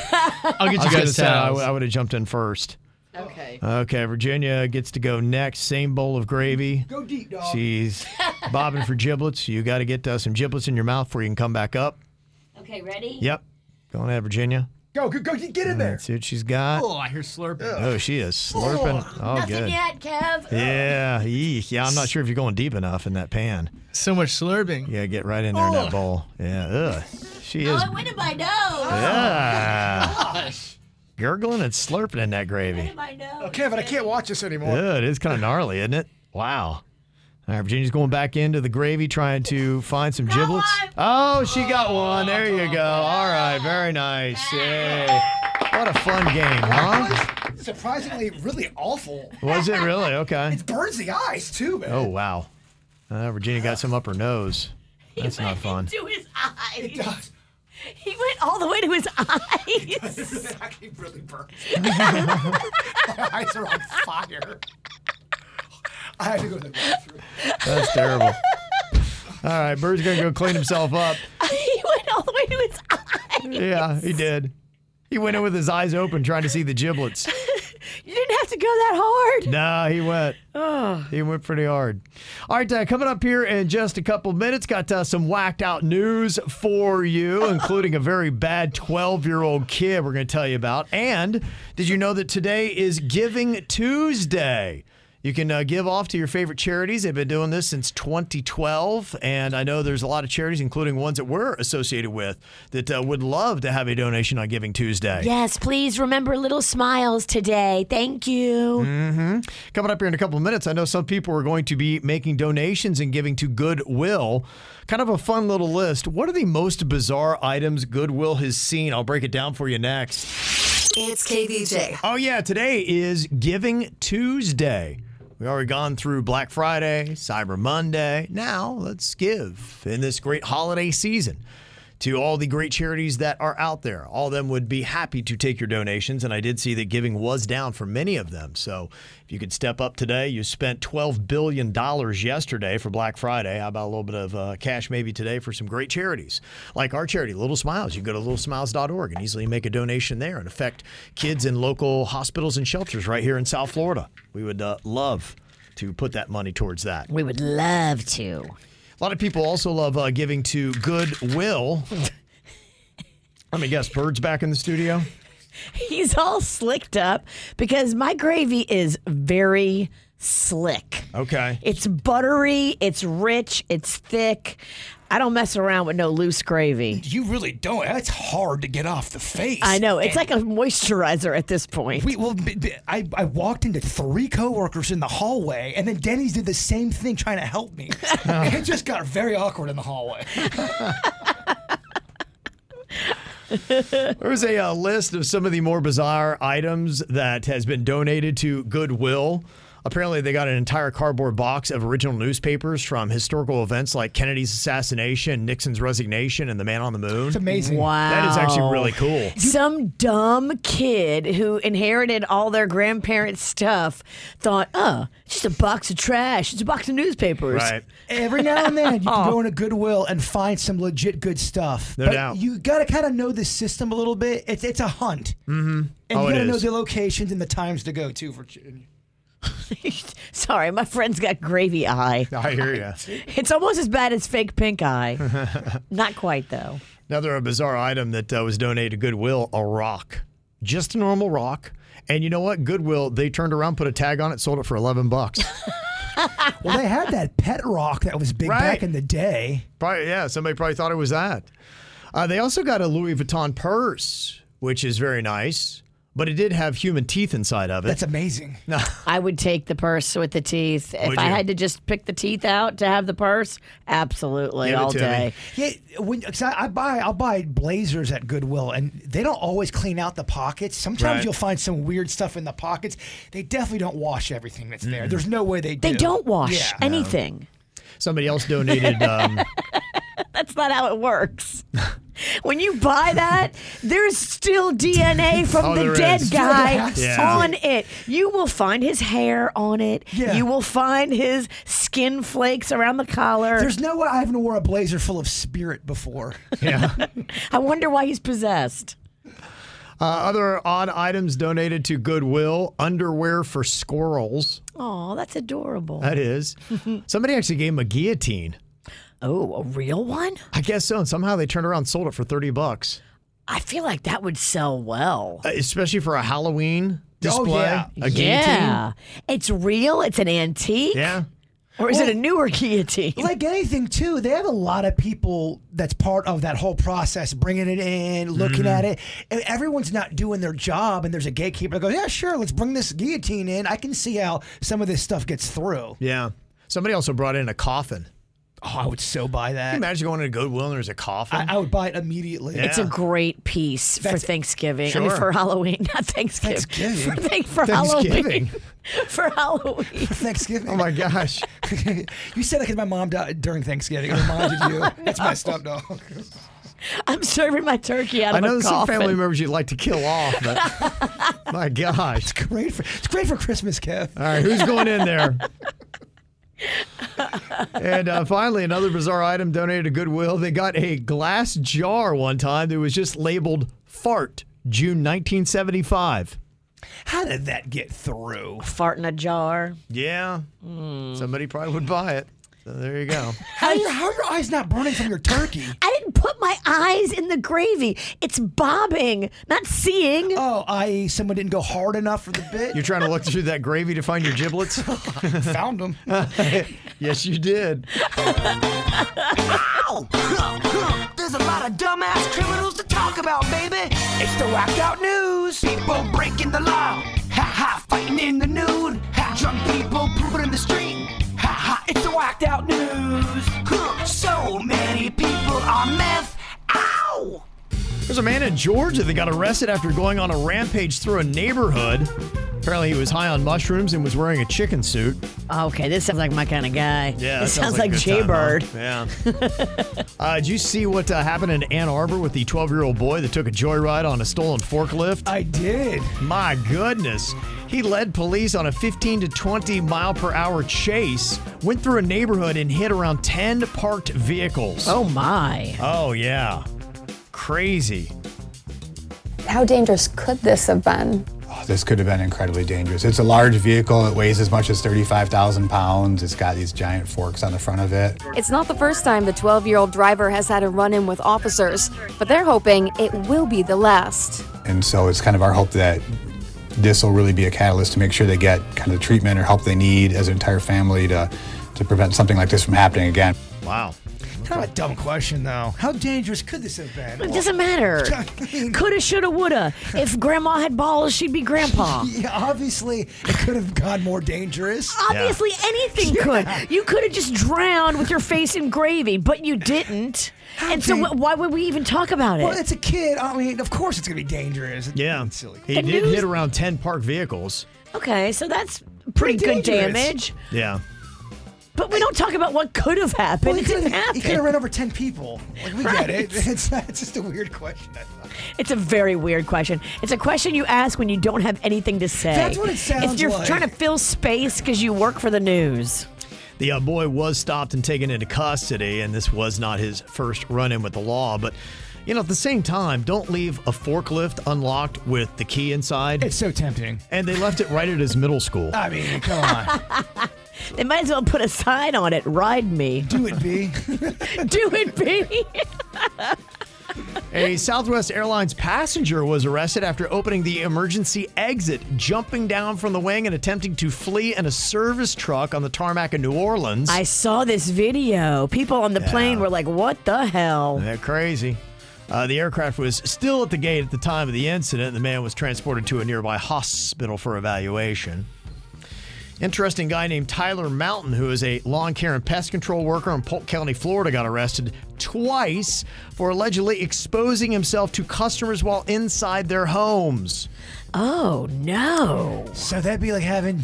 I'll get you
I was gonna
guys
say, I,
towels.
w- I would have jumped in first.
Okay.
Okay, Virginia gets to go next. Same bowl of gravy.
Go deep, dog.
She's bobbing for giblets. You got to get uh, some giblets in your mouth before you can come back up.
Okay, ready?
Yep. Going at Virginia.
Go, go, go, get in there.
Let's see what she's got.
Oh, I hear slurping.
Oh, she is slurping. Oh,
Nothing
good.
yet, Kev.
Yeah. eek. Yeah, I'm not sure if you're going deep enough in that pan.
So much slurping.
Yeah, get right in there in
Ugh.
that bowl. Yeah. Ugh. She
Oh,
is
it went in my nose.
Yeah. gurgling and slurping in that gravy.
I know.
Okay, but I can't watch this anymore.
Yeah, it is kind of gnarly, isn't it? Wow. All right, Virginia's going back into the gravy, trying to find some giblets. Oh, she got one. There you go. All right, very nice. Yay. What a fun game, huh?
Surprisingly, really awful.
Was it really? Okay.
Burns the eyes too, man.
Oh, wow. Uh, Virginia got some up her nose. That's not fun.
To his eyes. He went all the way to his eyes.
He really burns. My eyes are on fire.
I had to go to the bathroom.
That's terrible. All right, Bird's going to go clean himself up.
he went all the way to his eyes.
Yeah, he did. He went in with his eyes open, trying to see the giblets.
You didn't have to go that hard.
Nah, he went.
Oh.
He went pretty hard. All right, uh, coming up here in just a couple minutes, got uh, some whacked out news for you, including a very bad 12 year old kid we're going to tell you about. And did you know that today is Giving Tuesday? You can uh, give off to your favorite charities. They've been doing this since 2012. And I know there's a lot of charities, including ones that we're associated with, that uh, would love to have a donation on Giving Tuesday.
Yes, please remember little smiles today. Thank you.
hmm Coming up here in a couple of minutes, I know some people are going to be making donations and giving to Goodwill. Kind of a fun little list. What are the most bizarre items Goodwill has seen? I'll break it down for you next.
It's KVJ.
Oh, yeah. Today is Giving Tuesday. We've already gone through Black Friday, Cyber Monday. Now let's give in this great holiday season to all the great charities that are out there. All of them would be happy to take your donations. And I did see that giving was down for many of them. So if you could step up today, you spent $12 billion yesterday for Black Friday. How about a little bit of uh, cash maybe today for some great charities? Like our charity, Little Smiles. You can go to littlesmiles.org and easily make a donation there and affect kids in local hospitals and shelters right here in South Florida. We would uh, love to put that money towards that.
We would love to.
A lot of people also love uh, giving to Goodwill. Let me guess, Bird's back in the studio?
He's all slicked up because my gravy is very slick.
Okay.
It's buttery, it's rich, it's thick. I don't mess around with no loose gravy.
You really don't. That's hard to get off the face.
I know. It's
And-
like a moisturizer at this point.
We well, b- b- I, I walked into three coworkers in the hallway, and then Denny's did the same thing, trying to help me. it just got very awkward in the hallway.
There was a uh, list of some of the more bizarre items that has been donated to Goodwill. Apparently, they got an entire cardboard box of original newspapers from historical events like Kennedy's assassination, Nixon's resignation, and the man on the moon. It's
amazing.
Wow.
That is actually really cool.
Some dumb kid who inherited all their grandparents' stuff thought, oh, it's just a box of trash. It's a box of newspapers.
Every now and then, you
Aw.
can go into Goodwill and find some legit good stuff.
No
but
doubt.
You got to kind of know the system a little bit. It's it's a hunt.
Mm-hmm.
And
Oh,
you
it
got to know
is.
the locations and the times to go too for.
Sorry, my friend's got gravy eye.
I hear ya.
It's almost as bad as fake pink eye. Not quite, though.
Another uh, bizarre item that uh, was donated to Goodwill a rock. Just a normal rock. And you know what? Goodwill, they turned around, put a tag on it, sold it for 11 bucks.
Well, they had that pet rock that was big back
Right.
in the day.
Probably, yeah, somebody probably thought it was that. Uh, they also got a Louis Vuitton purse, which is very nice, but it did have human teeth inside of it. That's
amazing.
No.
I would take the purse with the teeth. If
Would
I
you?
had to just pick the teeth out to have the purse, absolutely, all day.
Yeah, when cause I, I buy, I'll buy blazers at Goodwill, and they don't always clean out the pockets. Sometimes
Right.
you'll find some weird stuff in the pockets. They definitely don't wash everything that's there. There's no way they do.
They don't wash
Yeah.
anything.
Somebody else donated. Um,
That's not how it works. When you buy that, there's still DNA from
Oh,
the
there
dead
is.
guy
Yeah.
on it. You will find his hair on it. You will find his skin flakes around the collar.
There's no way I haven't wore a blazer full of spirit before.
Yeah.
I wonder why he's possessed.
uh, other odd items donated to Goodwill underwear for squirrels.
Oh, that's adorable.
That is. Somebody actually gave him a guillotine.
Oh, a real one?
I guess so. And somehow they turned around and sold it for 30 bucks.
I feel like that would sell well.
Uh, especially for a Halloween display. A guillotine.
yeah. It's real. It's an antique.
Yeah.
Or is it a
Well-
newer guillotine?
like anything too they have a lot of people that's part of that whole process bringing it in looking
Mhm.
at
Mm-hmm.
it and everyone's not doing their job and there's a gatekeeper that goes yeah sure let's bring this guillotine in i can see how some of this stuff gets through
Yeah. Somebody also brought in a coffin.
Oh, I would so buy that.
Can you imagine going to Goodwill and there's a coffin?
i, I would buy it immediately
It's a great piece
That's-
for Thanksgiving. I mean,
Sure.
for Halloween, not Thanksgiving.
Thanksgiving.
For, thank- for
Thanksgiving.
Halloween. for Halloween.
Thanksgiving. Oh
my gosh!
you said that because my mom died during Thanksgiving. It reminded you. That's
No.
messed up, dog.
I'm serving my turkey out
I
of
know
a
there's some
coffin.
family members you'd like to kill off, but my gosh. It's
great for it's great for Christmas, Kev.
All right, who's going in there? and uh, finally, another bizarre item donated to Goodwill. They got a glass jar one time that was just labeled fart, June 1975.
How did that get through?
Fart in a jar.
Yeah.
Hmm.
Somebody probably would buy it. So there you go.
How are, your, how are your eyes not burning from your turkey?
I didn't put my eyes in the gravy. It's bobbing, not seeing.
Oh, i.e., someone didn't go hard enough for the bit.
You're trying to look through that gravy to find your giblets?
Found them.
yes, you did.
Ow! Huh, huh. There's a lot of dumbass criminals to talk about, baby. It's the whacked out news. People breaking the law. Ha ha, fighting in the nude. Ha, drunk people pooping in the street. Ha ha, it's the whacked out news. Huh, So many people are meth. Ow!
There's a man in Georgia that got arrested after going on a rampage through a neighborhood. Apparently, he was high on mushrooms and was wearing a chicken suit.
Okay, this sounds like my kind of guy.
Yeah, that
this sounds, like,
a good time, huh?
Jaybird.
Yeah. uh, did you see what uh, happened in Ann Arbor with the 12 year old boy that took a joyride on a stolen forklift?
I did.
My goodness. He led police on a 15 to 20 mile per hour chase, went through a neighborhood, and hit around 10 parked vehicles.
Oh, my.
Oh, yeah. Crazy.
How dangerous could this have been?
This could have been incredibly dangerous. It's a large vehicle. It weighs as much as 35,000 pounds. It's got these giant forks on the front of it.
It's not the first time the 12 year old driver has had a run in with officers, but they're hoping it will be the last.
And so it's kind of our hope that this will really be a catalyst to make sure they get kind of the treatment or help they need as an entire family to, to prevent something like this from happening again.
Wow.
Kind of a dumb question, though. How dangerous could this have been?
It doesn't matter. Coulda, shoulda, woulda. If grandma had balls, she'd be grandpa.
Yeah, obviously, it could have gone more dangerous.
Obviously, anything could. You could have just drowned with your face in gravy, but you didn't. and so, wh- why would we even talk about it?
Well, it's a kid. I mean, of course it's going to be dangerous.
Yeah. He
The
did
news-
hit around 10 parked vehicles.
okay, so that's pretty good
dangerous.
damage.
Yeah.
But we don't talk about what could have happened.
Well, he
it didn't
could've-
happen.
He could have ran over ten people. Like, we
Right.
get it. It's, not, it's just a weird question. I thought.
It's a very weird question. It's a question you ask when you don't have anything to say.
That's what it sounds
It's you're
like.
trying to fill space because you work for the news.
The uh, boy was stopped and taken into custody, and this was not his first run in with the law. But, you know, at the same time, don't leave a forklift unlocked with the key inside. It's
so tempting.
And they left it right at his middle school.
I mean, come on.
They might as well put a sign on it. Ride me.
Do it, B.
Do it, B.
A Southwest Airlines passenger was arrested after opening the emergency exit, jumping down from the wing, and attempting to flee in a service truck on the tarmac in New Orleans.
I saw this video. People on the plane were like, "What the hell?"
They're crazy. Uh, the aircraft was still at the gate at the time of the incident. The man was transported to a nearby hospital for evaluation. Interesting guy named Tyler Mountain, who is a lawn care and pest control worker in Polk County, Florida, got arrested twice for allegedly exposing himself to customers while inside their homes.
Oh no!
So that'd be like having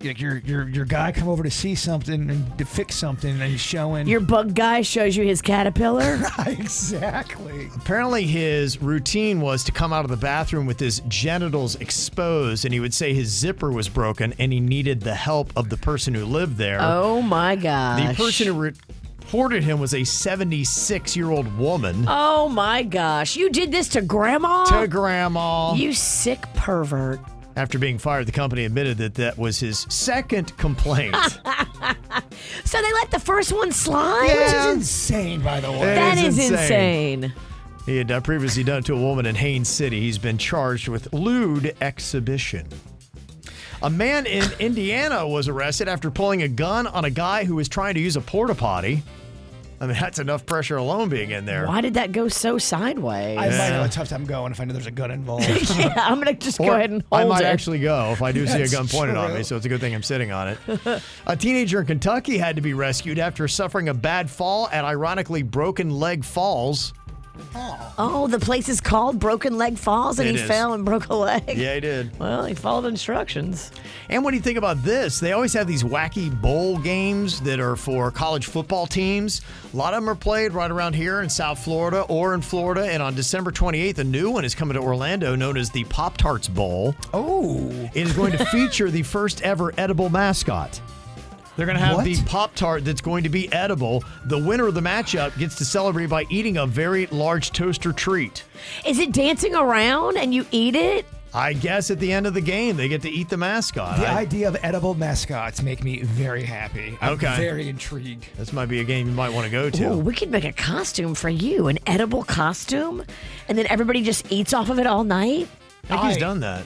like your your your guy come over to see something and to fix something, and he's showing
Your bug guy shows you his caterpillar.
exactly.
Apparently, his routine was to come out of the bathroom with his genitals exposed, and he would say his zipper was broken and he needed the help of the person who lived there.
Oh my gosh!
The person who reported him was a 76 year old woman.
Oh my gosh! You did this to grandma? To
grandma.
You sick pervert.
After being fired, the company admitted that that was his second complaint.
So they let the first one slide?
Which is insane, by the way.
That is
He had uh, previously done it to a woman in Haines City. He's been charged with lewd exhibition. A man in Indiana was arrested after pulling a gun on a guy who was trying to use a porta potty. I mean, that's enough pressure alone being in there.
Why did that go so sideways?
I might Yeah. have a
tough time going if I know there's a gun involved.
yeah, I'm gonna just go
Or
ahead and hold
I might
it.
actually go if I do see a
That's
gun pointed on
true.
me, so it's a good thing I'm sitting on it. a teenager in Kentucky had to be rescued after suffering a bad fall at ironically Broken Leg Falls.
Oh, the place is called Broken Leg Falls, and
It
he
is.
fell and broke a leg.
Yeah, he did.
Well, he followed instructions.
And what do you think about this? They always have these wacky bowl games that are for college football teams. A lot of them are played right around here in South Florida or in Florida. And on December 28th, a new one is coming to Orlando known as the Pop Tarts Bowl.
Oh.
It is going to feature the first ever edible mascot. They're going to have
What?
the Pop Tart that's going to be edible. The winner of the matchup gets to celebrate by eating a very large toaster treat.
Is it dancing around and you eat it?
I guess at the end of the game, they get to eat the mascot.
The
I-
idea of edible mascots make me very happy. I'm
Okay.
very intrigued.
This might be a game you might want to go to.
Ooh, we could make a costume for you, an edible costume, and then everybody just eats off of it all night.
I think he's done that.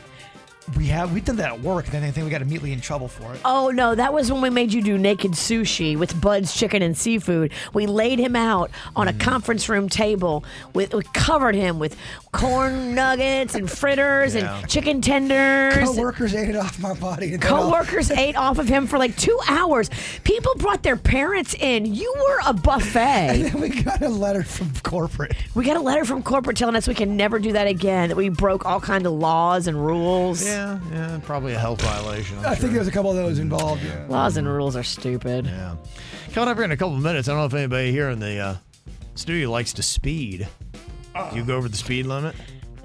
We have we've done that at work, and then I think we got immediately in trouble for it.
Oh no, that was when we made you do naked sushi with Bud's chicken and seafood. We laid him out on a conference room table with we covered him with corn nuggets and fritters
Yeah.
and chicken tenders.
Co-workers ate it off my body. and then I'll-
Coworkers ate off of him for like two hours. People brought their parents in. You were a
And
buffet.
then we got a letter from corporate.
We got a letter from corporate telling us we can never do that again. That we broke all kind of laws and rules.
Yeah, yeah, probably a health violation. I'm
I think
sure.
there was a couple of those involved.
Laws and rules are stupid.
Yeah. Coming up here in a couple of minutes, I don't know if anybody here in the uh, studio likes to speed.
Uh.
Do you go over the speed limit?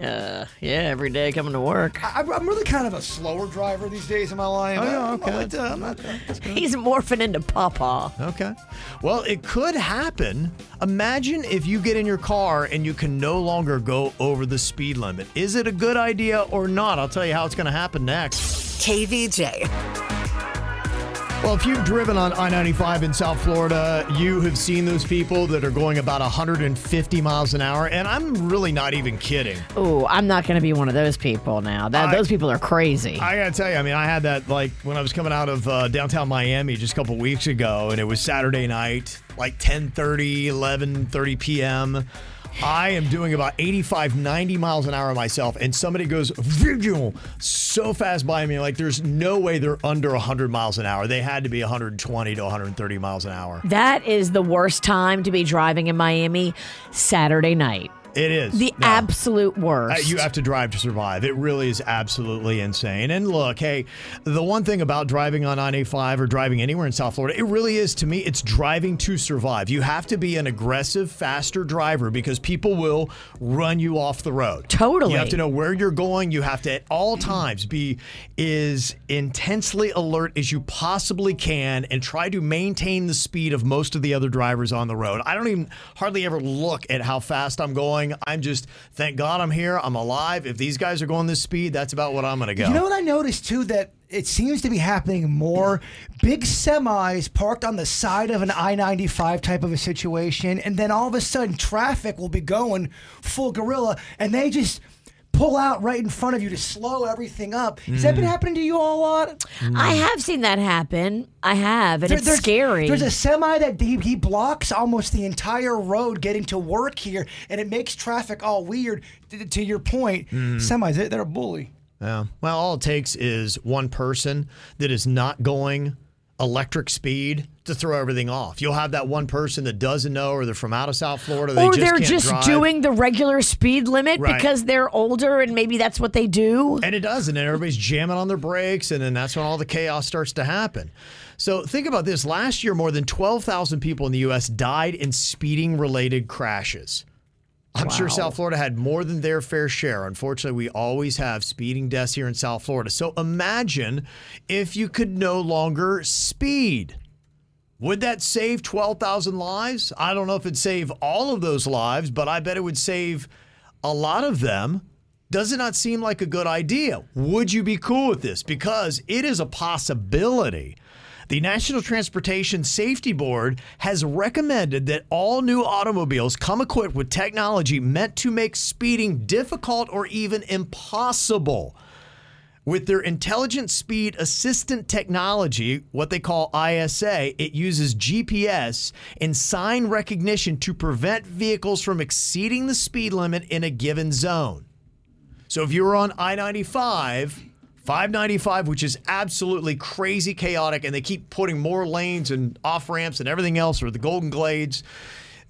Uh, yeah, every day coming to work.
I, I'm- I'm really kind of a slower driver these days in my life.
Oh, yeah,
I'm
okay.
like, uh, I'm not-
He's morphing into Papa.
Okay. Well, it could happen. Imagine if you get in your car and you can no longer go over the speed limit. Is it a good idea or not? I'll tell you how it's going to happen next.
KVJ.
Well, if you've driven on I 95 in South Florida, you have seen those people that are going about 150 miles an hour. And I'm really not even kidding.
Ooh, I'm not going to be one of those people now. That those people are crazy.
I gotta tell you, I mean, I had that like when I was coming out of uh, downtown Miami just a couple weeks ago, and it was Saturday night, like 10 30, 11 30 p.m. I am doing about 85, 90 miles an hour myself, and somebody goes "Vroom," so fast by me. Like, there's no way they're under 100 miles an hour. They had to be 120 to 130 miles an hour.
that is the worst time to be driving in Miami Saturday night.
It is.
the
No.
absolute
Uh,
worst.
you have to drive to survive. It really is absolutely insane. And look, hey, the one thing about driving on 985 or driving anywhere in South Florida, it really is to me, it's driving to survive. You have to be an aggressive, faster driver because people will run you off the road.
Totally.
You have to know where you're going. You have to at all times be as intensely alert as you possibly can and try to maintain the speed of most of the other drivers on the road. I don't even hardly ever look at how fast I'm going. I'm just thank God I'm here. I'm alive. If these guys are going this speed, that's about what I'm going to go.
You know what I noticed too that it seems to be happening more big semis parked on the side of an I 95 type of a situation, and then all of a sudden traffic will be going full gorilla, and they just pull out right in front of you to slow everything up. Has that been
Mm.
happening to you all a lot?
I have seen that happen. I have, and
There-
it's scary.
There's a semi that he, he blocks almost the entire road getting to work here, and it makes traffic all weird. To, to your point,
Hmm.
Mhm.
semis, they- they're a bully.
Yeah. Well, all it takes is one person that is not going electric speed to throw everything off. You'll have that one person that doesn't know, or they're from out of South Florida. They
or
just
Oh, they're
can't
just
drive.
doing the regular speed limit
Right.
because they're older and maybe that's what they do.
And it does, and then everybody's jamming on their brakes, and then that's when all the chaos starts to happen. So think about this: last year, more than twelve thousand people in the U.S. died in speeding-related crashes. I'm sure
Wow.
South Florida had more than their fair share. Unfortunately, we always have speeding deaths here in South Florida. So imagine if you could no longer speed. Would that save 12,000 lives? I don't know if it'd save all of those lives, but I bet it would save a lot of them. Does it not seem like a good idea? Would you be cool with this? Because it is a possibility. The National Transportation Safety Board has recommended that all new automobiles come equipped with technology meant to make speeding difficult or even impossible with their intelligent speed assistant technology, what they call ISA, it uses GPS and sign recognition to prevent vehicles from exceeding the speed limit in a given zone. So if you were on I 95, 595, which is absolutely crazy chaotic, and they keep putting more lanes and off ramps and everything else, or the Golden Glades,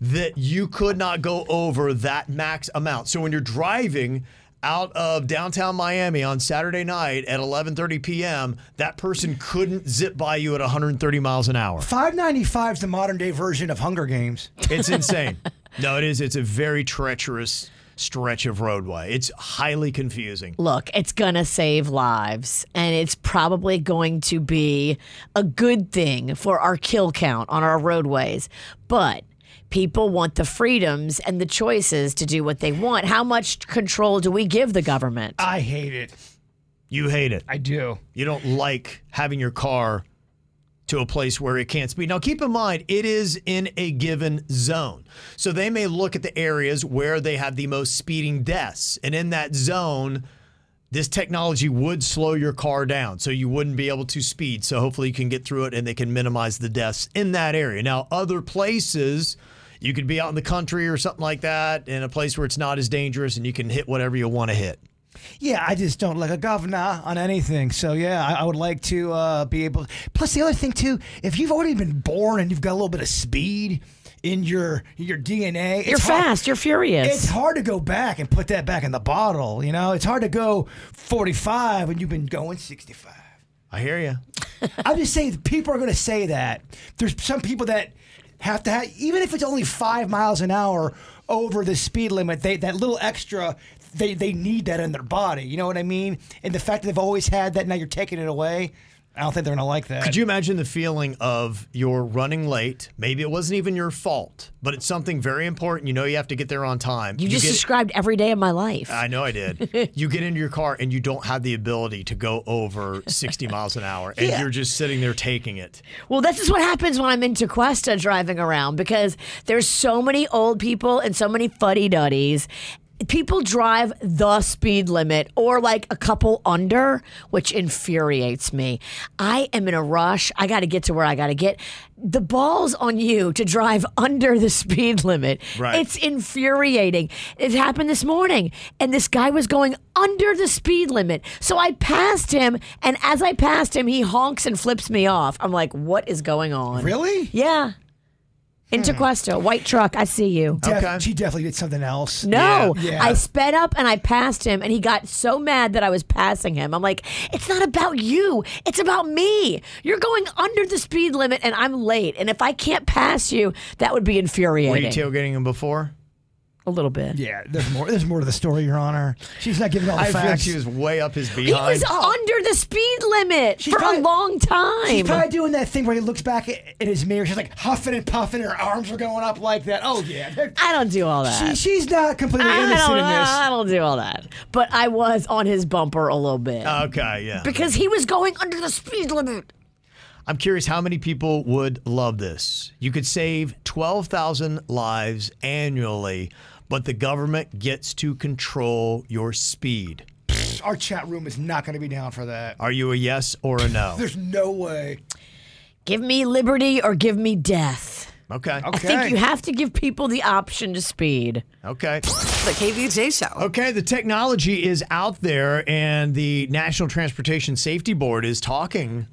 that you could not go over that max amount. So when you're driving, out of downtown Miami on Saturday night at 11:30 p.m., that person couldn't zip by you at 130 miles an hour.
595 is the modern day version of Hunger Games.
It's insane. no, it is. It's a very treacherous stretch of roadway. It's highly confusing.
Look, it's going to save lives, and it's probably going to be a good thing for our kill count on our roadways. But people want the freedoms and the choices to do what they want. How much control do we give the government?
Uh,
I hate it.
You hate it.
I do.
You don't like having your car to a place where it can't speed. Now, keep in mind, it is in a given zone. So they may look at the areas where they have the most speeding deaths. And in that zone, this technology would slow your car down so you wouldn't be able to speed. So hopefully you can get through it and they can minimize the deaths in that area. Now, other places, you could be out in the country or something like that in a place where it's not as dangerous and you can hit whatever you want to hit.
Yeah, I just don't like a governor on anything. So yeah, I, I would like to uh, be able. Plus, the other thing too, if you've already been born and you've got a little bit of speed in your your DNA, it's
You're
hard-
fast, you're furious.
It's hard to go back and put that back in the bottle. You know, it's hard to go 45 when you've been going 65.
I hear you.
I'm just saying, people are going to say that. There's some people that have to have, even if it's only five miles an hour over the speed limit, they that little extra, they, they need that in their body. You know what I mean? And the fact that they've always had that, now you're taking it away. I don't think they're going to like that.
Could you imagine the feeling of you're running late? Maybe it wasn't even your fault, but it's something very important. You know you have to get there on time.
you just
get-
described every day of my life.
I know I did. you get into your car and you don't have the ability to go over 60 miles an hour, and
Yeah.
you're just sitting there taking it.
Well, this is what happens when I'm into Cuesta driving around because there's so many old people and so many fuddy duddies. People drive the speed limit or like a couple under, which infuriates me. I am in a rush. I got to get to where I got to get. The ball's on you to drive under the speed limit.
Right.
It's infuriating. It happened this morning, and this guy was going under the speed limit. So I passed him, and as I passed him, he honks and flips me off. I'm like, what is going on?
Really?
Yeah. Interquestal, white truck. I see you.
Def- She definitely did something else.
No,
Yeah.
I sped up and I passed him, and he got so mad that I was passing him. I'm like, it's not about you, it's about me. You're going under the speed limit, and I'm late. And if I can't pass you, that would be
Were
infuriating.
you tailgating him before?
A little bit.
Yeah, there's more. There's more to the story, Your Honor. She's not giving all the
I feel like
facts.
she was way up his
He
behind.
was under the speed limit for a long time.
She's probably doing that thing where he looks back at, at his mirror. She's like huffing and puffing. Her arms are going up like that. Oh yeah.
I don't do all that.
She, she's not completely
I
innocent
don't,
in this.
I don't do all that. But I was on his bumper a little bit.
Uh,
Okay, yeah.
Because he was going under the speed limit.
I'm curious how many people would love this. You could save 12,000 lives annually, but the government gets to control your speed.
Our chat room is not going to be down for that.
Are you a yes or a no?
There's no way.
Give me liberty or give me death.
Okay.
I think you have to give people the option to speed.
Okay.
The KVJ Show.
Okay, the technology is out there, and the National Transportation Safety Board is talking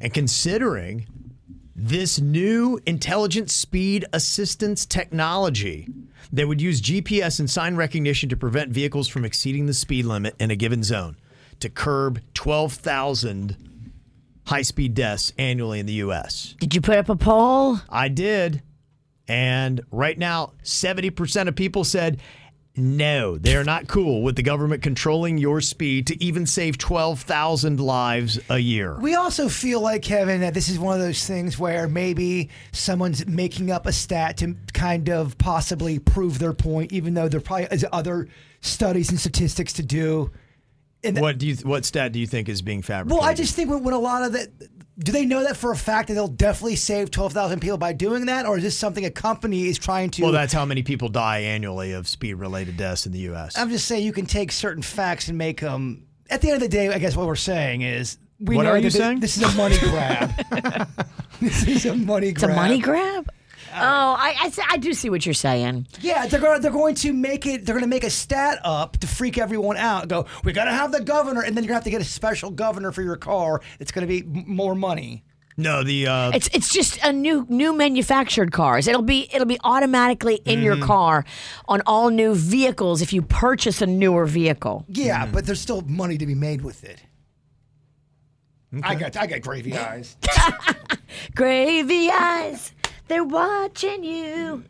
and considering this new intelligent speed assistance technology that would use GPS and sign recognition to prevent vehicles from exceeding the speed limit in a given zone to curb 12,000 high speed deaths annually in the U.S.
Did you put up a poll?
I did. And right now, 70% of people said no, they're not cool with the government controlling your speed to even save 12,000 lives a year.
We also feel like Kevin that this is one of those things where maybe someone's making up a stat to kind of possibly prove their point, even though there probably is other studies and statistics to do.
what do you what stat do you think is being fabricated?
Well, I just think when, when a lot of that, do they know that for a fact that they'll definitely save twelve thousand people by doing that, or is this something a company is trying to?
Well, that's how many people die annually of speed related deaths in the US.
I'm just saying you can take certain facts and make them. At the end of the day, I guess what we're saying is we
What
know
are you
that thi-
saying?
This is a money grab. this is a money
It's a
grab. Uh,
money grab? Oh, I, I, see- I do see what you're saying.
Yeah, they're going. They're going to make it. They're going to make a stat up to freak everyone out. Go, we got to have the governor, and then you're going to have to get a special governor for your car. It's going to be m- more money.
No, the uh
It's it's just a new new manufactured cars. It'll be it'll be automatically in
Mm-hmm.
your
Mhm.
car on all new vehicles if you purchase a newer vehicle.
Yeah, but there's still money to be made with it. I got. I got gravy eyes.
Gravy eyes, they're watching you.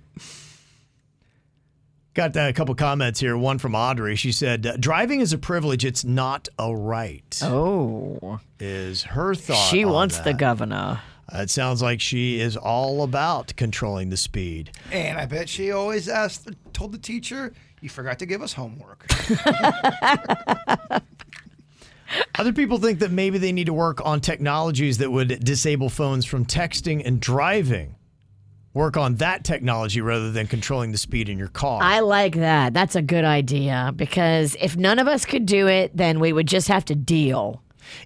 Got uh, a couple comments here. One from Audrey. She said, uh, "Driving is a privilege. It's not a right."
Oh,
is her thought.
She
on
wants the
that.
governor.
Uh, it sounds like she is all about controlling the speed.
And I bet she always asked, told the teacher, "You forgot to give us homework."
Other people think that maybe they need to work on technologies that would disable phones from texting and driving. Work on that technology rather than controlling the speed in your car.
I like that. That's a good idea because if none of us could do it, then we would just have to deal.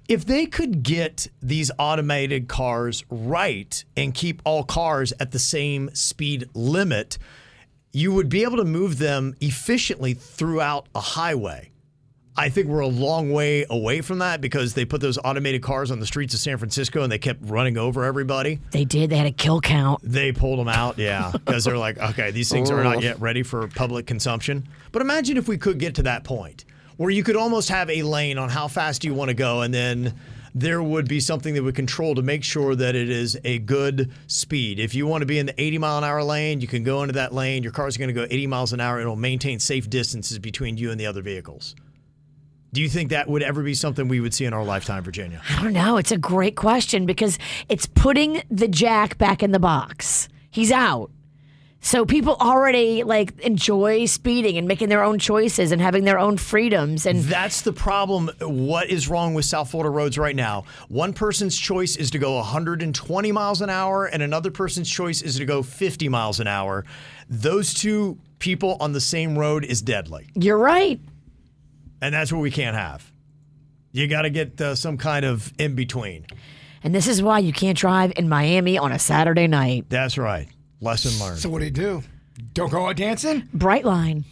if they could get these automated cars right and keep all cars at the same speed limit, you would be able to move them efficiently throughout a highway. I think we're a long way away from that because they put those automated cars on the streets of San Francisco and they kept running over everybody.
They did. They had a kill count.
They pulled them out, yeah, because they're like, okay, these things are
Oh.
not yet ready for public consumption. But imagine if we could get to that point where you could almost have a lane on how fast you want to go, and then there would be something that would control to make sure that it is a good speed. If you want to be in the 80 mile an hour lane, you can go into that lane. Your car's going to go 80 miles an hour. It'll maintain safe distances between you and the other vehicles. Do you think that would ever be something we would see in our lifetime, Virginia?
I don't know. It's a great question because it's putting the jack back in the box. He's out. So people already like enjoy speeding and making their own choices and having their own freedoms and
That's the problem. What is wrong with South Florida roads right now? One person's choice is to go 120 miles an hour, and another person's choice is to go 50 miles an hour. Those two people on the same road is deadly.
You're right.
And that's what we can't have. You got to get uh, some kind of in between.
and this is why you can't drive in Miami on a Saturday night.
That's right. Lesson learned.
So what do you do? Don't go out dancing.
Brightline.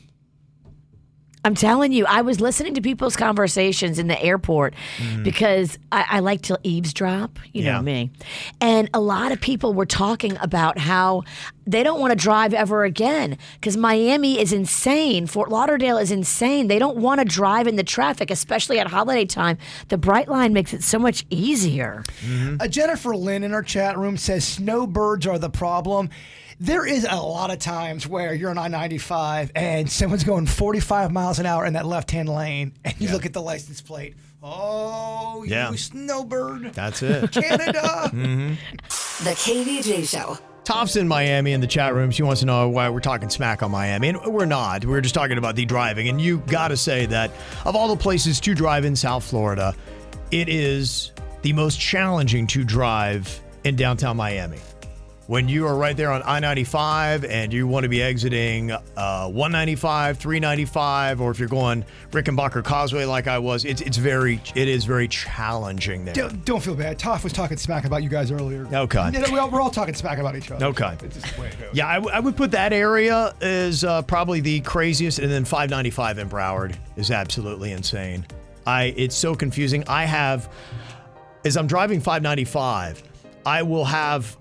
I'm telling you, I was listening to people's conversations in the airport
Mm-hmm.
because I, I like to eavesdrop. You know
Yeah.
me. And a lot of people were talking about how they don't want to drive ever again because Miami is insane. Fort Lauderdale is insane. They don't want to drive in the traffic, especially at holiday time. The Bright Line makes it so much easier.
Uh, Jennifer Lynn in our chat room says snowbirds are the problem. There is a lot of times where you're on I 95 and someone's going 45 miles an hour in that left hand lane, and you look at the license plate. Oh,
Yeah.
you snowbird.
That's it.
Canada.
hmm
The KVJ Show.
Toph's in Miami in the chat room. She wants to know why we're talking smack on Miami. And we're not. We're just talking about the driving. And you got to say that of all the places to drive in South Florida, it is the most challenging to drive in downtown Miami. When you are right there on I 95 and you want to be exiting uh, 195, 395, or if you're going Rickenbacker Causeway like I was, it's, it's very, it is very challenging there.
Don't, don't feel bad. Toph was talking smack about you guys earlier.
Okay.
You know, we all, we're all talking smack about each other.
Okay.
It's just the way it goes.
Yeah, I, w- I would put that area as uh, probably the craziest, and then 595 in Broward is absolutely insane. I it's so confusing. I have as I'm driving 595, I will have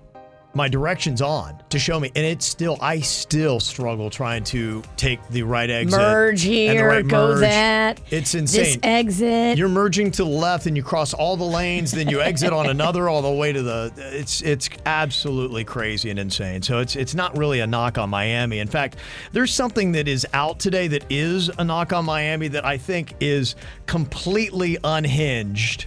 my directions on to show me, and it's still I still struggle trying to take the right exit,
Merge
and the
here,
right
go
merge.
that,
It's
this
insane.
exit.
You're merging to the left, and you cross all the lanes, then you exit on another all the way to the. It's it's absolutely crazy and insane. So it's it's not really a knock on Miami. In fact, there's something that is out today that is a knock on Miami that I think is completely unhinged.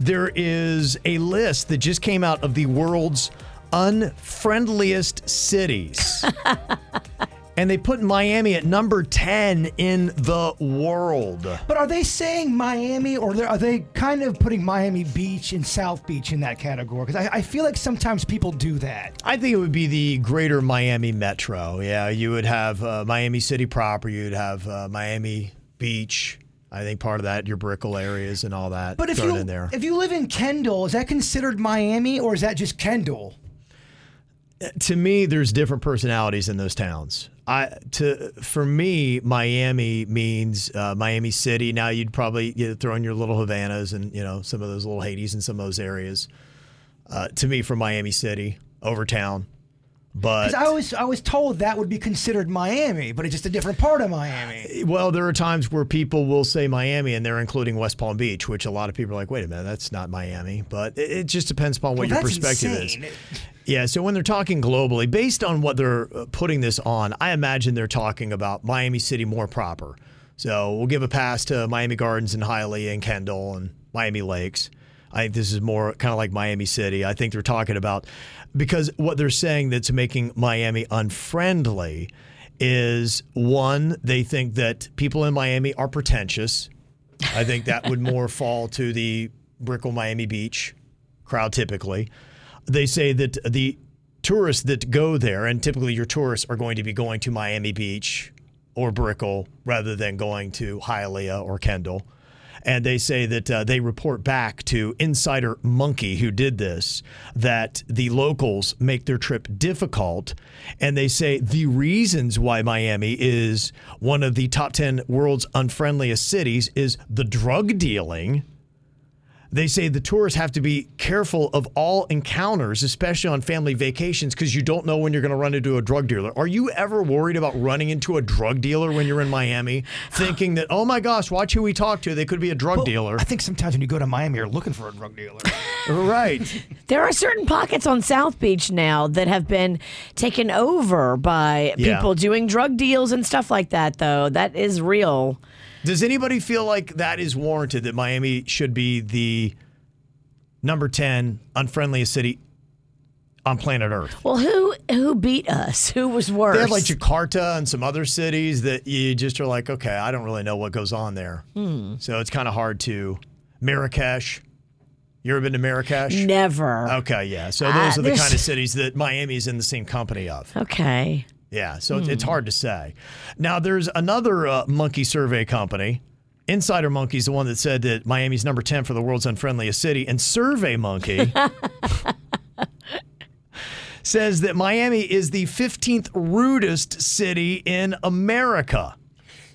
There is a list that just came out of the world's unfriendliest cities. and they put Miami at number 10 in the world.
But are they saying Miami, or they're- are they kind of putting Miami Beach and South Beach in that category? Because I, I feel like sometimes people do that.
I think it would be the greater Miami metro. Yeah, you would have uh, Miami City proper. You'd have uh, Miami Beach. I think part of that, your Brickell areas and all that.
But if
thrown
you
in there,
if you live in Kendall, is that considered Miami, or is that just Kendall?
to me, there's different personalities in those towns. I to for me, Miami means uh, Miami City. Now you'd probably you know, throw in your little Havanas and you know some of those little Hades and some of those areas. Uh, to me, from Miami City over town, but
Because I was I was told that would be considered Miami, but it's just a different part of Miami.
Well, there are times where people will say Miami and they're including West Palm Beach, which a lot of people are like, wait a minute, that's not Miami. But it, it just depends upon what
Well,
your
that's
perspective
insane.
is. Yeah, so when they're talking globally, based on what they're uh, putting this on, I imagine they're talking about Miami City more proper. So we'll give a pass to Miami Gardens and Hialeah and Kendall and Miami Lakes. I think this is more kind of like Miami City. I think they're talking about because what they're saying that's making Miami unfriendly is one, they think that people in Miami are pretentious. I think that would more fall to the Brickell Miami Beach crowd typically. They say that the tourists that go there, and typically your tourists are going to be going to Miami Beach or Brickell rather than going to Hialeah or Kendall. And they say that uh, they report back to Insider Monkey, who did this, that the locals make their trip difficult. And they say the reasons why Miami is one of the top 10 world's unfriendliest cities is the drug dealing. They say the tourists have to be careful of all encounters, especially on family vacations, because you don't know when you're going to run into a drug dealer. Are you ever worried about running into a drug dealer when you're in Miami, thinking that, oh my gosh, watch who we talk to? They could be a drug dealer. I
think sometimes when you go to Miami, you're looking for a drug dealer.
right.
There are certain pockets on South Beach now that have been taken over by
Yeah.
people doing drug deals and stuff like that, though. That is real.
Does anybody feel like that is warranted that Miami should be the number 10 unfriendliest city on planet Earth?
Well, who who beat us? Who was worse?
They have like Jakarta and some other cities that you just are like, okay, I don't really know what goes on there.
Hmm.
So it's kind of hard to. Marrakesh. You ever been to Marrakesh?
Never.
Okay, yeah. So
Ah,
those are the
there's-
kind of cities that Miami is in the same company of.
okay.
Yeah, so it's it's
Hmm.
hard to say. Now, there's another uh, monkey survey company. Insider Monkey's the one that said that Miami's number 10 for the world's unfriendliest city, and Survey Monkey says that Miami is the 15th rudest city in America.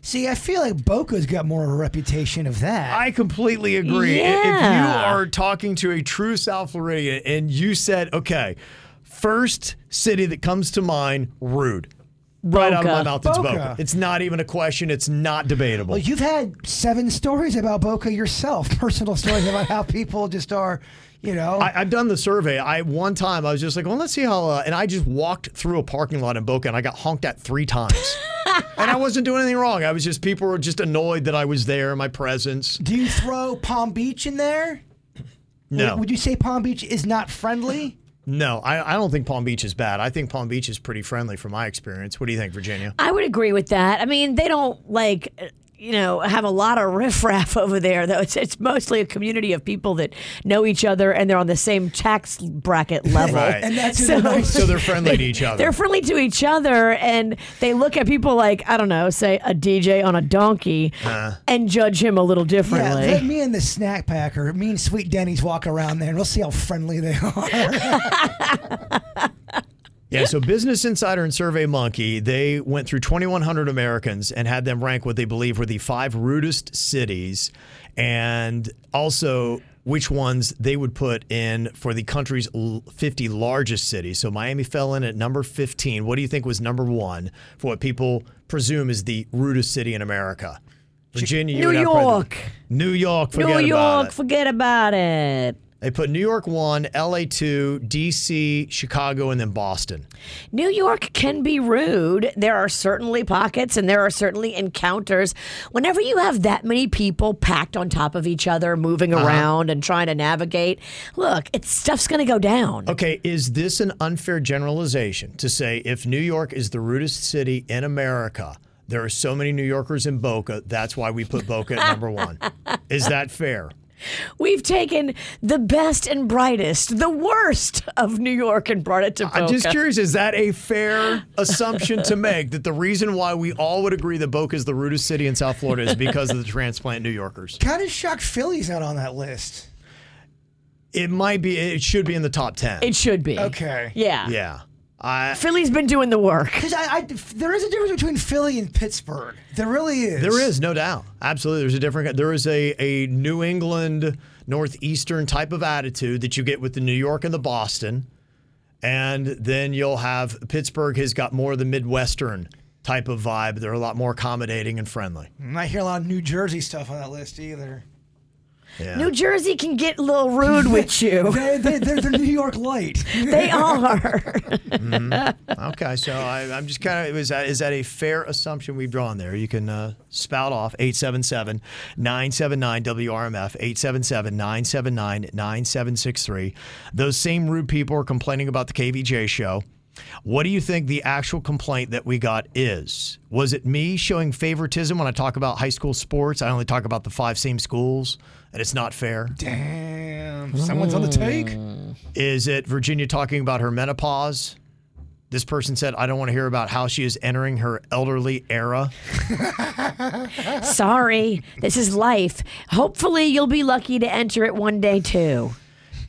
See, I feel like Boca's got more of a reputation of that.
I completely agree. I- If
Yeah.
you are talking to a true South Floridian and you said, okay, first city that comes to mind, rude. Right out of my
Boca.
mouth, it's Boca.
Boca.
It's not even a question. It's not debatable.
Well, you've had seven stories about Boca yourself, personal stories about how people just are, you know.
I, I've done the survey. I one time I was just like, well, let's see how, uh, and I just walked through a parking lot in Boca and I got honked at three times. and I wasn't doing anything wrong. I was just people were just annoyed that I was there, my presence.
Do you throw Palm Beach in there?
No,
Would, would you say Palm Beach is not friendly?
no, I, I don't think Palm Beach is bad. I think Palm Beach is pretty friendly from my experience. What do you think, Virginia?
I would agree with that. I mean, they don't like, uh, you know, have a lot of riffraff over there, though. It's, it's mostly a community of people that know each other and they're on the same tax bracket level.
Right. And that's who they're- So they're friendly to each other.
They're friendly to each other and they look at people like, I don't know, say a DJ on a donkey
Uh-huh.
Uh.
and judge him a little
Yeah,
differently.
let me and the snack pack or me and Sweet Denny's walk around there and we'll see how friendly they are.
Yeah, so Business Insider and Survey Monkey, they went through 2,100 Americans and had them rank what they believe were the five rudest cities and also which ones they would put in for the country's l- 50 largest cities. So Miami fell in at number 15. What do you think was number one for what people presume is the rudest city in America? Virginia, you
New
would have probably-
York.
New York, forget
New
about
York,
it.
forget about it.
They put New York 1, LA 2, DC, Chicago, and then Boston.
New York can be rude. There are certainly pockets and there are certainly encounters. Whenever you have that many people packed on top of each other, moving
Uh-huh.
around and trying to navigate, look, it's stuff's going to go down.
Okay, is this an unfair generalization to say if New York is the rudest city in America, there are so many New Yorkers in Boca, that's why we put Boca at number one? Is that fair?
We've taken the best and brightest, the worst of New York and brought it to Boca.
I'm just curious, is that a fair assumption to make that the reason why we all would agree that Boca is the rudest city in South Florida is because of the transplant New Yorkers?
kind of shocked Philly's not on that list.
It might be, it should be in the top 10.
It should be.
Okay.
Yeah.
Yeah. I,
Philly's been doing the work.
Because I, I, there is a difference between Philly and Pittsburgh. There really is.
There is no doubt, absolutely. There's a different. There is a a New England northeastern type of attitude that you get with the New York and the Boston, and then you'll have Pittsburgh has got more of the midwestern type of vibe. They're a lot more accommodating and friendly.
And Mm, I hear a lot of New Jersey stuff on that list either.
Yeah.
New Jersey can get a little rude with you.
they, they, they're, they're New York light.
They are.
Mhm. Okay, so I, I'm just kind of is that is that a fair assumption we've drawn there? You can uh, spout off 877-979-WRMF 877-979-9763. Those same rude people are complaining about the KVJ show. What do you think the actual complaint that we got is? Was it me showing favoritism when I talk about high school sports? I only talk about the five same schools, and it's not fair.
Damn. Someone's on the take.
Is it Virginia talking about her menopause? This person said, I don't want to hear about how she is entering her elderly era.
Sorry, this is life. Hopefully, you'll be lucky to enter it one day too.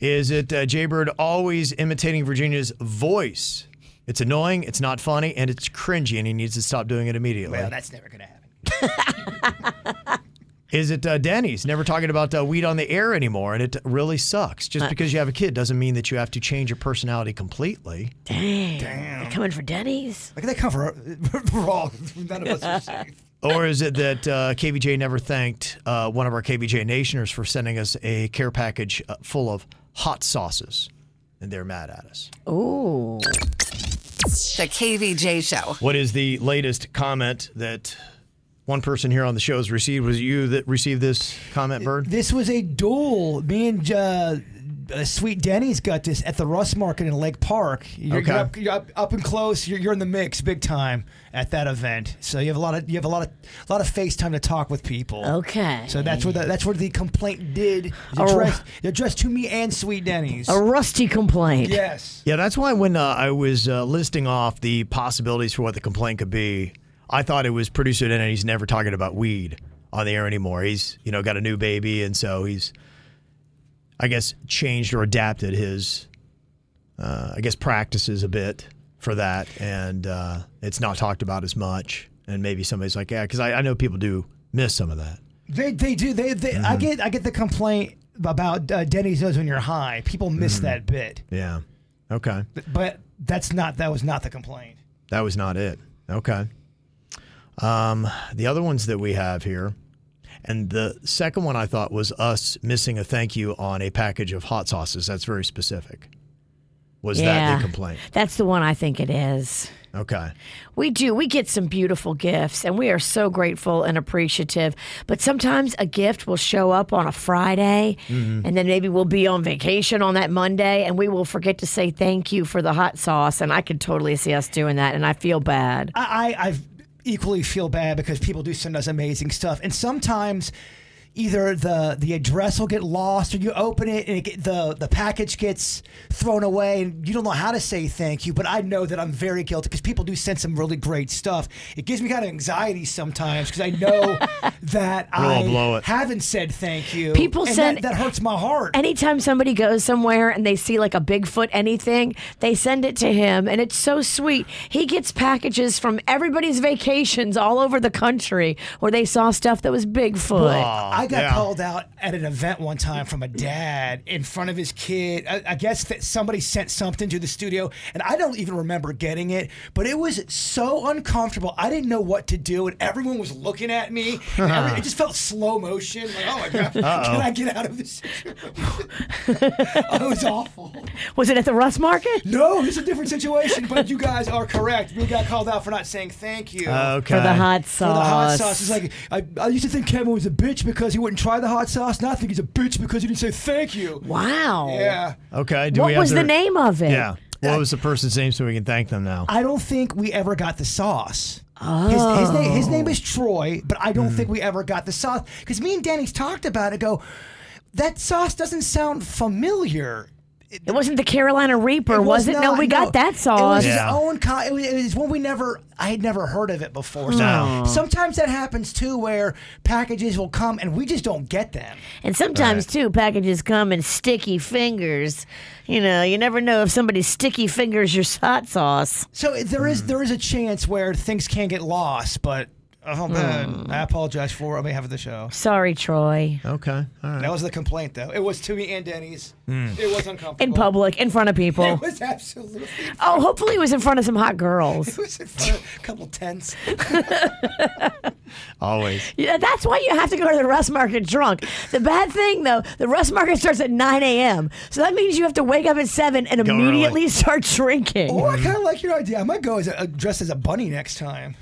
Is it uh, Jaybird always imitating Virginia's voice? It's annoying, it's not funny, and it's cringy, and he needs to stop doing it immediately.
Well, that's never going to happen.
Is it uh, Denny's never talking about uh, weed on the air anymore, and it really sucks? Just
Uh,
because you have a kid doesn't mean that you have to change your personality completely.
Dang, they're coming for Denny's.
Look at that cover. We're all, none of us are safe.
Or is it that uh, KVJ never thanked uh, one of our KVJ Nationers for sending us a care package uh, full of hot sauces and they're mad at us?
Ooh.
The KVJ Show.
What is the latest comment that one person here on the show has received? Was it you that received this comment, Bird?
This was a duel. Me and uh, uh, Sweet Denny's got this at the Russ Market in Lake Park. You're,
Okay.
you're, up, you're up, up and close. You're, you're in the mix, big time at that event. So you have a lot of you have a lot of a lot of face time to talk with people.
Okay.
So that's where the, that's where the complaint did is
Oh.
addressed, addressed to me and Sweet Denny's.
A rusty complaint.
Yes.
Yeah, that's why when uh, I was uh, listing off the possibilities for what the complaint could be, I thought it was producer and he's never talking about weed on the air anymore. He's you know got a new baby, and so he's, I guess, changed or adapted his, uh, I guess, practices a bit for that, and uh, it's not talked about as much. and maybe somebody's like, yeah, because I, I know people do miss some of that.
They they do. They, they I get I get the complaint about uh, Denny's does when you're high. People miss
Mhm.
that bit,
Yeah. Okay.
but that's not that was not the complaint.
That was not it. Okay. Um, the other ones that we have here, and the second one I thought was us missing a thank you on a package of hot sauces. That's very specific. Was that
Yeah.
the complaint?
That's the one I think it is.
Okay.
We do. We get some beautiful gifts, and we are so grateful and appreciative. But sometimes a gift will show up on a Friday,
Mhm.
and then maybe we'll be on vacation on that Monday, and we will forget to say thank you for the hot sauce. And I could totally see us doing that, and I feel bad.
I, I I've equally feel bad because people do send us amazing stuff, and sometimes either the the address will get lost, or you open it and it get, the the package gets thrown away, and you don't know how to say thank you. But I know that I'm very guilty because people do send some really great stuff. It gives me kind of anxiety sometimes because I know that
We'll all
I
blow it.
haven't said thank you.
People
and
send
that, that hurts my heart.
Anytime somebody goes somewhere and they see like a Bigfoot anything, they send it to him, and it's so sweet. He gets packages from everybody's vacations all over the country where they saw stuff that was Bigfoot.
Uh,
I got called out at an event one time from a dad in front of his kid. I, I guess that somebody sent something to the studio, and I don't even remember getting it, but it was so uncomfortable. I didn't know what to do, and everyone was looking at me. and every- it just felt slow motion. Like, oh my God,
Uh-oh.
can I get out of this? Oh, it was awful.
Was it at the Russ Market?
No, it's a different situation, but you guys are correct. We got called out for not saying thank you.
Okay.
For the hot
For the
sauce.
hot sauce. It's like I, I used to think Kevin was a bitch because he wouldn't try the hot sauce. Now I think he's a bitch because he didn't say thank you.
Wow.
Yeah.
Okay. Do
What
we have
was the
their-
name of it?
Yeah. What was the person's name so we can thank them now?
I don't think we ever got the sauce. His, his, name, his name is Troy, but I don't think we ever got the sauce because me and Danny's talked about it. Go, that sauce doesn't sound familiar.
It wasn't the Carolina Reaper, was it? No, we got that sauce.
It was his
Yeah.
own. Co- it, was, it was one we never. I had never heard of it before. So
No.
sometimes that happens too, where packages will come and we just don't get them.
And sometimes too, packages come in sticky fingers. You know, you never know if somebody's sticky fingers your hot sauce.
So there
Hmm.
is there is a chance where things can get lost, but oh
Hmm.
man, I apologize for it on behalf of the show.
Sorry, Troy.
Okay, all right.
That was the complaint, though. It was to me and Denny's.
Hmm.
Mm.
It was uncomfortable.
In public, in front of people.
It was absolutely.
Oh, hopefully it was in front of some hot
It
girls.
was in front of a couple tents.
Always.
Yeah, that's why you have to go to the Russ Market drunk. The bad thing, though, the Russ Market starts at 9 a.m. So that means you have to wake up at 7 and
Go early.
immediately start drinking.
Oh, I kind of like your idea. I might go as a, dressed as a bunny next time.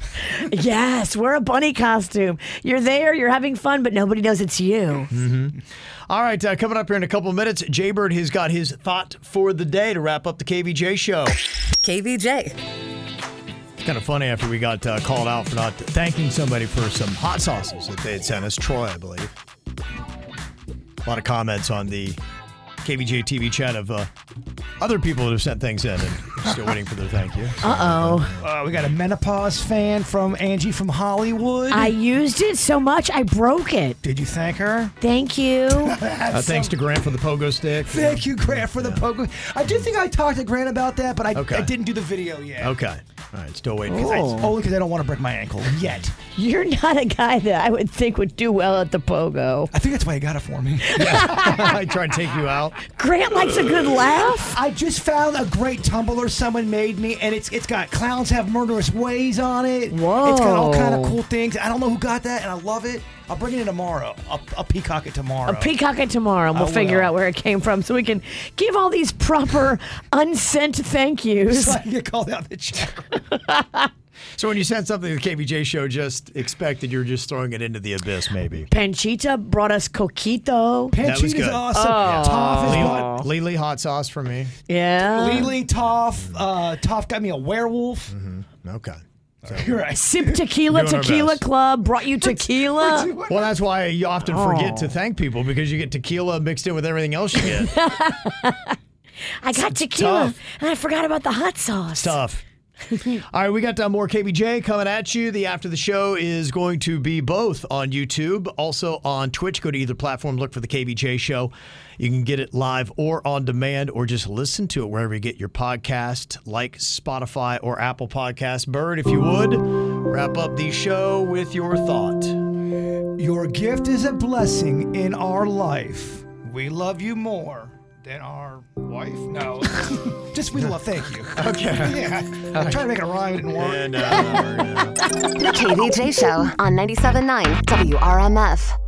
yes, wear a bunny costume. You're there, you're having fun, but nobody knows it's you.
Mm-hmm. All right, uh, coming up here in a couple of minutes, Jaybird has got his thought for the day to wrap up the KVJ show.
KVJ.
It's kind of funny after we got uh, called out for not thanking somebody for some hot sauces that they had sent us. Troy, I believe. A lot of comments on the KVJ TV chat of uh, other people that have sent things in and still waiting for their thank you.
Uh-oh.
Uh, we got a menopause fan from Angie from Hollywood.
I used it so much, I broke it.
Did you thank her?
Thank you.
Uh, thanks to Grant for the pogo stick.
Thank you, Grant, for the pogo. I do think I talked to Grant about that, but I,
Okay.
I didn't do the video yet.
Okay. All right, still waiting.
Because I, only because I don't want to break my ankle yet.
You're not a guy that I would think would do well at the pogo.
I think that's why he got it for me.
I try to take you out.
Grant likes a good laugh.
I just found a great Tumblr someone made me, and it's it's got clowns have murderous ways on it. Whoa! It's got all kind of
Whoa.
cool things. I don't know who got that, and I love it. I'll bring it in tomorrow. I'll, I'll peacock it tomorrow.
A peacock it tomorrow, and we'll
I
figure
will.
out where it came from so we can give all these proper unsent thank yous.
So I can get called out the chat.
So when you sent something to the KVJ show, just expect that you're just throwing it into the abyss, maybe.
Panchita brought us coquito.
That was good.
Oh.
Lele- Lele hot sauce for me.
Yeah.
Lily Toff, uh, Toff got me a werewolf.
Okay.
You're right.
Sip Tequila
Doing our
Tequila
best.
Club brought you tequila.
Well, that's why you often
Oh.
forget to thank people because you get tequila mixed in with everything else you get.
I got tequila
tough.
and I forgot about the hot sauce.
Stuff. All right, we got uh, more KBJ coming at you. The after the show is going to be both on YouTube, also on Twitch. Go to either platform, look for the KBJ show. You can get it live or on demand, or just listen to it wherever you get your podcast, like Spotify or Apple Podcasts. Bird, if you would, wrap up the show with your thought.
Your gift is a blessing in our life. We love you more than our wife. No, just we love. Thank you.
Okay.
Yeah, I'm trying to make a rhyme. It didn't work.
uh, The
KVJ Show on 97.9 WRMF.